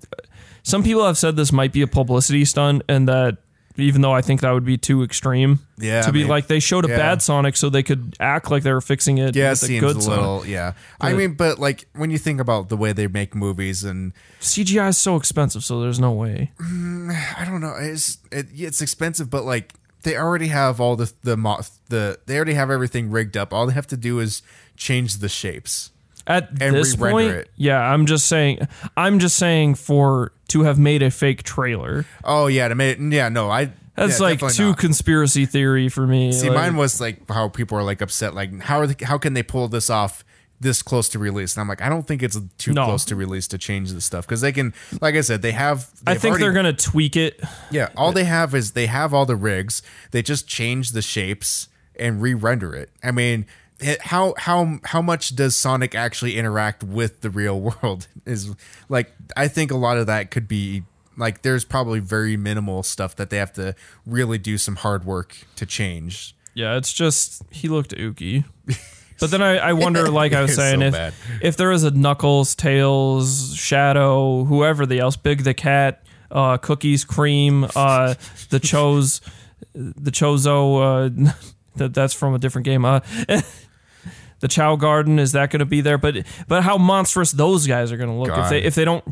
Speaker 1: Some people have said this might be a publicity stunt, and that even though I think that would be too extreme.
Speaker 2: Yeah,
Speaker 1: To
Speaker 2: I
Speaker 1: be
Speaker 2: mean,
Speaker 1: like they showed a
Speaker 2: yeah.
Speaker 1: bad Sonic so they could act like they were fixing it.
Speaker 2: Yeah, it
Speaker 1: with a
Speaker 2: seems
Speaker 1: good
Speaker 2: a
Speaker 1: Sonic.
Speaker 2: little yeah. I
Speaker 1: But-
Speaker 2: mean, but like when you think about the way they make movies and
Speaker 1: CGI is so expensive, so there's no way.
Speaker 2: I don't know. It's it, yeah, it's expensive, but like they already have all the the mo- the they already have everything rigged up. All they have to do is change the shapes.
Speaker 1: At
Speaker 2: And
Speaker 1: this
Speaker 2: re-render
Speaker 1: point,
Speaker 2: it.
Speaker 1: yeah, I'm just saying. I'm just saying for to have made a fake trailer.
Speaker 2: Oh yeah, to make yeah no I
Speaker 1: That's
Speaker 2: yeah,
Speaker 1: like
Speaker 2: definitely
Speaker 1: too
Speaker 2: not.
Speaker 1: conspiracy theory for me.
Speaker 2: See,
Speaker 1: like-
Speaker 2: mine was like how people are like upset, like how are they, how can they pull this off this close to release? And I'm like, I don't think it's too
Speaker 1: No.
Speaker 2: close to release to change this stuff because they can, like I said, they have.
Speaker 1: I
Speaker 2: they've
Speaker 1: think
Speaker 2: already-
Speaker 1: they're gonna tweak it.
Speaker 2: Yeah, all they have is they have all the rigs. They just change the shapes and re-render it. I mean, it, how how how much does Sonic actually interact with the real world? Is like I think a lot of that could be like there's probably very minimal stuff that they have to really do some hard work to change.
Speaker 1: Yeah, it's just he looked ooky. But then I, I wonder, like I was
Speaker 2: It's so
Speaker 1: saying, if
Speaker 2: bad.
Speaker 1: if there was a Knuckles, Tails, Shadow, whoever the else, Big the Cat, uh, Cookies, Cream, uh, the Chose, the Chozo, uh, that that's from a different game. Uh, the Chow Garden is that going to be there? But but how monstrous those guys are going to look if they
Speaker 2: God.
Speaker 1: if they don't.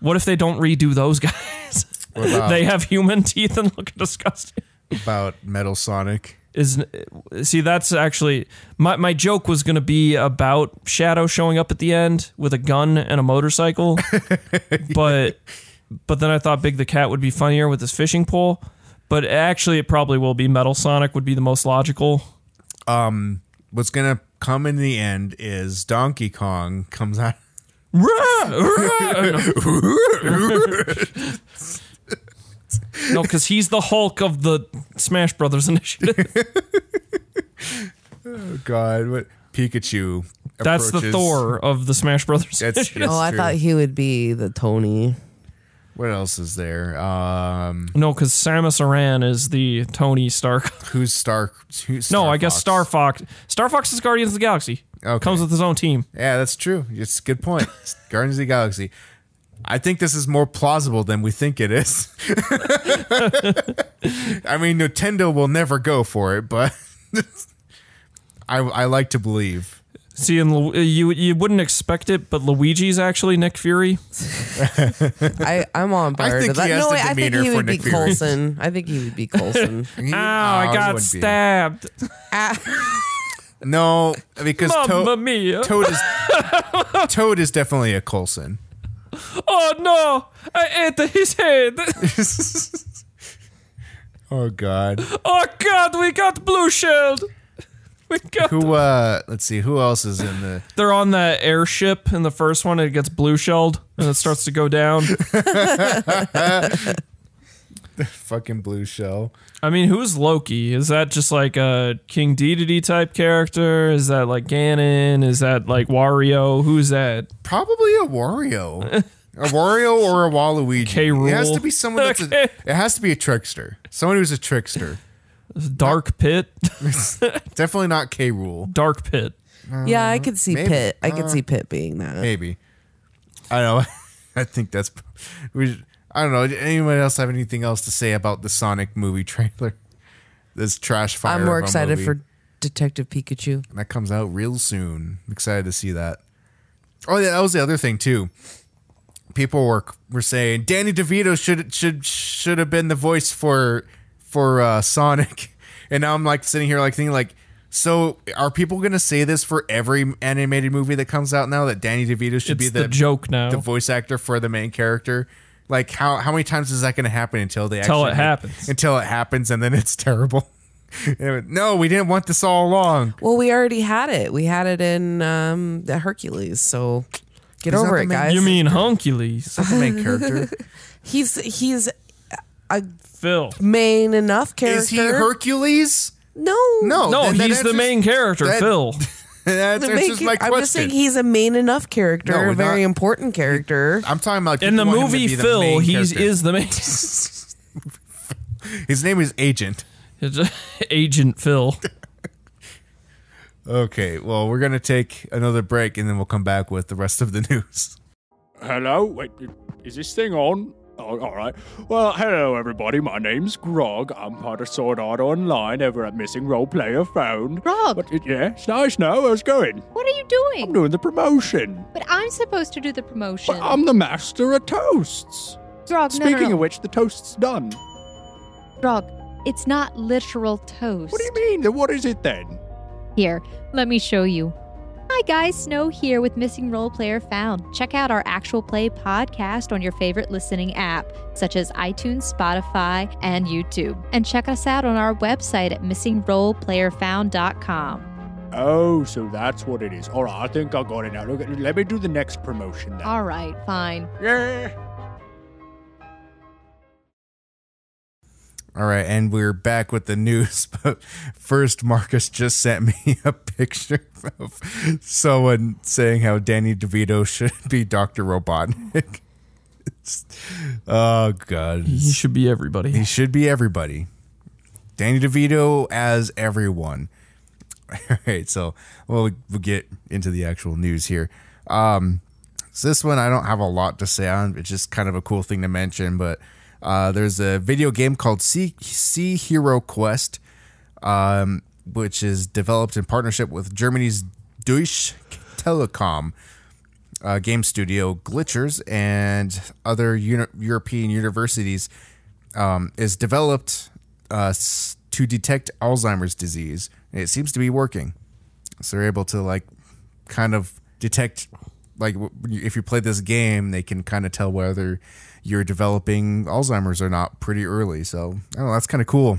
Speaker 1: What if they don't redo those guys?
Speaker 2: What about-
Speaker 1: they have human teeth and look disgusting
Speaker 2: about Metal Sonic.
Speaker 1: is see that's actually my, my joke was going to be about shadow showing up at the end with a gun and a motorcycle but but then i thought big the cat would be funnier with his fishing pole but actually it probably will be metal sonic would be the most logical
Speaker 2: Um, What's gonna come in the end is Donkey Kong comes out.
Speaker 1: no because he's the hulk of the smash brothers initiative
Speaker 2: Oh God, what Pikachu?
Speaker 1: that's the
Speaker 2: approaches-
Speaker 1: thor of the smash brothers
Speaker 2: That's,
Speaker 1: initiative.
Speaker 2: that's
Speaker 3: oh, I
Speaker 2: true.
Speaker 3: thought he would be the Tony.
Speaker 2: What else is there? Um,
Speaker 1: no because samus aran is the tony stark
Speaker 2: who's Star? Who's Star
Speaker 1: No, I guess
Speaker 2: Fox?
Speaker 1: Star Fox. Star Fox is Guardians of the Galaxy.
Speaker 2: Okay.
Speaker 1: Comes with his own team.
Speaker 2: Yeah, that's true. It's a good point. Guardians of the Galaxy. I think this is more plausible than we think it is. I mean, Nintendo will never go for it, but I, I like to believe.
Speaker 1: See, and Lu- you you wouldn't expect it, but Luigi's actually Nick Fury.
Speaker 3: I, I'm on board
Speaker 2: think
Speaker 3: with that.
Speaker 2: he has
Speaker 3: no,
Speaker 2: the
Speaker 3: wait, I think
Speaker 2: demeanor
Speaker 3: he
Speaker 2: for
Speaker 3: would be
Speaker 2: Nick Fury.
Speaker 3: Colson. I think he would be Colson.
Speaker 1: Ow, I
Speaker 2: Oh, he
Speaker 1: got
Speaker 2: wouldn't be.
Speaker 1: stabbed.
Speaker 2: No, because
Speaker 1: Mamma
Speaker 2: Toad,
Speaker 1: mia.
Speaker 2: Toad is Toad is definitely a Colson.
Speaker 1: oh no, I ate his head.
Speaker 2: Oh God.
Speaker 1: oh god, we got Blue Shield. We got.
Speaker 2: Who? uh Let's see. Who else is in the?
Speaker 1: They're on the airship in the first one. It gets blue shelled and it starts to go down.
Speaker 2: fucking blue shell.
Speaker 1: I mean, who's Loki? Is that just like a King Dedede type character? Is that like Ganon? Is that like Wario? Who's that?
Speaker 2: Probably a Wario. A Wario or a Waluigi.
Speaker 1: K.
Speaker 2: It has
Speaker 1: Rool.
Speaker 2: to be someone that's a,
Speaker 1: Okay.
Speaker 2: it has to be a trickster. Someone who's a trickster.
Speaker 1: Dark Pit?
Speaker 2: Definitely not K rule.
Speaker 1: Dark Pit.
Speaker 3: yeah, I could see
Speaker 2: Um, maybe. Uh,
Speaker 3: Pitt. I could see Pitt being that.
Speaker 2: Maybe. I don't know. I think that's we should- I don't know. Did anyone else have anything else to say about the Sonic movie trailer? This trash fire.
Speaker 3: I'm
Speaker 2: of
Speaker 3: more
Speaker 2: a
Speaker 3: excited
Speaker 2: movie.
Speaker 3: for Detective Pikachu.
Speaker 2: And that comes out real soon. I'm excited to see that. Oh yeah, that was the other thing too. People were were saying Danny DeVito should should should have been the voice for for uh, Sonic, and now I'm like sitting here like thinking like, so are people gonna say this for every animated movie that comes out now that Danny DeVito should
Speaker 1: It's
Speaker 2: be
Speaker 1: the,
Speaker 2: the,
Speaker 1: joke now.
Speaker 2: the voice actor for the main character? Like how how many times is that gonna happen until they
Speaker 1: Until
Speaker 2: actually
Speaker 1: it happens.
Speaker 2: until it happens and then it's terrible. no, we didn't want this all along.
Speaker 3: Well, we already had it. We had it in um, the Hercules. So get
Speaker 2: He's not
Speaker 3: over
Speaker 2: the
Speaker 3: it,
Speaker 2: main-
Speaker 3: guys.
Speaker 1: you mean Hunkies?
Speaker 2: That's the main character.
Speaker 3: he's he's a
Speaker 1: Phil.
Speaker 3: main enough character?
Speaker 2: Is he Hercules?
Speaker 3: No,
Speaker 2: No,
Speaker 1: No,
Speaker 2: then that
Speaker 1: he's the
Speaker 2: answers-
Speaker 1: main character,
Speaker 2: that-
Speaker 1: Phil.
Speaker 2: That
Speaker 3: The
Speaker 2: answers
Speaker 3: main-
Speaker 2: my
Speaker 3: I'm just saying
Speaker 2: question.
Speaker 3: he's a main enough character,
Speaker 2: No, we're
Speaker 3: a very
Speaker 2: not-
Speaker 3: important character.
Speaker 2: I'm talking about
Speaker 1: In the
Speaker 2: people want him to
Speaker 1: movie,
Speaker 2: be the
Speaker 1: Phil,
Speaker 2: main
Speaker 1: he's
Speaker 2: character.
Speaker 1: is the main.
Speaker 2: His name is Agent.
Speaker 1: It's uh, Agent Phil.
Speaker 2: Okay, well, we're going to take another break and then we'll come back with the rest of the news.
Speaker 5: Hello? Wait, is this thing on? Oh, all right. Well, hello, everybody. My name's Grog. I'm part of Sword Art Online over at Missing Role Player Phone.
Speaker 6: Grog.
Speaker 5: But, it- yeah, it's nice now. How's it going?
Speaker 6: What are you
Speaker 5: I'm
Speaker 6: doing?
Speaker 5: doing the promotion.
Speaker 6: but I'm supposed to do the promotion.
Speaker 5: But I'm the master of toasts.
Speaker 6: Grog, Oh, no, no,
Speaker 5: Speaking
Speaker 6: no.
Speaker 5: of which, the toast's done.
Speaker 6: Grog, it's not literal toast.
Speaker 5: What do you mean? Then what is it then?
Speaker 6: Here, let me show you. Hi guys, Snow here with Missing Role Player Found. Check out our actual play podcast on your favorite listening app, such as iTunes, Spotify, and YouTube. And check us out on our website at missingroleplayerfound.com.
Speaker 5: Oh, so that's what it is. All right, I think I got it now. Look, let me do the next promotion then.
Speaker 6: All right, fine.
Speaker 5: yeah.
Speaker 2: All right, and we're back with the news. But first, Marcus just sent me a picture of someone saying how Danny DeVito should be Dr. Robotnik. It's- oh, God.
Speaker 1: He should be
Speaker 2: He
Speaker 1: everybody.
Speaker 2: should be everybody. Danny DeVito as everyone. All right, so we'll, we'll get into the actual news here. Um, so this one I don't have a lot to say on. It's just kind of a cool thing to mention, but uh, there's a video game called Sea, sea Hero Quest, um, which is developed in partnership with Germany's Deutsche Telekom uh, game studio Glitchers and other uni- European universities um, is developed uh, s- to detect Alzheimer's disease. And it seems to be working. So they're able to like kind of detect like w- if you play this game, they can kind of tell whether you're developing Alzheimer's or not pretty early. So I don't know, that's kind of cool.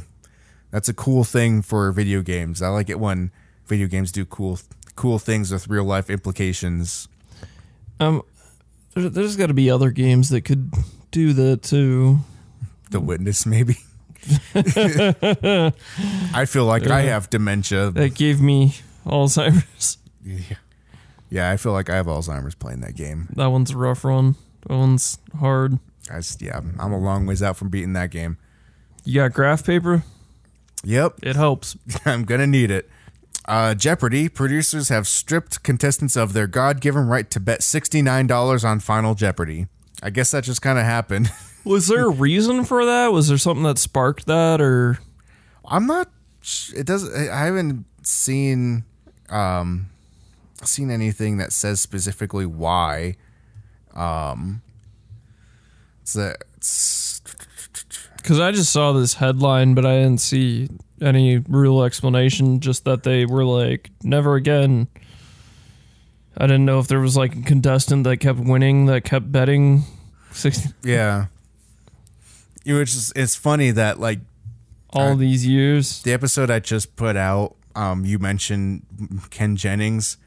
Speaker 2: That's a cool thing for video games. I like it when video games do cool cool things with real life implications.
Speaker 1: Um, there, there's got to be other games that could do that too.
Speaker 2: the witness maybe i feel like i have dementia
Speaker 1: That gave me Alzheimer's.
Speaker 2: yeah i feel like i have alzheimer's playing that game
Speaker 1: That one's a rough one. That one's hard.
Speaker 2: i just, yeah I'm- i'm a long ways out from beating that game
Speaker 1: You got graph paper?
Speaker 2: yep
Speaker 1: It helps.
Speaker 2: i'm gonna need it uh, jeopardy producers have stripped contestants of their god-given right to bet $69 on final jeopardy i guess that just kind of happened
Speaker 1: Was there a reason for that? Was there something that sparked that, or
Speaker 2: I'm not. sh- It doesn't. I I haven't seen um seen anything that says specifically why. Um, it's a, it's
Speaker 1: because I just saw this headline, but I didn't see any real explanation. Just that they were like, "Never again." I didn't know if there was like a contestant that kept winning, that kept betting. 60,
Speaker 2: yeah. It was just, it's funny that like
Speaker 1: all these years.
Speaker 2: the episode I just put out, um, you mentioned Ken Jennings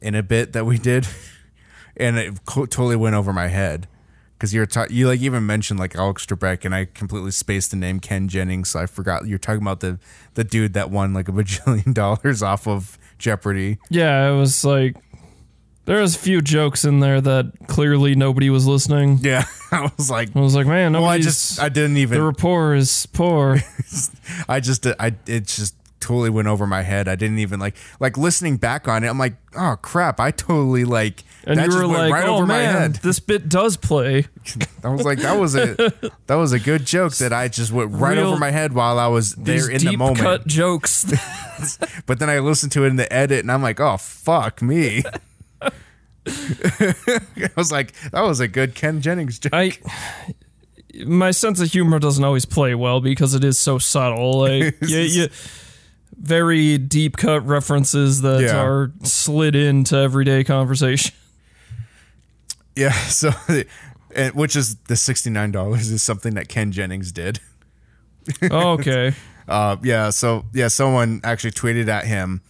Speaker 2: in a bit that we did, and it co- totally went over my head because you were ta- you like even mentioned like Alex Trebek, and I completely spaced the name Ken Jennings, so I forgot you're talking about the the dude that won like a bajillion dollars off of Jeopardy.
Speaker 1: Yeah, it was like there was a few jokes in there that clearly nobody was listening.
Speaker 2: Yeah, I was like,
Speaker 1: I was like, man,
Speaker 2: well, I
Speaker 1: nobody's.
Speaker 2: just I didn't even
Speaker 1: the rapport is poor.
Speaker 2: I just I it just totally went over my head. I didn't even like like listening back on it. I'm like, oh crap! I totally like
Speaker 1: And
Speaker 2: that
Speaker 1: you
Speaker 2: just
Speaker 1: were
Speaker 2: went
Speaker 1: like,
Speaker 2: right
Speaker 1: "Oh
Speaker 2: over
Speaker 1: man,
Speaker 2: my head.
Speaker 1: this bit does play."
Speaker 2: I was like, that was a that was a good joke that I just went right
Speaker 1: Real-
Speaker 2: over my head while I was there
Speaker 1: These
Speaker 2: in
Speaker 1: deep
Speaker 2: the moment.
Speaker 1: cut jokes.
Speaker 2: But then I listened to it in the edit, and I'm like, oh fuck me. I was like, that was a good Ken Jennings joke.
Speaker 1: I, my sense of humor doesn't always play well because it is so subtle. Like, yeah, yeah, very deep cut references that
Speaker 2: Yeah.
Speaker 1: are slid into everyday conversation.
Speaker 2: yeah, so and, which is the sixty nine dollars is something that Ken Jennings did.
Speaker 1: Okay,
Speaker 2: Uh, yeah. So yeah, someone actually tweeted at him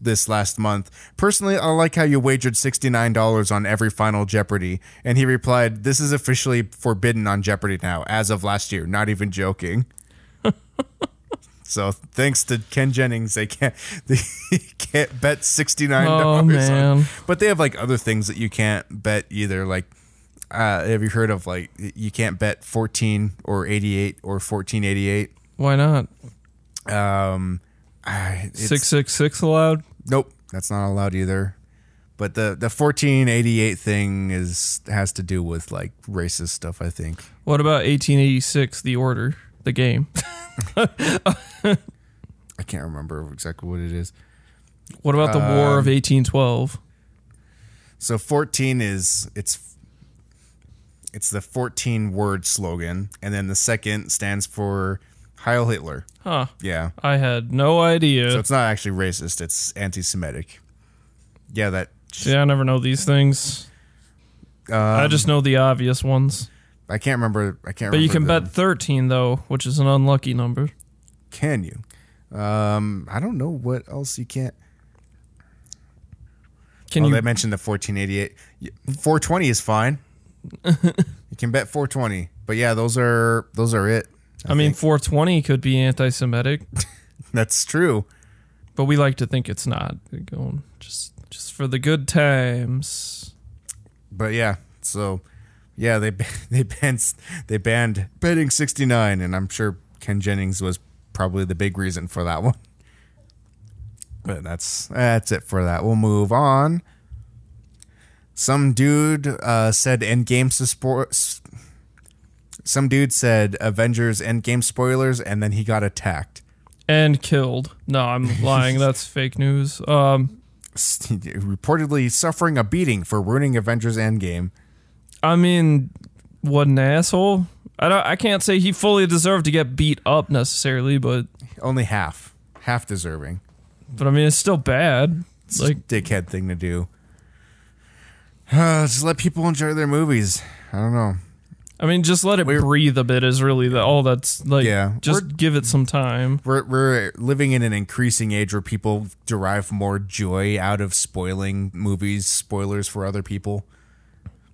Speaker 2: this last month. Personally, I like how you wagered sixty nine dollars on every final Jeopardy, and he replied, "This is officially forbidden on Jeopardy now, as of last year. Not even joking." so thanks to Ken Jennings, they can't they can't bet sixty nine
Speaker 1: Oh,
Speaker 2: dollars.
Speaker 1: man.
Speaker 2: but they have like other things that you can't bet either, like. Uh, have you heard of like you can't bet 14 or 88 or 1488?
Speaker 1: Why not?
Speaker 2: Um, I- it's-
Speaker 1: Six six six allowed.
Speaker 2: Nope, that's not allowed either. But the the 1488 thing is has to do with like racist stuff, I think.
Speaker 1: What about 1886? The order, the game.
Speaker 2: I can't remember exactly what it is.
Speaker 1: What about the War of
Speaker 2: Um,
Speaker 1: 1812?
Speaker 2: So 14 is it's it's the 14 word slogan and then the second stands for Heil Hitler.
Speaker 1: Huh.
Speaker 2: Yeah.
Speaker 1: I had no idea.
Speaker 2: So it's not actually racist, it's anti-Semitic. Yeah, that
Speaker 1: yeah, I never know these things.
Speaker 2: Um,
Speaker 1: I just know the obvious ones.
Speaker 2: I can't remember I can't remember.
Speaker 1: But you can
Speaker 2: the-
Speaker 1: bet 13 though, which is an unlucky number.
Speaker 2: Can you? Um, I don't know what else you can't
Speaker 1: Can
Speaker 2: oh,
Speaker 1: you
Speaker 2: they mentioned the 1488. Y- 420 is fine. you can bet 420. But yeah, those are those are it.
Speaker 1: I, mean 420 could be anti-Semitic,
Speaker 2: That's true.
Speaker 1: but we like to think it's not. We're Going just just for the good times.
Speaker 2: But yeah, so yeah, they ba- they banned they banned betting 69 and I'm sure Ken Jennings was probably the big reason for that one. But that's that's it for that. We'll move on. Some dude uh, said Endgame support. Some dude said Avengers Endgame spoilers, and then he got attacked.
Speaker 1: And killed. No, I'm lying. That's fake news. Um
Speaker 2: reportedly suffering a beating for ruining Avengers Endgame.
Speaker 1: I mean, what an asshole. I don't I can't say he fully deserved to get beat up necessarily, but
Speaker 2: Only half, half deserving.
Speaker 1: but I mean it's still bad. Like
Speaker 2: dickhead thing to do. Uh, just let people enjoy their movies. I don't know.
Speaker 1: I mean, just let it breathe a bit is really the, all that's like.
Speaker 2: Yeah.
Speaker 1: just
Speaker 2: We're-
Speaker 1: give it some time.
Speaker 2: We're we're living in an increasing age where people derive more joy out of spoiling movies, spoilers for other people.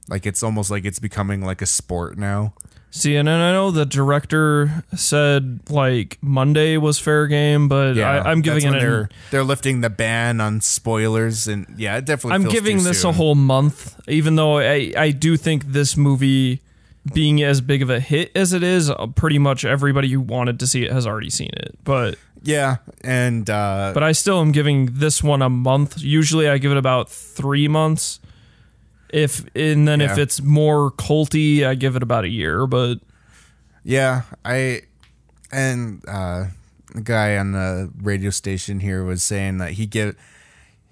Speaker 2: Like it's almost like it's becoming like a sport now.
Speaker 1: See, and then I know the director said like Monday was fair game, but I, I'm giving
Speaker 2: that's
Speaker 1: it.
Speaker 2: when
Speaker 1: An,
Speaker 2: they're they're lifting the ban on spoilers, and yeah, it definitely.
Speaker 1: I'm
Speaker 2: feels
Speaker 1: giving
Speaker 2: too
Speaker 1: this
Speaker 2: soon.
Speaker 1: a whole month, even though I I do think this movie being as big of a hit as it is, uh, pretty much everybody who wanted to see it has already seen it. But
Speaker 2: Yeah, and uh,
Speaker 1: but I still am giving this one a month. Usually I give it about three months. If and then if
Speaker 2: Yeah.
Speaker 1: it's more culty, I give it about a year. But
Speaker 2: Yeah, I and uh the guy on the radio station here was saying that he get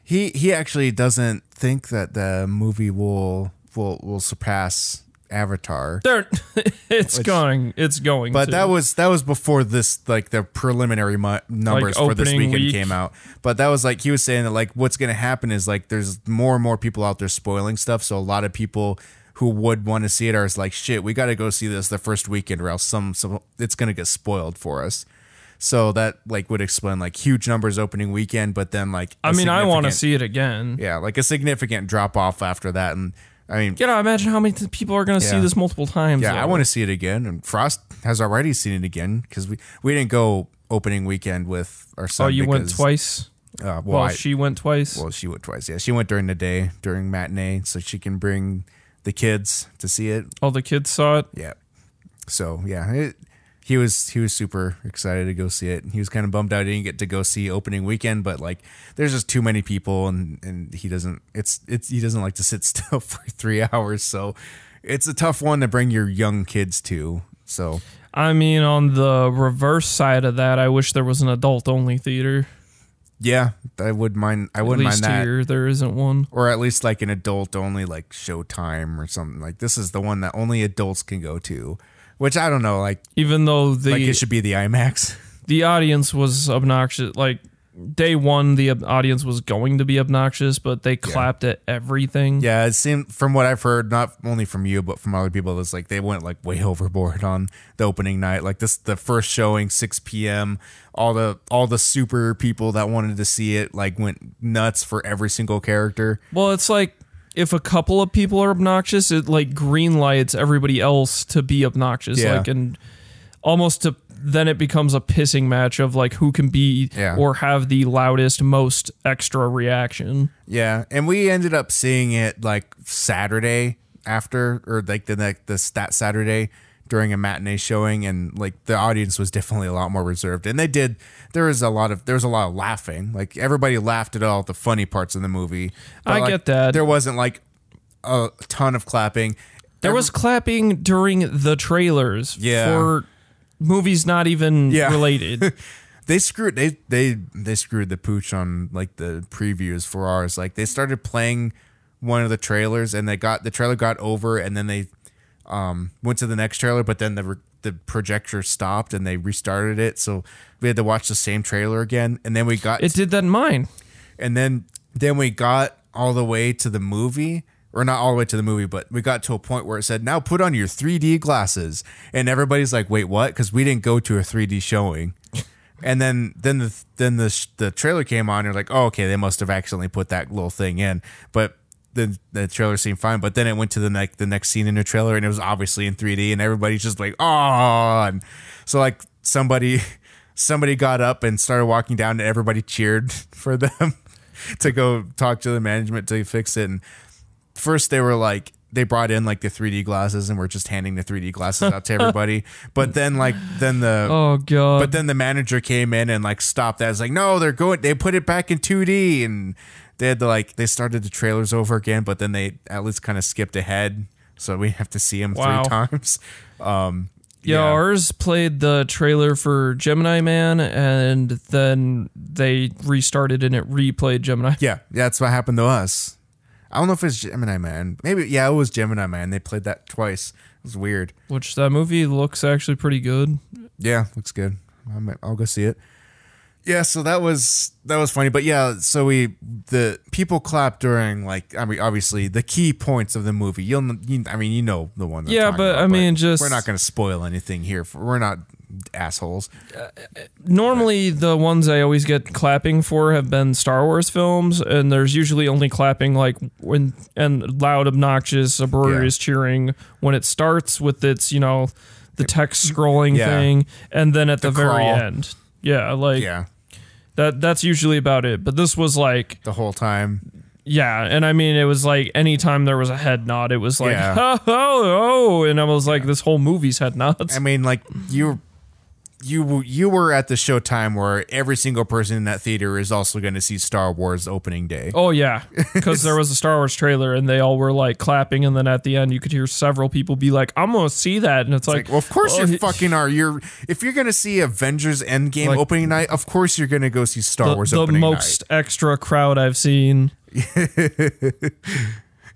Speaker 2: he he actually doesn't think that the movie will will will surpass Avatar.
Speaker 1: there, it's going, it's going.
Speaker 2: But
Speaker 1: to.
Speaker 2: that was that was before this like the preliminary mu- numbers for this
Speaker 1: opening
Speaker 2: weekend
Speaker 1: week.
Speaker 2: came out. But that was like he was saying that like what's going to happen is like there's more and more people out there spoiling stuff, so a lot of people who would want to see it are just like shit, we got to go see this the first weekend or else some some it's going to get spoiled for us. So that like would explain like huge numbers opening weekend, but then like
Speaker 1: I mean, I want to
Speaker 2: to
Speaker 1: see it again.
Speaker 2: yeah, like a significant drop off after that and I mean,
Speaker 1: You know, imagine how many t- people are going to see
Speaker 2: Yeah.
Speaker 1: this multiple times.
Speaker 2: yeah, I want to see it again. And Frost has already seen it again because we, we didn't go opening weekend with our son.
Speaker 1: Oh, you went
Speaker 2: because,
Speaker 1: twice.
Speaker 2: Uh, well,
Speaker 1: Well,
Speaker 2: I-
Speaker 1: she went twice.
Speaker 2: well, she went twice. Yeah, she went during the day during matinee, so she can bring the kids to see it.
Speaker 1: All the kids saw it.
Speaker 2: Yeah. So yeah, it, he was he was super excited to go see it. He was kind of bummed out he didn't get to go see opening weekend, but like there's just too many people, and and he doesn't. It's it's he doesn't like to sit still for three hours, so it's a tough one to bring your young kids to. So
Speaker 1: I mean, on the reverse side of that, I wish there was an adult-only theater.
Speaker 2: yeah, I would mind. I
Speaker 1: At
Speaker 2: wouldn't mind
Speaker 1: least
Speaker 2: that.
Speaker 1: here, there isn't one.
Speaker 2: Or at least like an adult only like Showtime or something like this is the one that only adults can go to, which I don't know like
Speaker 1: Even though the
Speaker 2: like it should be the IMAX.
Speaker 1: the audience was obnoxious. Like day one, the ob- audience was going to be obnoxious, but they clapped at everything.
Speaker 2: Yeah, it seemed from what I've heard, not only from you but from other people, it's like they went like way overboard on the opening night. Like this, the first showing, six p.m. All the all the super people that wanted to see it like went nuts for every single character.
Speaker 1: Well, it's like if a couple of people are obnoxious, it like green lights everybody else to be obnoxious.
Speaker 2: Yeah.
Speaker 1: Like and almost to then it becomes a pissing match of like who can be
Speaker 2: Yeah.
Speaker 1: or have the loudest, most extra reaction.
Speaker 2: Yeah, and we ended up seeing it like Saturday. after or like the next this that Saturday during a matinee showing and like the audience was definitely a lot more reserved and they did there was a lot of there was a lot of laughing like everybody laughed at all the funny parts of the movie
Speaker 1: I
Speaker 2: like,
Speaker 1: get that.
Speaker 2: there wasn't like a ton of clapping
Speaker 1: There was clapping during the trailers
Speaker 2: Yeah.
Speaker 1: for movies not even
Speaker 2: Yeah.
Speaker 1: related.
Speaker 2: they screwed they they they screwed the pooch on like the previews for ours. Like they started playing one of the trailers and they got the trailer got over and then they um went to the next trailer but then the re- the projector stopped and they restarted it so we had to watch the same trailer again and then we got
Speaker 1: it did that in mine.
Speaker 2: and then then we got all the way to the movie or not all the way to the movie but we got to a point where it said now put on your 3d glasses and everybody's like wait what because we didn't go to a 3d showing and then then the then the, sh- the trailer came on you're like oh okay they must have accidentally put that little thing in but the, the trailer seemed fine, but then it went to the like the next scene in the trailer, and it was obviously in 3D, and everybody's just like, "Oh!" And so like somebody, somebody got up and started walking down, and everybody cheered for them to go talk to the management to fix it. And first they were like they brought in like the 3D glasses, and were just handing the 3D glasses out to everybody. But then like then the
Speaker 1: Oh god.
Speaker 2: but then the manager came in and like stopped that. It's like, no, they're going. They put it back in 2D, and they had to like they started the trailers over again. But then they at least kind of skipped ahead, so we have to see them
Speaker 1: Wow.
Speaker 2: three times. Um,
Speaker 1: yeah, ours played the trailer for Gemini Man and then they restarted and it replayed Gemini.
Speaker 2: yeah, that's what happened to us. I don't know if it's Gemini Man. Maybe yeah, it was Gemini Man. They played that twice. It was weird.
Speaker 1: Which that movie looks actually pretty good.
Speaker 2: Yeah, looks good. I might, I'll go see it. Yeah, so that was that was funny, but yeah, so we the people clap during like I mean obviously the key points of the movie. You'll kn- you, I mean you know the one. that I'm
Speaker 1: Yeah,
Speaker 2: talking
Speaker 1: but,
Speaker 2: about,
Speaker 1: I mean, just-
Speaker 2: we're not going to spoil anything here. For, we're not assholes.
Speaker 1: Normally the ones I always get clapping for have been Star Wars films and there's usually only clapping like when and loud obnoxious uproarious cheering when it starts with its, you know, the text scrolling
Speaker 2: Yeah.
Speaker 1: thing and then at the, very
Speaker 2: crawl.
Speaker 1: end. Yeah, like
Speaker 2: Yeah,
Speaker 1: That that's usually about it. But this was like,
Speaker 2: the whole time.
Speaker 1: yeah, and I mean, it was like anytime there was a head nod, it was like,
Speaker 2: Yeah.
Speaker 1: oh, oh, oh, and I was like, this whole movie's head nods.
Speaker 2: I mean like you you you were at the showtime where every single person in that theater is also going to see Star Wars opening day.
Speaker 1: oh yeah, because there was a Star Wars trailer, and they all were like clapping, and then at the end, you could hear several people be like, "I'm gonna see that," and it's, like,
Speaker 2: Like, well, of course
Speaker 1: oh,
Speaker 2: you
Speaker 1: he-
Speaker 2: fucking are. You're if you're gonna see Avengers Endgame
Speaker 1: Like-
Speaker 2: opening night, of course you're gonna go see Star
Speaker 1: the,
Speaker 2: Wars
Speaker 1: the
Speaker 2: opening
Speaker 1: most extra crowd I've seen.
Speaker 2: night.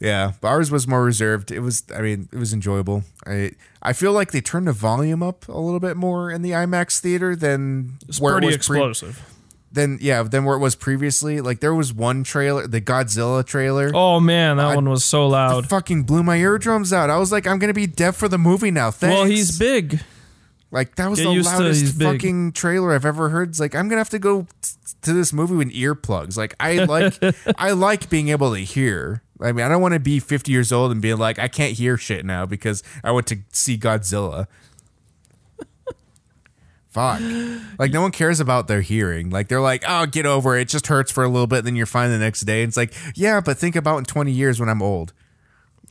Speaker 2: Yeah, but ours was more reserved. It was, I mean, it was enjoyable. I I feel like they turned the volume up a little bit more in the IMAX theater than where
Speaker 1: Pretty
Speaker 2: it was pre-
Speaker 1: explosive.
Speaker 2: than yeah than where it was previously. Like there was one trailer, the Godzilla trailer.
Speaker 1: oh man, that one was so loud.
Speaker 2: Fucking blew my eardrums out. I was like, I'm gonna be deaf for the movie now. Thanks.
Speaker 1: Well, he's big.
Speaker 2: Like that was
Speaker 1: Get
Speaker 2: the
Speaker 1: used to he's
Speaker 2: loudest
Speaker 1: big.
Speaker 2: fucking trailer I've ever heard. It's like I'm gonna have to go t- to this movie with earplugs. Like I like I like being able to hear. I mean, I don't want to be 50 years old and be like I can't hear shit now because I went to see Godzilla. Fuck. Like no one cares about their hearing. Like they're like, oh, get over it. It just hurts for a little bit, and then you're fine the next day. And it's like, yeah, but think about in 20 years when I'm old,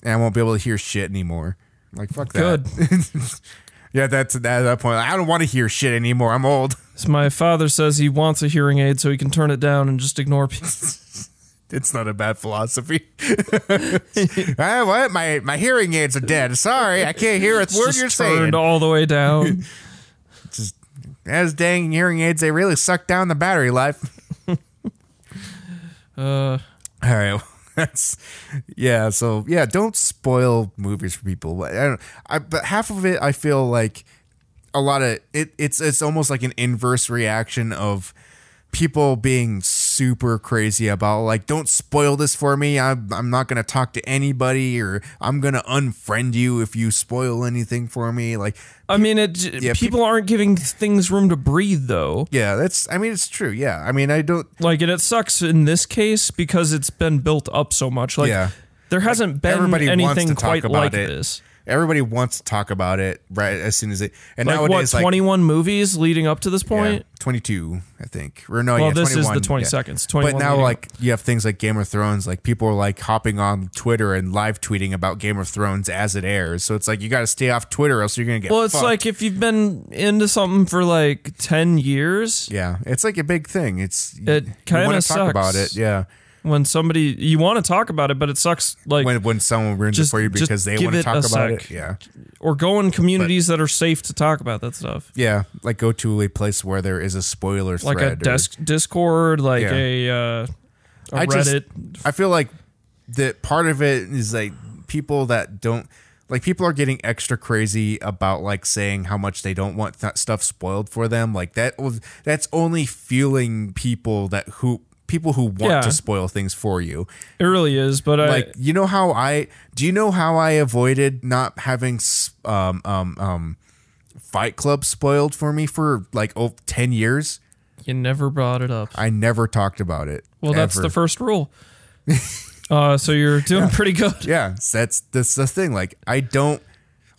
Speaker 2: and I won't be able to hear shit anymore. Like fuck that.
Speaker 1: Good.
Speaker 2: Yeah, that's at that point. I don't want to hear shit anymore. I'm old.
Speaker 1: So my father says he wants a hearing aid so he can turn it down and just ignore people.
Speaker 2: It's not a bad philosophy. Ah, what? My my hearing aids are dead. Sorry, I can't hear a word
Speaker 1: just
Speaker 2: you're saying.
Speaker 1: turned all the way down.
Speaker 2: As dang hearing aids, they really suck down the battery life.
Speaker 1: Uh,
Speaker 2: All right. well, That's yeah. So yeah, don't spoil movies for people. But I don't. I but half of it, I feel like a lot of it. It's it's almost like an inverse reaction of people being super crazy about like don't spoil this for me I'm, I'm not gonna talk to anybody or i'm gonna unfriend you if you spoil anything for me like
Speaker 1: I mean, it. j
Speaker 2: Yeah,
Speaker 1: people, aren't giving things room to breathe, though.
Speaker 2: yeah that's i mean it's true yeah i mean i don't
Speaker 1: Like, and it sucks in this case because it's been built up so much. Like,
Speaker 2: Yeah.
Speaker 1: there hasn't been
Speaker 2: everybody wants
Speaker 1: anything
Speaker 2: to talk
Speaker 1: quite
Speaker 2: about
Speaker 1: like
Speaker 2: it.
Speaker 1: this.
Speaker 2: Everybody wants to talk about it right as soon as they. And
Speaker 1: Like
Speaker 2: nowadays,
Speaker 1: what?
Speaker 2: like
Speaker 1: Twenty one movies leading up to this
Speaker 2: yeah,
Speaker 1: point.
Speaker 2: 22, I think. Or no,
Speaker 1: Well,
Speaker 2: yeah,
Speaker 1: this is
Speaker 2: 21,
Speaker 1: the
Speaker 2: yeah.
Speaker 1: 20 seconds.
Speaker 2: But
Speaker 1: 21
Speaker 2: now,
Speaker 1: leading
Speaker 2: like, you have things like Game of Thrones. Like, people are like hopping on Twitter and live tweeting about Game of Thrones as it airs. So it's like you got to stay off Twitter, else you're gonna get.
Speaker 1: Well, it's
Speaker 2: fucked.
Speaker 1: like if you've been into something for like ten years,
Speaker 2: yeah, it's like a big thing. It's
Speaker 1: It
Speaker 2: you
Speaker 1: kinda
Speaker 2: wanna talk about
Speaker 1: sucks.
Speaker 2: it. Yeah,
Speaker 1: when somebody you want to talk about it, but it sucks. Like
Speaker 2: when when someone ruins
Speaker 1: just-
Speaker 2: it for you
Speaker 1: just
Speaker 2: because they
Speaker 1: give
Speaker 2: want to
Speaker 1: it
Speaker 2: talk
Speaker 1: a
Speaker 2: about
Speaker 1: sec.
Speaker 2: it. Yeah,
Speaker 1: or go in communities that are safe to talk about that stuff,
Speaker 2: yeah, like go to a place where there is a spoiler
Speaker 1: like
Speaker 2: thread
Speaker 1: a
Speaker 2: or-
Speaker 1: desk Discord, like
Speaker 2: Yeah.
Speaker 1: a, uh, a
Speaker 2: I just-
Speaker 1: Reddit.
Speaker 2: I feel like that part of it is like people that don't like people are getting extra crazy about like saying how much they don't want that stuff spoiled for them. Like that was that's only fueling people that who people who want
Speaker 1: Yeah.
Speaker 2: to spoil things for you.
Speaker 1: it really is, but I,
Speaker 2: Like you know how I do you know how I avoided not having s- um um um Fight Club spoiled for me for like oh, 10 years.
Speaker 1: you never brought it up.
Speaker 2: I never talked about it.
Speaker 1: Well, that's
Speaker 2: ever.
Speaker 1: the first rule. uh, so you're doing pretty good.
Speaker 2: Yeah, that's that's the thing. Like I don't,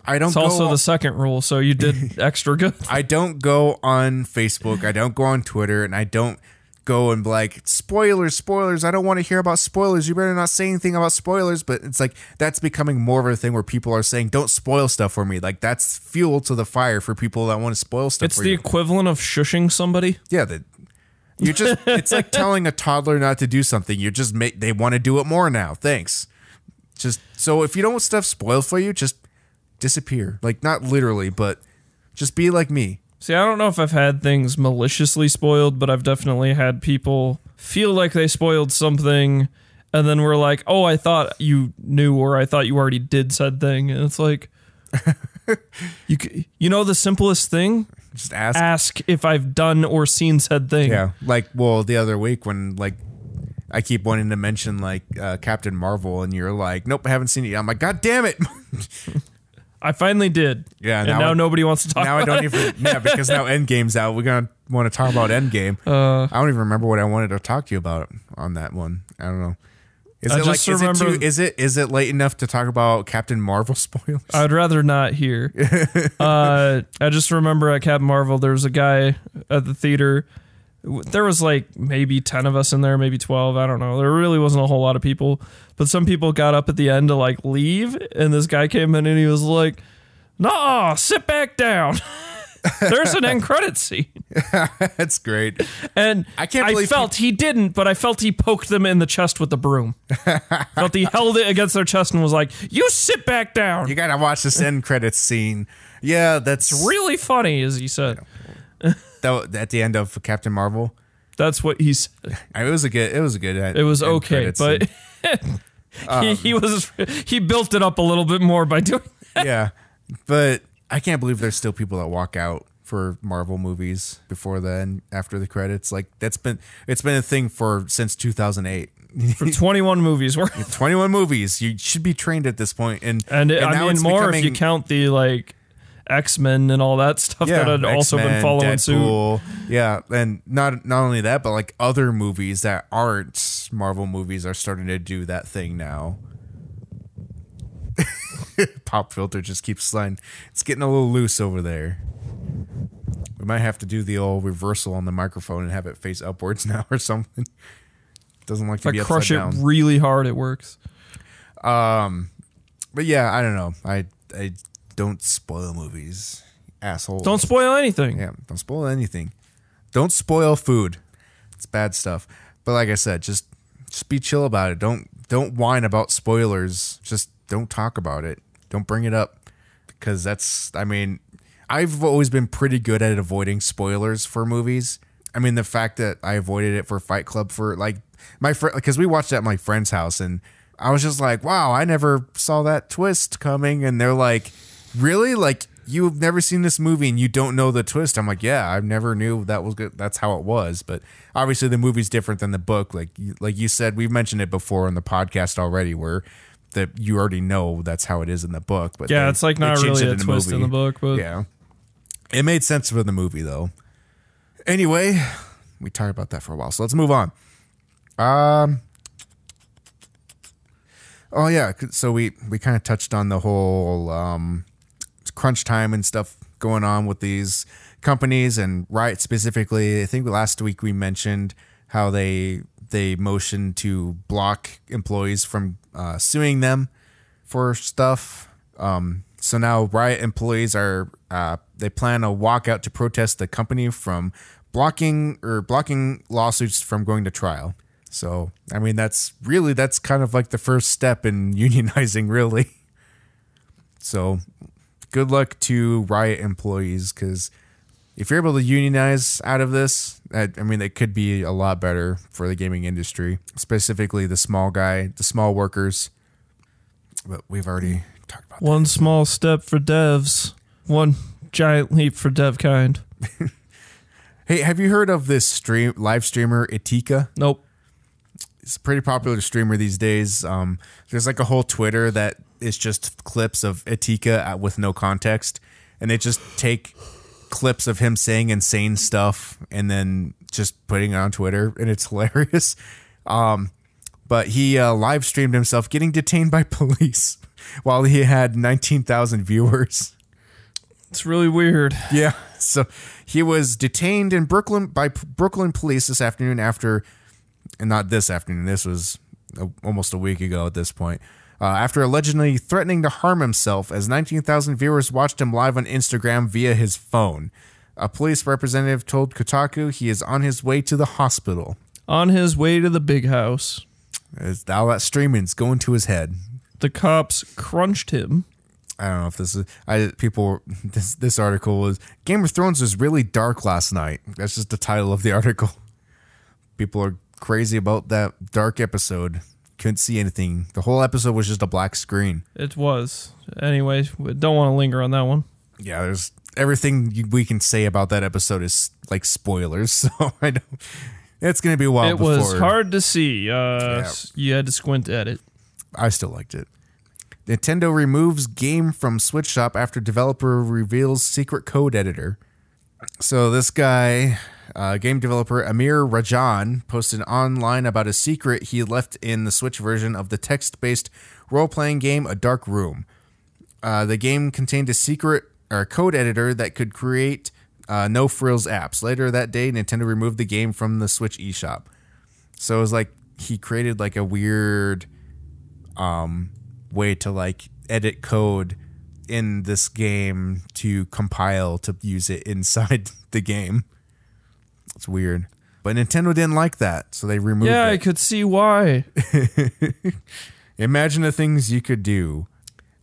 Speaker 2: I don't
Speaker 1: It's
Speaker 2: go.
Speaker 1: also
Speaker 2: on,
Speaker 1: the second rule, so you did extra good.
Speaker 2: I don't go on Facebook. I don't go on Twitter, and I don't go and be like spoilers, spoilers. I don't want to hear about spoilers. You better not say anything about spoilers. But it's like that's becoming more of a thing where people are saying, "Don't spoil stuff for me." Like that's fuel to the fire for people that want to spoil stuff
Speaker 1: It's
Speaker 2: for
Speaker 1: the
Speaker 2: you.
Speaker 1: equivalent of shushing somebody.
Speaker 2: Yeah, that you just. it's like telling a toddler not to do something. You just make they want to do it more now. Thanks. Just so if you don't want stuff spoiled for you, just disappear. Like not literally, but just be like me.
Speaker 1: See, I don't know if I've had things maliciously spoiled, but I've definitely had people feel like they spoiled something and then we're like, "Oh, I thought you knew or I thought you already did said thing." And it's like you c- you know the simplest thing?
Speaker 2: Just ask.
Speaker 1: Ask if I've done or seen said thing.
Speaker 2: Yeah, like well, the other week when like I keep wanting to mention like uh, Captain Marvel, and you're like, nope, I haven't seen it. yet." I'm like, god damn it.
Speaker 1: I finally did.
Speaker 2: Yeah,
Speaker 1: And now,
Speaker 2: now I-
Speaker 1: nobody wants to talk
Speaker 2: now I
Speaker 1: about
Speaker 2: don't even yeah because now Endgame's out. We're gonna want to talk about Endgame.
Speaker 1: Uh,
Speaker 2: I don't even remember what I wanted to talk to you about on that one. I don't know. Is
Speaker 1: I
Speaker 2: it like
Speaker 1: just
Speaker 2: is it, too,
Speaker 1: remember-
Speaker 2: is it is it late enough to talk about Captain Marvel spoilers?
Speaker 1: it. I'd rather not hear. uh, I just remember at Captain Marvel, there was a guy at the theater. w- There was like maybe 10 of us in there, maybe 12. I don't know. There really wasn't a whole lot of people. But some people got up at the end to like leave. And this guy came in and he was like, nah, sit back down. There's an end credit scene.
Speaker 2: That's great.
Speaker 1: And
Speaker 2: I can't
Speaker 1: I
Speaker 2: believe
Speaker 1: felt he didn't, but I felt he poked them in the chest with the broom. felt he held it against their chest and was like, "You sit back down."
Speaker 2: You gotta watch this end credits scene. Yeah, that's real.
Speaker 1: really funny, as he said.
Speaker 2: at the end of Captain Marvel.
Speaker 1: That's what he said.
Speaker 2: I mean, it was a good. It was a good. end-
Speaker 1: It was
Speaker 2: end
Speaker 1: okay,
Speaker 2: credits
Speaker 1: but
Speaker 2: scene.
Speaker 1: he, he was he built it up a little bit more by doing.
Speaker 2: yeah, but I can't believe there's still people that walk out for Marvel movies before then, after the credits. Like that's been it's been a thing for since 2008.
Speaker 1: For 21 movies worth,
Speaker 2: 21 movies. You should be trained at this point, and
Speaker 1: and, it, I
Speaker 2: now
Speaker 1: mean
Speaker 2: it's
Speaker 1: more if you
Speaker 2: becoming-
Speaker 1: count the like X Men and all that stuff that had also been
Speaker 2: X-Men,
Speaker 1: following suit.
Speaker 2: Deadpool. Yeah, and not not only that, but like other movies that aren't Marvel movies are starting to do that thing now. Pop filter just keeps sliding. It's getting a little loose over there. We might have to do the old reversal on the microphone and have it face upwards now or something. Doesn't like to
Speaker 1: If
Speaker 2: be
Speaker 1: I
Speaker 2: upside
Speaker 1: crush it
Speaker 2: down.
Speaker 1: really hard, it works.
Speaker 2: but yeah, I don't know. I I don't spoil movies, asshole.
Speaker 1: Don't spoil anything.
Speaker 2: Yeah, don't spoil anything. Don't spoil food. It's bad stuff. But like I said, just just be chill about it. Don't don't whine about spoilers. Just don't talk about it. Don't bring it up because that's I mean, I've always been pretty good at avoiding spoilers for movies. I mean, the fact that I avoided it for Fight Club for like my friend because we watched it at my friend's house and I was just like, wow, I never saw that twist coming. And they're like, really? Like you've never seen this movie and you don't know the twist? I'm like, yeah, I never knew that was good. That's how it was. But obviously, the movie's different than the book. Like you, like you said, we've mentioned it before on the podcast already, where that you already know that's how it is in the book. But
Speaker 1: Yeah,
Speaker 2: they-
Speaker 1: it's like
Speaker 2: they
Speaker 1: not
Speaker 2: changed
Speaker 1: really
Speaker 2: it
Speaker 1: a
Speaker 2: in the
Speaker 1: twist in
Speaker 2: movie.
Speaker 1: the book, but
Speaker 2: Yeah. It made sense for the movie though. Anyway, we talked about that for a while, so let's move on. Um Oh yeah, 'cause- so we we kind of touched on the whole um, crunch time and stuff going on with these companies and Riot specifically. I think last week we mentioned how they they motioned to block employees from uh, suing them for stuff. Um, so now Riot employees are uh, they plan a walkout to protest the company from blocking or blocking lawsuits from going to trial. So I mean that's really that's kind of like the first step in unionizing, really. So good luck to Riot employees because if you're able to unionize out of this, I, I mean, it could be a lot better for the gaming industry, specifically the small guy, the small workers. But we've already talked about
Speaker 1: One small step for devs, one giant leap for devkind.
Speaker 2: Hey, have you heard of this stream live streamer Itika?
Speaker 1: Nope.
Speaker 2: It's a pretty popular streamer these days. Um, there's like a whole Twitter that is just clips of Itika at- with no context, and they just take clips of him saying insane stuff and then just putting it on Twitter, and it's hilarious. Um, but he uh, live streamed himself getting detained by police while he had 19,000 viewers.
Speaker 1: It's really weird.
Speaker 2: Yeah. So he was detained in Brooklyn by P- Brooklyn police this afternoon after, and not this afternoon. This was a, almost a week ago at this point. Uh, after allegedly threatening to harm himself, as 19,000 viewers watched him live on Instagram via his phone, a police representative told Kotaku he is on his way to the hospital.
Speaker 1: On his way to the big house,
Speaker 2: As all that streaming's going to his head.
Speaker 1: the cops crunched him.
Speaker 2: I don't know if this is I people this this article was Game of Thrones was really dark last night. That's just the title of the article. People are crazy about that dark episode. Couldn't see anything. The whole episode was just a black screen.
Speaker 1: It was. Anyway, we don't want to linger on that one.
Speaker 2: Yeah, there's everything you- we can say about that episode is like spoilers. So I don't. It's gonna be a while
Speaker 1: it
Speaker 2: before.
Speaker 1: was hard to see. Uh,
Speaker 2: Yeah.
Speaker 1: s- You had to squint at it.
Speaker 2: I still liked it. Nintendo removes game from Switch Shop after developer reveals secret code editor. So this guy, uh, game developer Amir Rajan, posted online about a secret he left in the Switch version of the text-based role-playing game A Dark Room. Uh, the game contained a secret or code editor that could create uh, no frills apps. Later that day, Nintendo removed the game from the Switch eShop. So it was like he created like a weird um, way to like edit code in this game to compile to use it inside the game. It's weird. But Nintendo didn't like that, so they removed
Speaker 1: Yeah, I
Speaker 2: it.
Speaker 1: could see why.
Speaker 2: Imagine the things you could do.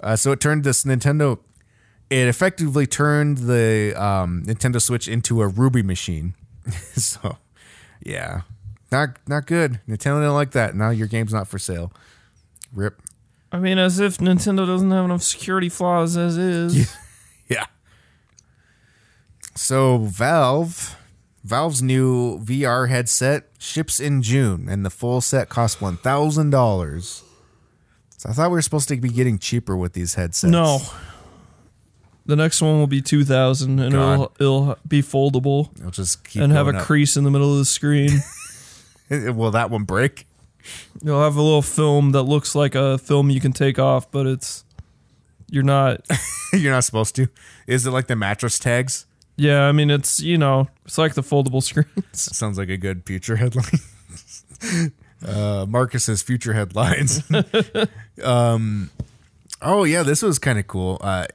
Speaker 2: Uh, so it turned this Nintendo, it effectively turned the um, Nintendo Switch into a Ruby machine. so, yeah, not not good. Nintendo didn't like that. Now your game's not for sale. Rip.
Speaker 1: I mean, as if Nintendo doesn't have enough security flaws as is.
Speaker 2: Yeah. So Valve, Valve's new VR headset ships in June, and the full set costs one thousand dollars. So I thought we were supposed to be getting cheaper with these headsets.
Speaker 1: No. The next one will be 2000 and
Speaker 2: God.
Speaker 1: it'll, it'll be foldable
Speaker 2: it'll just keep
Speaker 1: and have a
Speaker 2: going up.
Speaker 1: crease in the middle of the screen.
Speaker 2: Will that one break?
Speaker 1: You'll have a little film that looks like a film you can take off, but it's you're not.
Speaker 2: You're not supposed to. Is it like the mattress tags?
Speaker 1: Yeah, I mean it's you know it's like the foldable screens.
Speaker 2: Sounds like a good future headline. uh, Marcus's future headlines. um, oh yeah, this was kind of cool. Uh,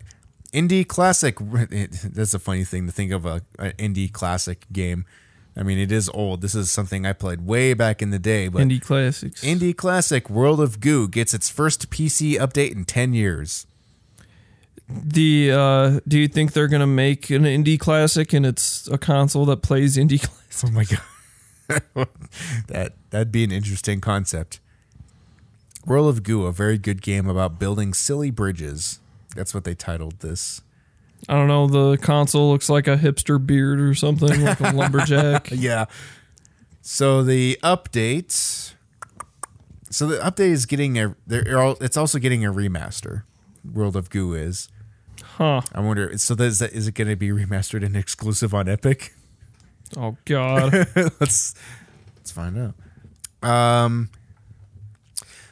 Speaker 2: indie classic. That's a funny thing to think of a an indie classic game. I mean, it is old. This is something I played way back in the day. But
Speaker 1: Indie classics.
Speaker 2: indie classic World of Goo gets its first PC update in ten years.
Speaker 1: the uh, do you think they're gonna make an indie classic and it's a console that plays indie classic?
Speaker 2: Oh my god. that that'd be an interesting concept. World of Goo, a very good game about building silly bridges. That's what they titled this.
Speaker 1: I don't know. The console looks like a hipster beard or something, like a lumberjack.
Speaker 2: Yeah. So the update So the update is getting a they're all, it's also getting a remaster. World of Goo is.
Speaker 1: Huh.
Speaker 2: I wonder so is that is it going to be remastered and exclusive on Epic?
Speaker 1: Oh God.
Speaker 2: let's let's find out. Um,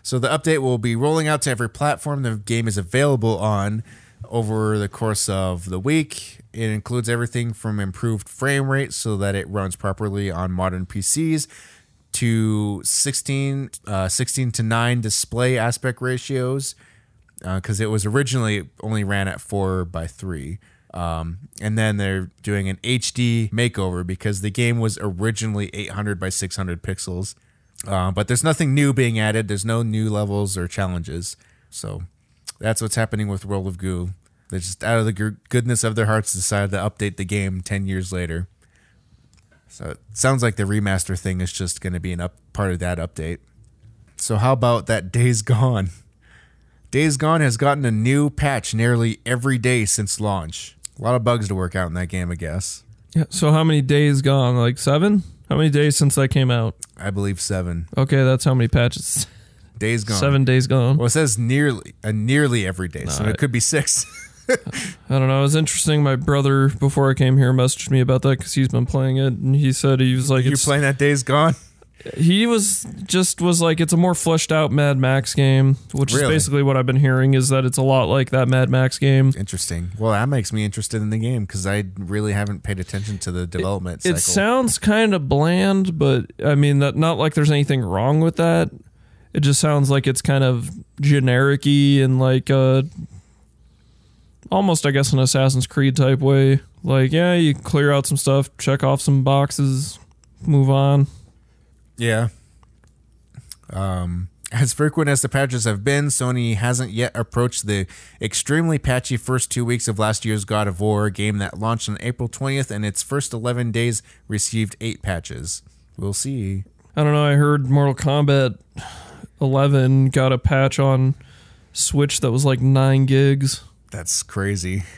Speaker 2: So the update will be rolling out to every platform the game is available on over the course of the week. It includes everything from improved frame rate so that it runs properly on modern PCs to 16, uh, 16 to 9 display aspect ratios because uh, it was originally only ran at four by three. Um, and then they're doing an HD makeover because the game was originally 800 by 600 pixels. Uh, but there's nothing new being added. There's no new levels or challenges. So that's what's happening with World of Goo. They just out of the gr- goodness of their hearts decided to update the game 10 years later. So it sounds like the remaster thing is just going to be an up part of that update. So how about that Days Gone? Days Gone has gotten a new patch nearly every day since launch. A lot of bugs to work out in that game, I guess.
Speaker 1: Yeah, so how many days gone? Like seven? How many days since that came out?
Speaker 2: I believe seven.
Speaker 1: Okay, that's how many patches.
Speaker 2: Days Gone.
Speaker 1: Seven days gone.
Speaker 2: Well, it says nearly, uh, nearly every day, so
Speaker 1: Alright.
Speaker 2: it could be six.
Speaker 1: I don't know. It was interesting. My brother, before I came here, messaged me about that because he's been playing it, and he said he was like,
Speaker 2: you
Speaker 1: it's-
Speaker 2: playing that Days Gone?
Speaker 1: he was just was like, it's a more fleshed out Mad Max game, which is
Speaker 2: Really?
Speaker 1: basically what I've been hearing is that it's a lot like that Mad Max game.
Speaker 2: Interesting. Well, that makes me interested in the game because I really haven't paid attention to the development cycle.
Speaker 1: It sounds kind of bland, but I mean, that not like there's anything wrong with that. It just sounds like it's kind of generic y and like uh, almost, I guess, an Assassin's Creed type way. Like, yeah, you clear out some stuff, check off some boxes, move on.
Speaker 2: Yeah. Um, as frequent as the patches have been, Sony hasn't yet approached the extremely patchy first two weeks of last year's God of War game that launched on April 20th, and its first 11 days received eight patches. We'll see.
Speaker 1: I don't know. I heard Mortal Kombat 11 got a patch on Switch that was like nine gigs.
Speaker 2: That's crazy.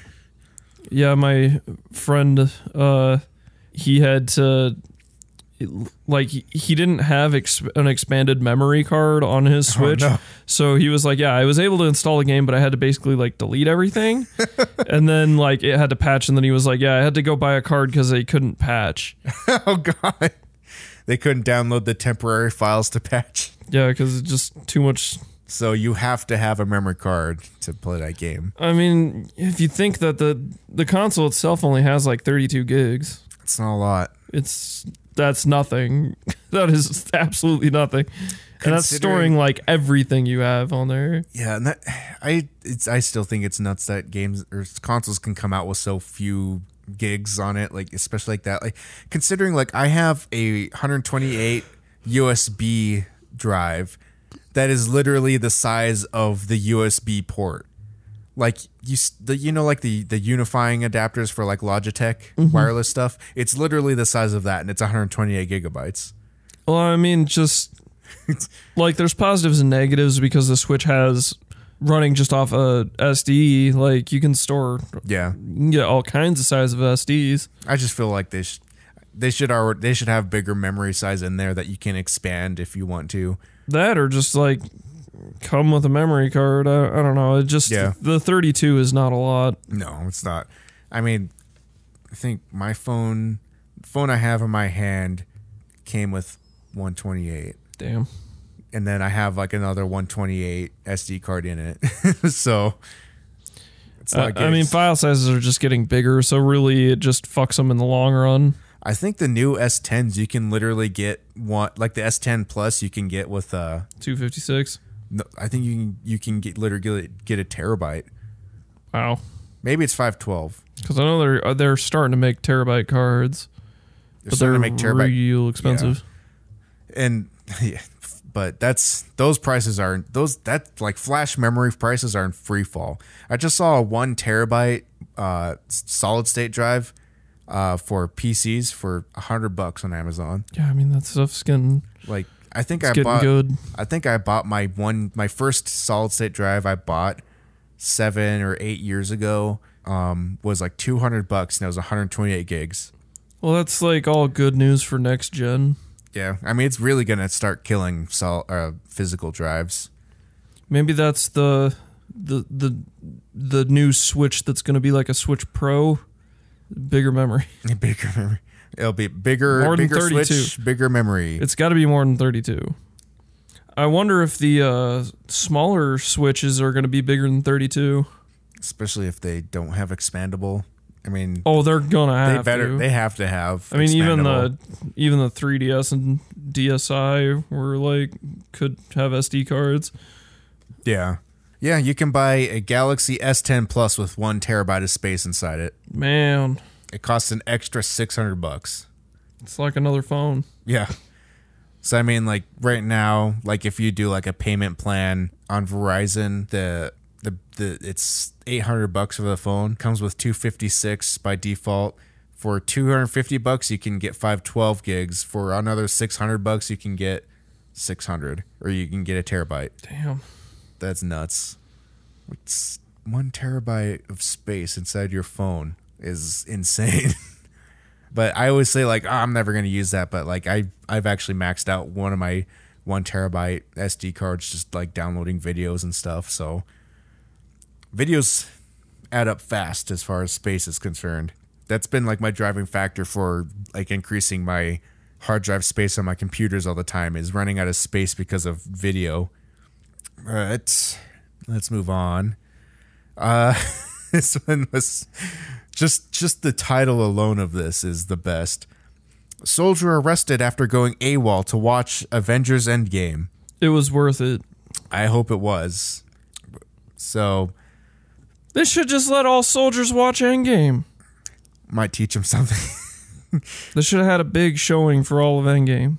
Speaker 1: Yeah, my friend, uh, he had to, like, he- he didn't have ex- an expanded memory card on his Switch.
Speaker 2: no.
Speaker 1: So he was like, yeah, I was able to install the game, but I had to basically, like, delete everything. and then, like, it had to patch. And then he was like, yeah, I had to go buy a card because they couldn't patch.
Speaker 2: Oh, God. They couldn't download the temporary files to patch.
Speaker 1: Yeah, because it's just too much
Speaker 2: So you have to have a memory card to play that game.
Speaker 1: I mean, if you think that the the console itself only has like 32 gigs,
Speaker 2: It's not a lot.
Speaker 1: it's that's nothing. that is absolutely nothing. And that's storing
Speaker 2: Considering-
Speaker 1: like everything you have on there.
Speaker 2: Yeah, and that I it's I still think it's nuts that games or consoles can come out with so few gigs on it, like especially like that. Like considering like I have a 128 USB drive that is literally the size of the USB port. Like you, s- the, you know, like the the unifying adapters for like Logitech wireless stuff. It's literally the size of that, and it's 128 gigabytes.
Speaker 1: Well, I mean, just like there's positives and negatives because the Switch has running just off a SD, like you can store
Speaker 2: Yeah,
Speaker 1: you can get all kinds of size of SDs.
Speaker 2: I just feel like they should they should already they should have bigger memory size in there that you can expand if you want to.
Speaker 1: that or just like come with a memory card. I, I don't know. It just
Speaker 2: Yeah.
Speaker 1: the 32 is not a lot.
Speaker 2: No, it's not. I mean, I think my phone phone I have in my hand came with 128
Speaker 1: Damn.
Speaker 2: and then I have like another 128 SD card in it. so it's
Speaker 1: I,
Speaker 2: not
Speaker 1: Uh, I mean,
Speaker 2: gigs.
Speaker 1: file sizes are just getting bigger, so really it just fucks them in the long run.
Speaker 2: I think the new S10s you can literally get one like the S10 Plus you can get with uh
Speaker 1: 256.
Speaker 2: no, I think you can you can get literally get a terabyte.
Speaker 1: Wow.
Speaker 2: Maybe it's 512.
Speaker 1: Because I know they're uh, they're starting to make terabyte cards,
Speaker 2: They're
Speaker 1: but
Speaker 2: starting
Speaker 1: they're
Speaker 2: to make terabyte
Speaker 1: real expensive.
Speaker 2: and yeah, but that's those prices are those that like flash memory prices are in free fall. I just saw a one terabyte uh, s- solid state drive uh, for PCs for a hundred bucks on Amazon.
Speaker 1: Yeah. I mean that stuff's getting
Speaker 2: Like I think
Speaker 1: it's
Speaker 2: I
Speaker 1: getting
Speaker 2: bought
Speaker 1: good.
Speaker 2: I think I bought my one my first solid state drive I bought seven or eight years ago um, was like two hundred bucks and it was one hundred twenty eight gigs.
Speaker 1: Well, that's like all good news for next gen.
Speaker 2: Yeah, I mean it's really gonna start killing sol- uh, physical drives.
Speaker 1: Maybe that's the the the the new Switch that's going to be like a Switch Pro, bigger memory.
Speaker 2: bigger memory. It'll be bigger,
Speaker 1: More than
Speaker 2: bigger
Speaker 1: 32.
Speaker 2: switch, bigger memory.
Speaker 1: It's got to be more than 32. I wonder if the uh, smaller switches are going to be bigger than 32.
Speaker 2: especially if they don't have expandable. I mean,
Speaker 1: Oh, they're gonna
Speaker 2: they
Speaker 1: have
Speaker 2: better
Speaker 1: to.
Speaker 2: they have to have.
Speaker 1: I mean, even
Speaker 2: expandable.
Speaker 1: the even the 3ds and DSi were like could have SD cards.
Speaker 2: yeah, yeah. You can buy a Galaxy S10 Plus with one terabyte of space inside it.
Speaker 1: Man,
Speaker 2: It costs an extra six hundred bucks.
Speaker 1: it's like another phone.
Speaker 2: Yeah. So I mean, like right now, like if you do like a payment plan on Verizon, the the, the it's eight hundred bucks for the phone. Comes with two fifty six by default. For two hundred fifty bucks, you can get five twelve gigs. For another six hundred bucks, you can get six hundred, or you can get a terabyte.
Speaker 1: Damn.
Speaker 2: That's nuts. It's one terabyte of space inside your phone is insane. but I always say like "Oh, I'm never gonna use that, but like I I've actually maxed out one of my one terabyte SD cards just like downloading videos and stuff. So videos add up fast as far as space is concerned. That's been like my driving factor for like increasing my hard drive space on my computers all the time is running out of space because of video. But let's move on. Uh, this one was just just the title alone of this is the best. Soldier arrested after going AWOL to watch Avengers Endgame.
Speaker 1: It was worth it.
Speaker 2: I hope it was. So
Speaker 1: They should just let all soldiers watch Endgame.
Speaker 2: might teach him something.
Speaker 1: They should have had a big showing for all of Endgame.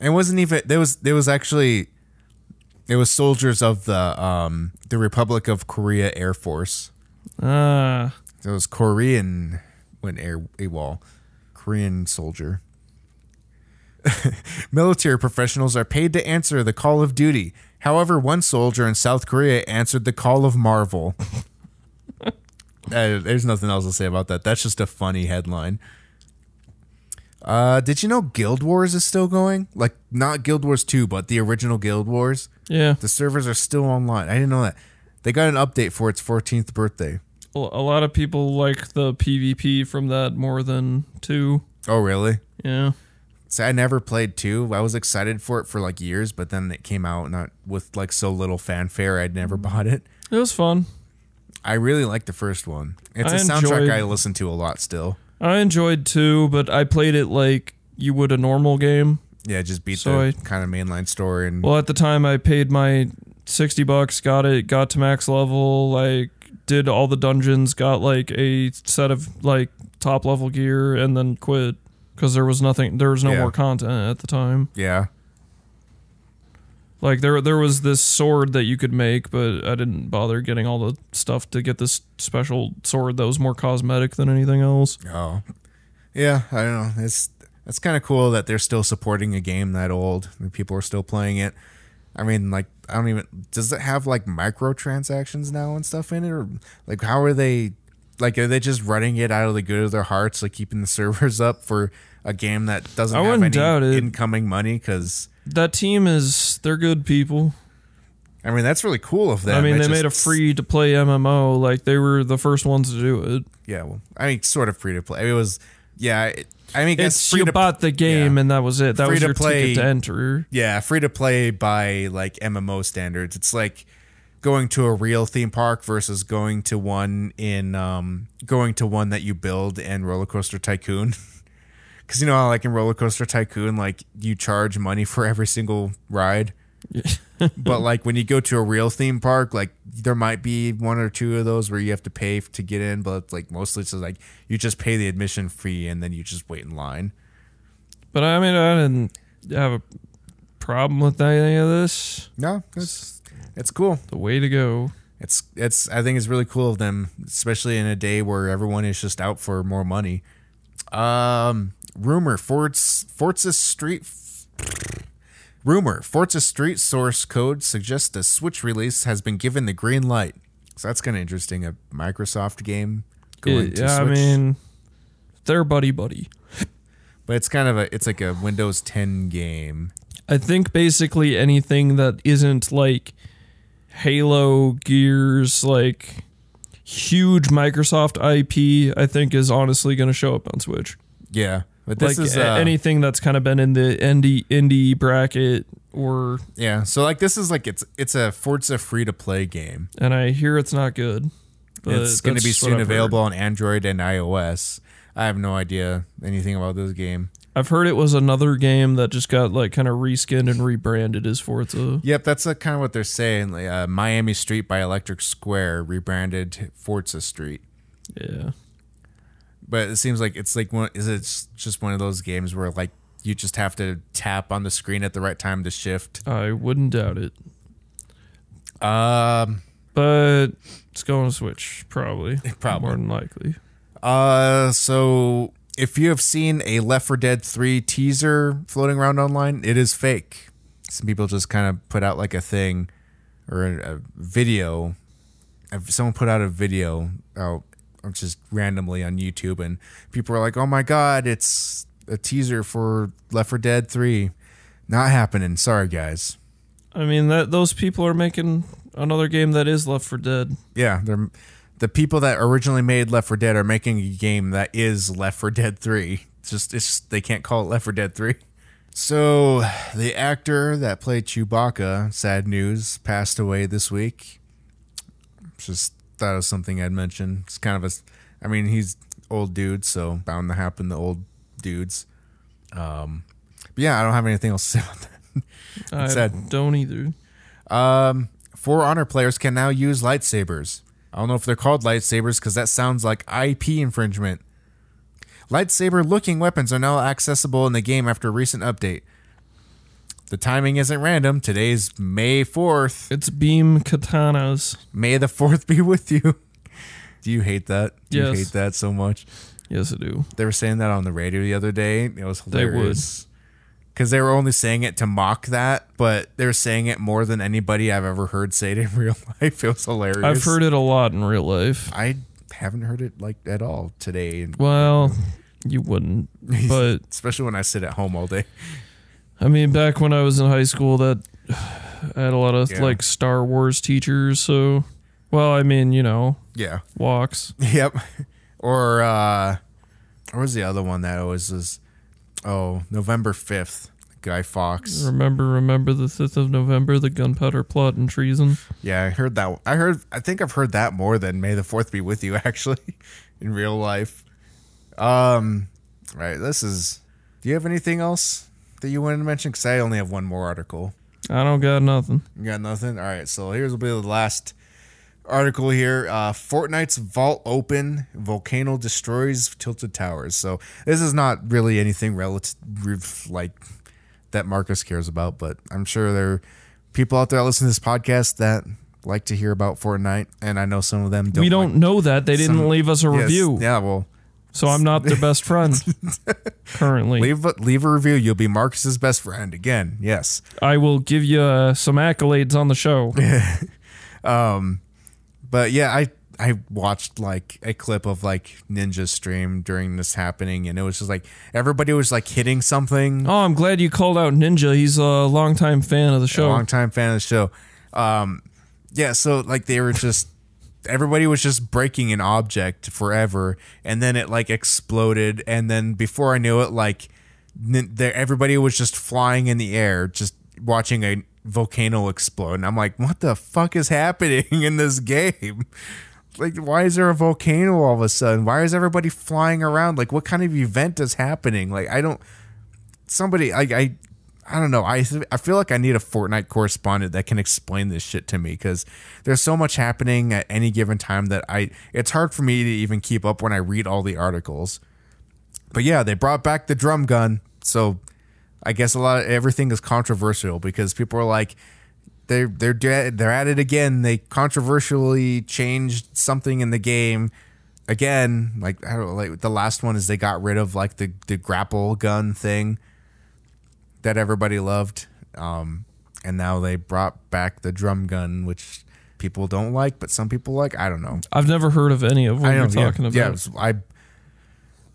Speaker 2: It wasn't even there was there was actually it was soldiers of the um the Republic of Korea Air Force.
Speaker 1: Ah,
Speaker 2: It was Korean when air AWOL. Korean soldier. Military professionals are paid to answer the call of duty. However, one soldier in South Korea answered the call of Marvel. Uh, there's nothing else to say about that. That's just a funny headline. Uh, did you know Guild Wars is still going? Like, not Guild Wars 2, but the original Guild Wars.
Speaker 1: yeah.
Speaker 2: The servers are still online. I didn't know that. They got an update for its 14th birthday.
Speaker 1: A a lot of people like the PvP from that more than two.
Speaker 2: Oh, really?
Speaker 1: Yeah.
Speaker 2: So I never played two. I was excited for it for like years, but then it came out not with like so little fanfare. I'd
Speaker 1: Mm.
Speaker 2: never bought it.
Speaker 1: It was fun.
Speaker 2: I really liked the first one. It's a
Speaker 1: I
Speaker 2: soundtrack
Speaker 1: enjoyed-
Speaker 2: I listen to a lot still.
Speaker 1: I enjoyed two, but I played it like you would a normal game.
Speaker 2: Yeah, it just beat
Speaker 1: So
Speaker 2: the
Speaker 1: I-
Speaker 2: kind of mainline story and
Speaker 1: Well, at the time, I paid my 60 bucks, got it, got to max level, like did all the dungeons, got like a set of like top level gear, and then quit because there was nothing, there was no
Speaker 2: Yeah.
Speaker 1: more content at the time.
Speaker 2: yeah.
Speaker 1: Like there, there was this sword that you could make, but I didn't bother getting all the stuff to get this special sword that was more cosmetic than anything else.
Speaker 2: Oh. Yeah, I don't know. It's that's kind of cool that they're still supporting a game that old and people are still playing it. I mean, like I don't even does it have like microtransactions now and stuff in it or like how are they like are they just running it out of the good of their hearts like keeping the servers up for a game that doesn't
Speaker 1: I
Speaker 2: have
Speaker 1: wouldn't
Speaker 2: any
Speaker 1: doubt it.
Speaker 2: incoming money cuz
Speaker 1: That team is, they're good people.
Speaker 2: I mean that's really cool of them.
Speaker 1: I mean,
Speaker 2: It
Speaker 1: they
Speaker 2: just-
Speaker 1: made a free to play MMO. Like they were the first ones to do it.
Speaker 2: Yeah, well, I mean sort of free to play. It was yeah, it, I mean
Speaker 1: It's
Speaker 2: it's
Speaker 1: you
Speaker 2: free to
Speaker 1: bought the game
Speaker 2: yeah.
Speaker 1: and that was it. That
Speaker 2: Free
Speaker 1: was
Speaker 2: to
Speaker 1: your
Speaker 2: play.
Speaker 1: ticket to enter.
Speaker 2: Yeah, free to play by like MMO standards. It's like going to a real theme park versus going to one in um going to one that you build in Roller Coaster Tycoon. Cause you know how like in Roller Coaster Tycoon, like you charge money for every single ride. but like when you go to a real theme park, like there might be one or two of those where you have to pay to get in, but it's like mostly it's just like you just pay the admission fee and then you just wait in line.
Speaker 1: But I mean, I didn't have a problem with any of this.
Speaker 2: No, it's it's cool.
Speaker 1: The way to go.
Speaker 2: It's it's I think it's really cool of them, especially in a day where everyone is just out for more money. Um, rumor Forts Forza Street. Rumor Forza Street source code suggests the Switch release has been given the green light. So that's kind of interesting. A Microsoft game going to
Speaker 1: yeah, I
Speaker 2: Switch,
Speaker 1: mean, they're buddy buddy.
Speaker 2: but it's kind of a it's like a Windows 10 game.
Speaker 1: I think basically anything that isn't like Halo, Gears, like huge Microsoft IP, I think is honestly going to show up on Switch.
Speaker 2: Yeah, but this
Speaker 1: like
Speaker 2: is
Speaker 1: a-
Speaker 2: uh,
Speaker 1: anything that's kind of been in the indie indie E bracket or
Speaker 2: Yeah. So like this is like it's it's a Forza free to play game.
Speaker 1: and I hear it's not good. But
Speaker 2: it's going to
Speaker 1: that's
Speaker 2: be
Speaker 1: what
Speaker 2: soon
Speaker 1: I've heard.
Speaker 2: available on Android and iOS. I have no idea anything about this game.
Speaker 1: I've heard it was another game that just got like kind of reskinned and rebranded as Forza.
Speaker 2: Yep, that's uh kind of what they're saying. Like, uh, Miami Street by Electric Square rebranded Forza Street.
Speaker 1: Yeah.
Speaker 2: But it seems like it's like one is it's just one of those games where like you just have to tap on the screen at the right time to shift.
Speaker 1: I wouldn't doubt it.
Speaker 2: Um
Speaker 1: But it's going to Switch, probably.
Speaker 2: Probably.
Speaker 1: More than likely.
Speaker 2: Uh, so if you have seen a Left 4 Dead 3 teaser floating around online, it is fake. Some people just kind of put out like a thing or a, a video. If Someone put out a video out uh, just randomly on YouTube, and people were like, "Oh my god, it's a teaser for Left 4 Dead 3." Not happening. Sorry, guys.
Speaker 1: I mean that those people are making another game that is Left for Dead.
Speaker 2: Yeah, they're the people that originally made Left 4 Dead are making a game that is Left 4 Dead 3. It's just it's just, they can't call it Left 4 Dead 3. So the actor that played Chewbacca, sad news, passed away this week. Just thought of something I'd mention. It's kind of a, s- I mean he's old dude, so bound to happen to old dudes. Um, but yeah, I don't have anything else to say about that.
Speaker 1: I
Speaker 2: sad.
Speaker 1: don't either.
Speaker 2: Um, For Honor players can now use lightsabers. I don't know if they're called lightsabers because that sounds like IP infringement. Lightsaber looking weapons are now accessible in the game after a recent update. The timing isn't random. Today's May 4th.
Speaker 1: It's beam katanas.
Speaker 2: May the 4th be with you. Do you hate that? Do you
Speaker 1: Yes.
Speaker 2: hate that so much?
Speaker 1: Yes, I do.
Speaker 2: They were saying that on the radio the other day. It was
Speaker 1: They would.
Speaker 2: hilarious. Because they were only saying it to mock that, but they were saying it more than anybody I've ever heard say it in real life. It was hilarious.
Speaker 1: I've heard it a lot in real life.
Speaker 2: I haven't heard it like at all today,
Speaker 1: Well, you wouldn't. But
Speaker 2: especially when I sit at home all day.
Speaker 1: I mean, back when I was in high school, that I had a lot of
Speaker 2: Yeah.
Speaker 1: like Star Wars teachers. So, well, I mean, you know,
Speaker 2: Yeah.
Speaker 1: walks.
Speaker 2: Yep. Or uh or was the other one that always was oh, November 5th, Guy Fox.
Speaker 1: Remember, remember the fifth of November, the gunpowder plot and treason.
Speaker 2: Yeah, I heard that. I heard. I think I've heard that more than "May the Fourth be with you." Actually, in real life. Um. Right. This is. Do you have anything else that you wanted to mention? Because I only have one more article.
Speaker 1: I don't got nothing.
Speaker 2: You got nothing. All right. So here's will be the last article here. Uh, Fortnite's vault open. Volcano destroys tilted towers. So this is not really anything relative like that Marcus cares about, but I'm sure there are people out there that listen to this podcast that like to hear about Fortnite, and I know some of them don't.
Speaker 1: we don't know that they didn't
Speaker 2: some-
Speaker 1: leave us a
Speaker 2: like- Yes,
Speaker 1: review,
Speaker 2: Yeah. Well,
Speaker 1: so I'm not their best friend currently.
Speaker 2: leave a, leave a review. You'll be Marcus's best friend again. Yes.
Speaker 1: I will give you uh, some accolades on the show.
Speaker 2: but yeah, I I watched like a clip of like Ninja stream during this happening, and it was just like everybody was like hitting something.
Speaker 1: Oh, I'm glad you called out Ninja. He's a longtime fan of the show.
Speaker 2: Long time fan of the show. Um, yeah, so like they were just everybody was just breaking an object forever, and then it like exploded, and then before I knew it, like nin- there everybody was just flying in the air, just watching a volcano explode, and I'm like, what the fuck is happening in this game? Like, why is there a volcano all of a sudden? Why is everybody flying around? Like, what kind of event is happening? Like, I don't. Somebody, I, I, I don't know. I, I feel like I need a Fortnite correspondent that can explain this shit to me because there's so much happening at any given time that I. It's hard for me to even keep up when I read all the articles. But yeah, they brought back the drum gun, so I guess a lot of everything is controversial because people are like, they're they're de- they're at it again. They controversially changed something in the game again. Like I don't know, like the last one is they got rid of like the the grapple gun thing that everybody loved. Um, and now they brought back the drum gun, which people don't like, but some people like. I don't know.
Speaker 1: I've never heard of any of what
Speaker 2: I
Speaker 1: you're
Speaker 2: don't yeah,
Speaker 1: talking
Speaker 2: Yeah, it
Speaker 1: about.
Speaker 2: was- I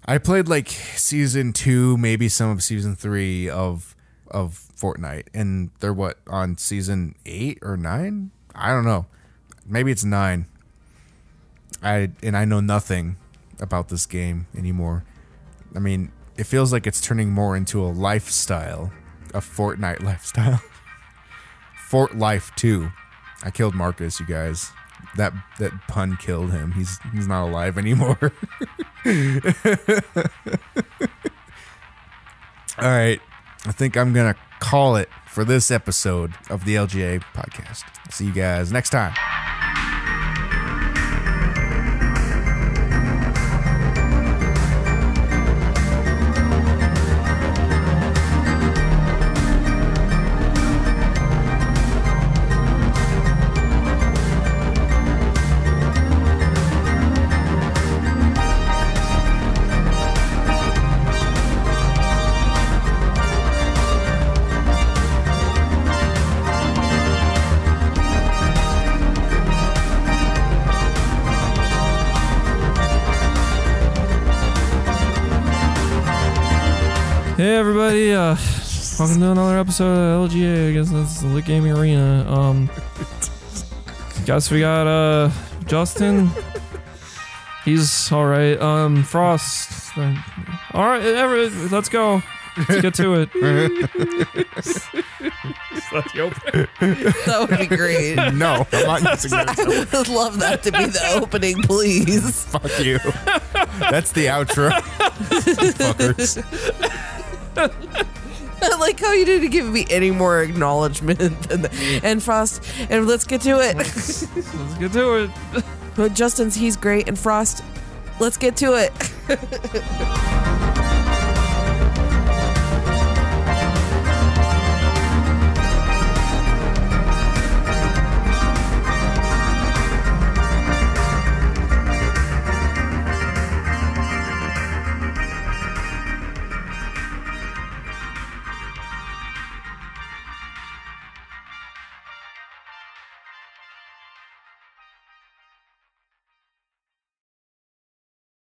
Speaker 2: I played like season two, maybe some of season three of of Fortnite, and they're what on season eight or nine? I don't know. Maybe it's nine. I and I know nothing about this game anymore. I mean, it feels like it's turning more into a lifestyle, a Fortnite lifestyle. Fort Life 2. I killed Marcus, you guys. That that pun killed him. He's he's not alive anymore. All right. I think I'm going to call it for this episode of the LGA podcast. See you guys next time.
Speaker 1: Hey everybody, uh welcome to another episode of LGA, I guess that's the Lit Gaming Arena. Um Guess we got uh Justin. He's alright. Um Frost. Alright, every, let's go. Let's get to it. That's the opening.
Speaker 3: That would be great.
Speaker 2: No, I'm not using that.
Speaker 3: I'd love that to be the opening, please.
Speaker 2: Fuck you. That's the outro. Fuckers.
Speaker 3: I like how you didn't give me any more acknowledgement than that. And Frost, and let's get to it.
Speaker 1: Let's get to it.
Speaker 3: But Justin's, he's great. And Frost, let's get to it.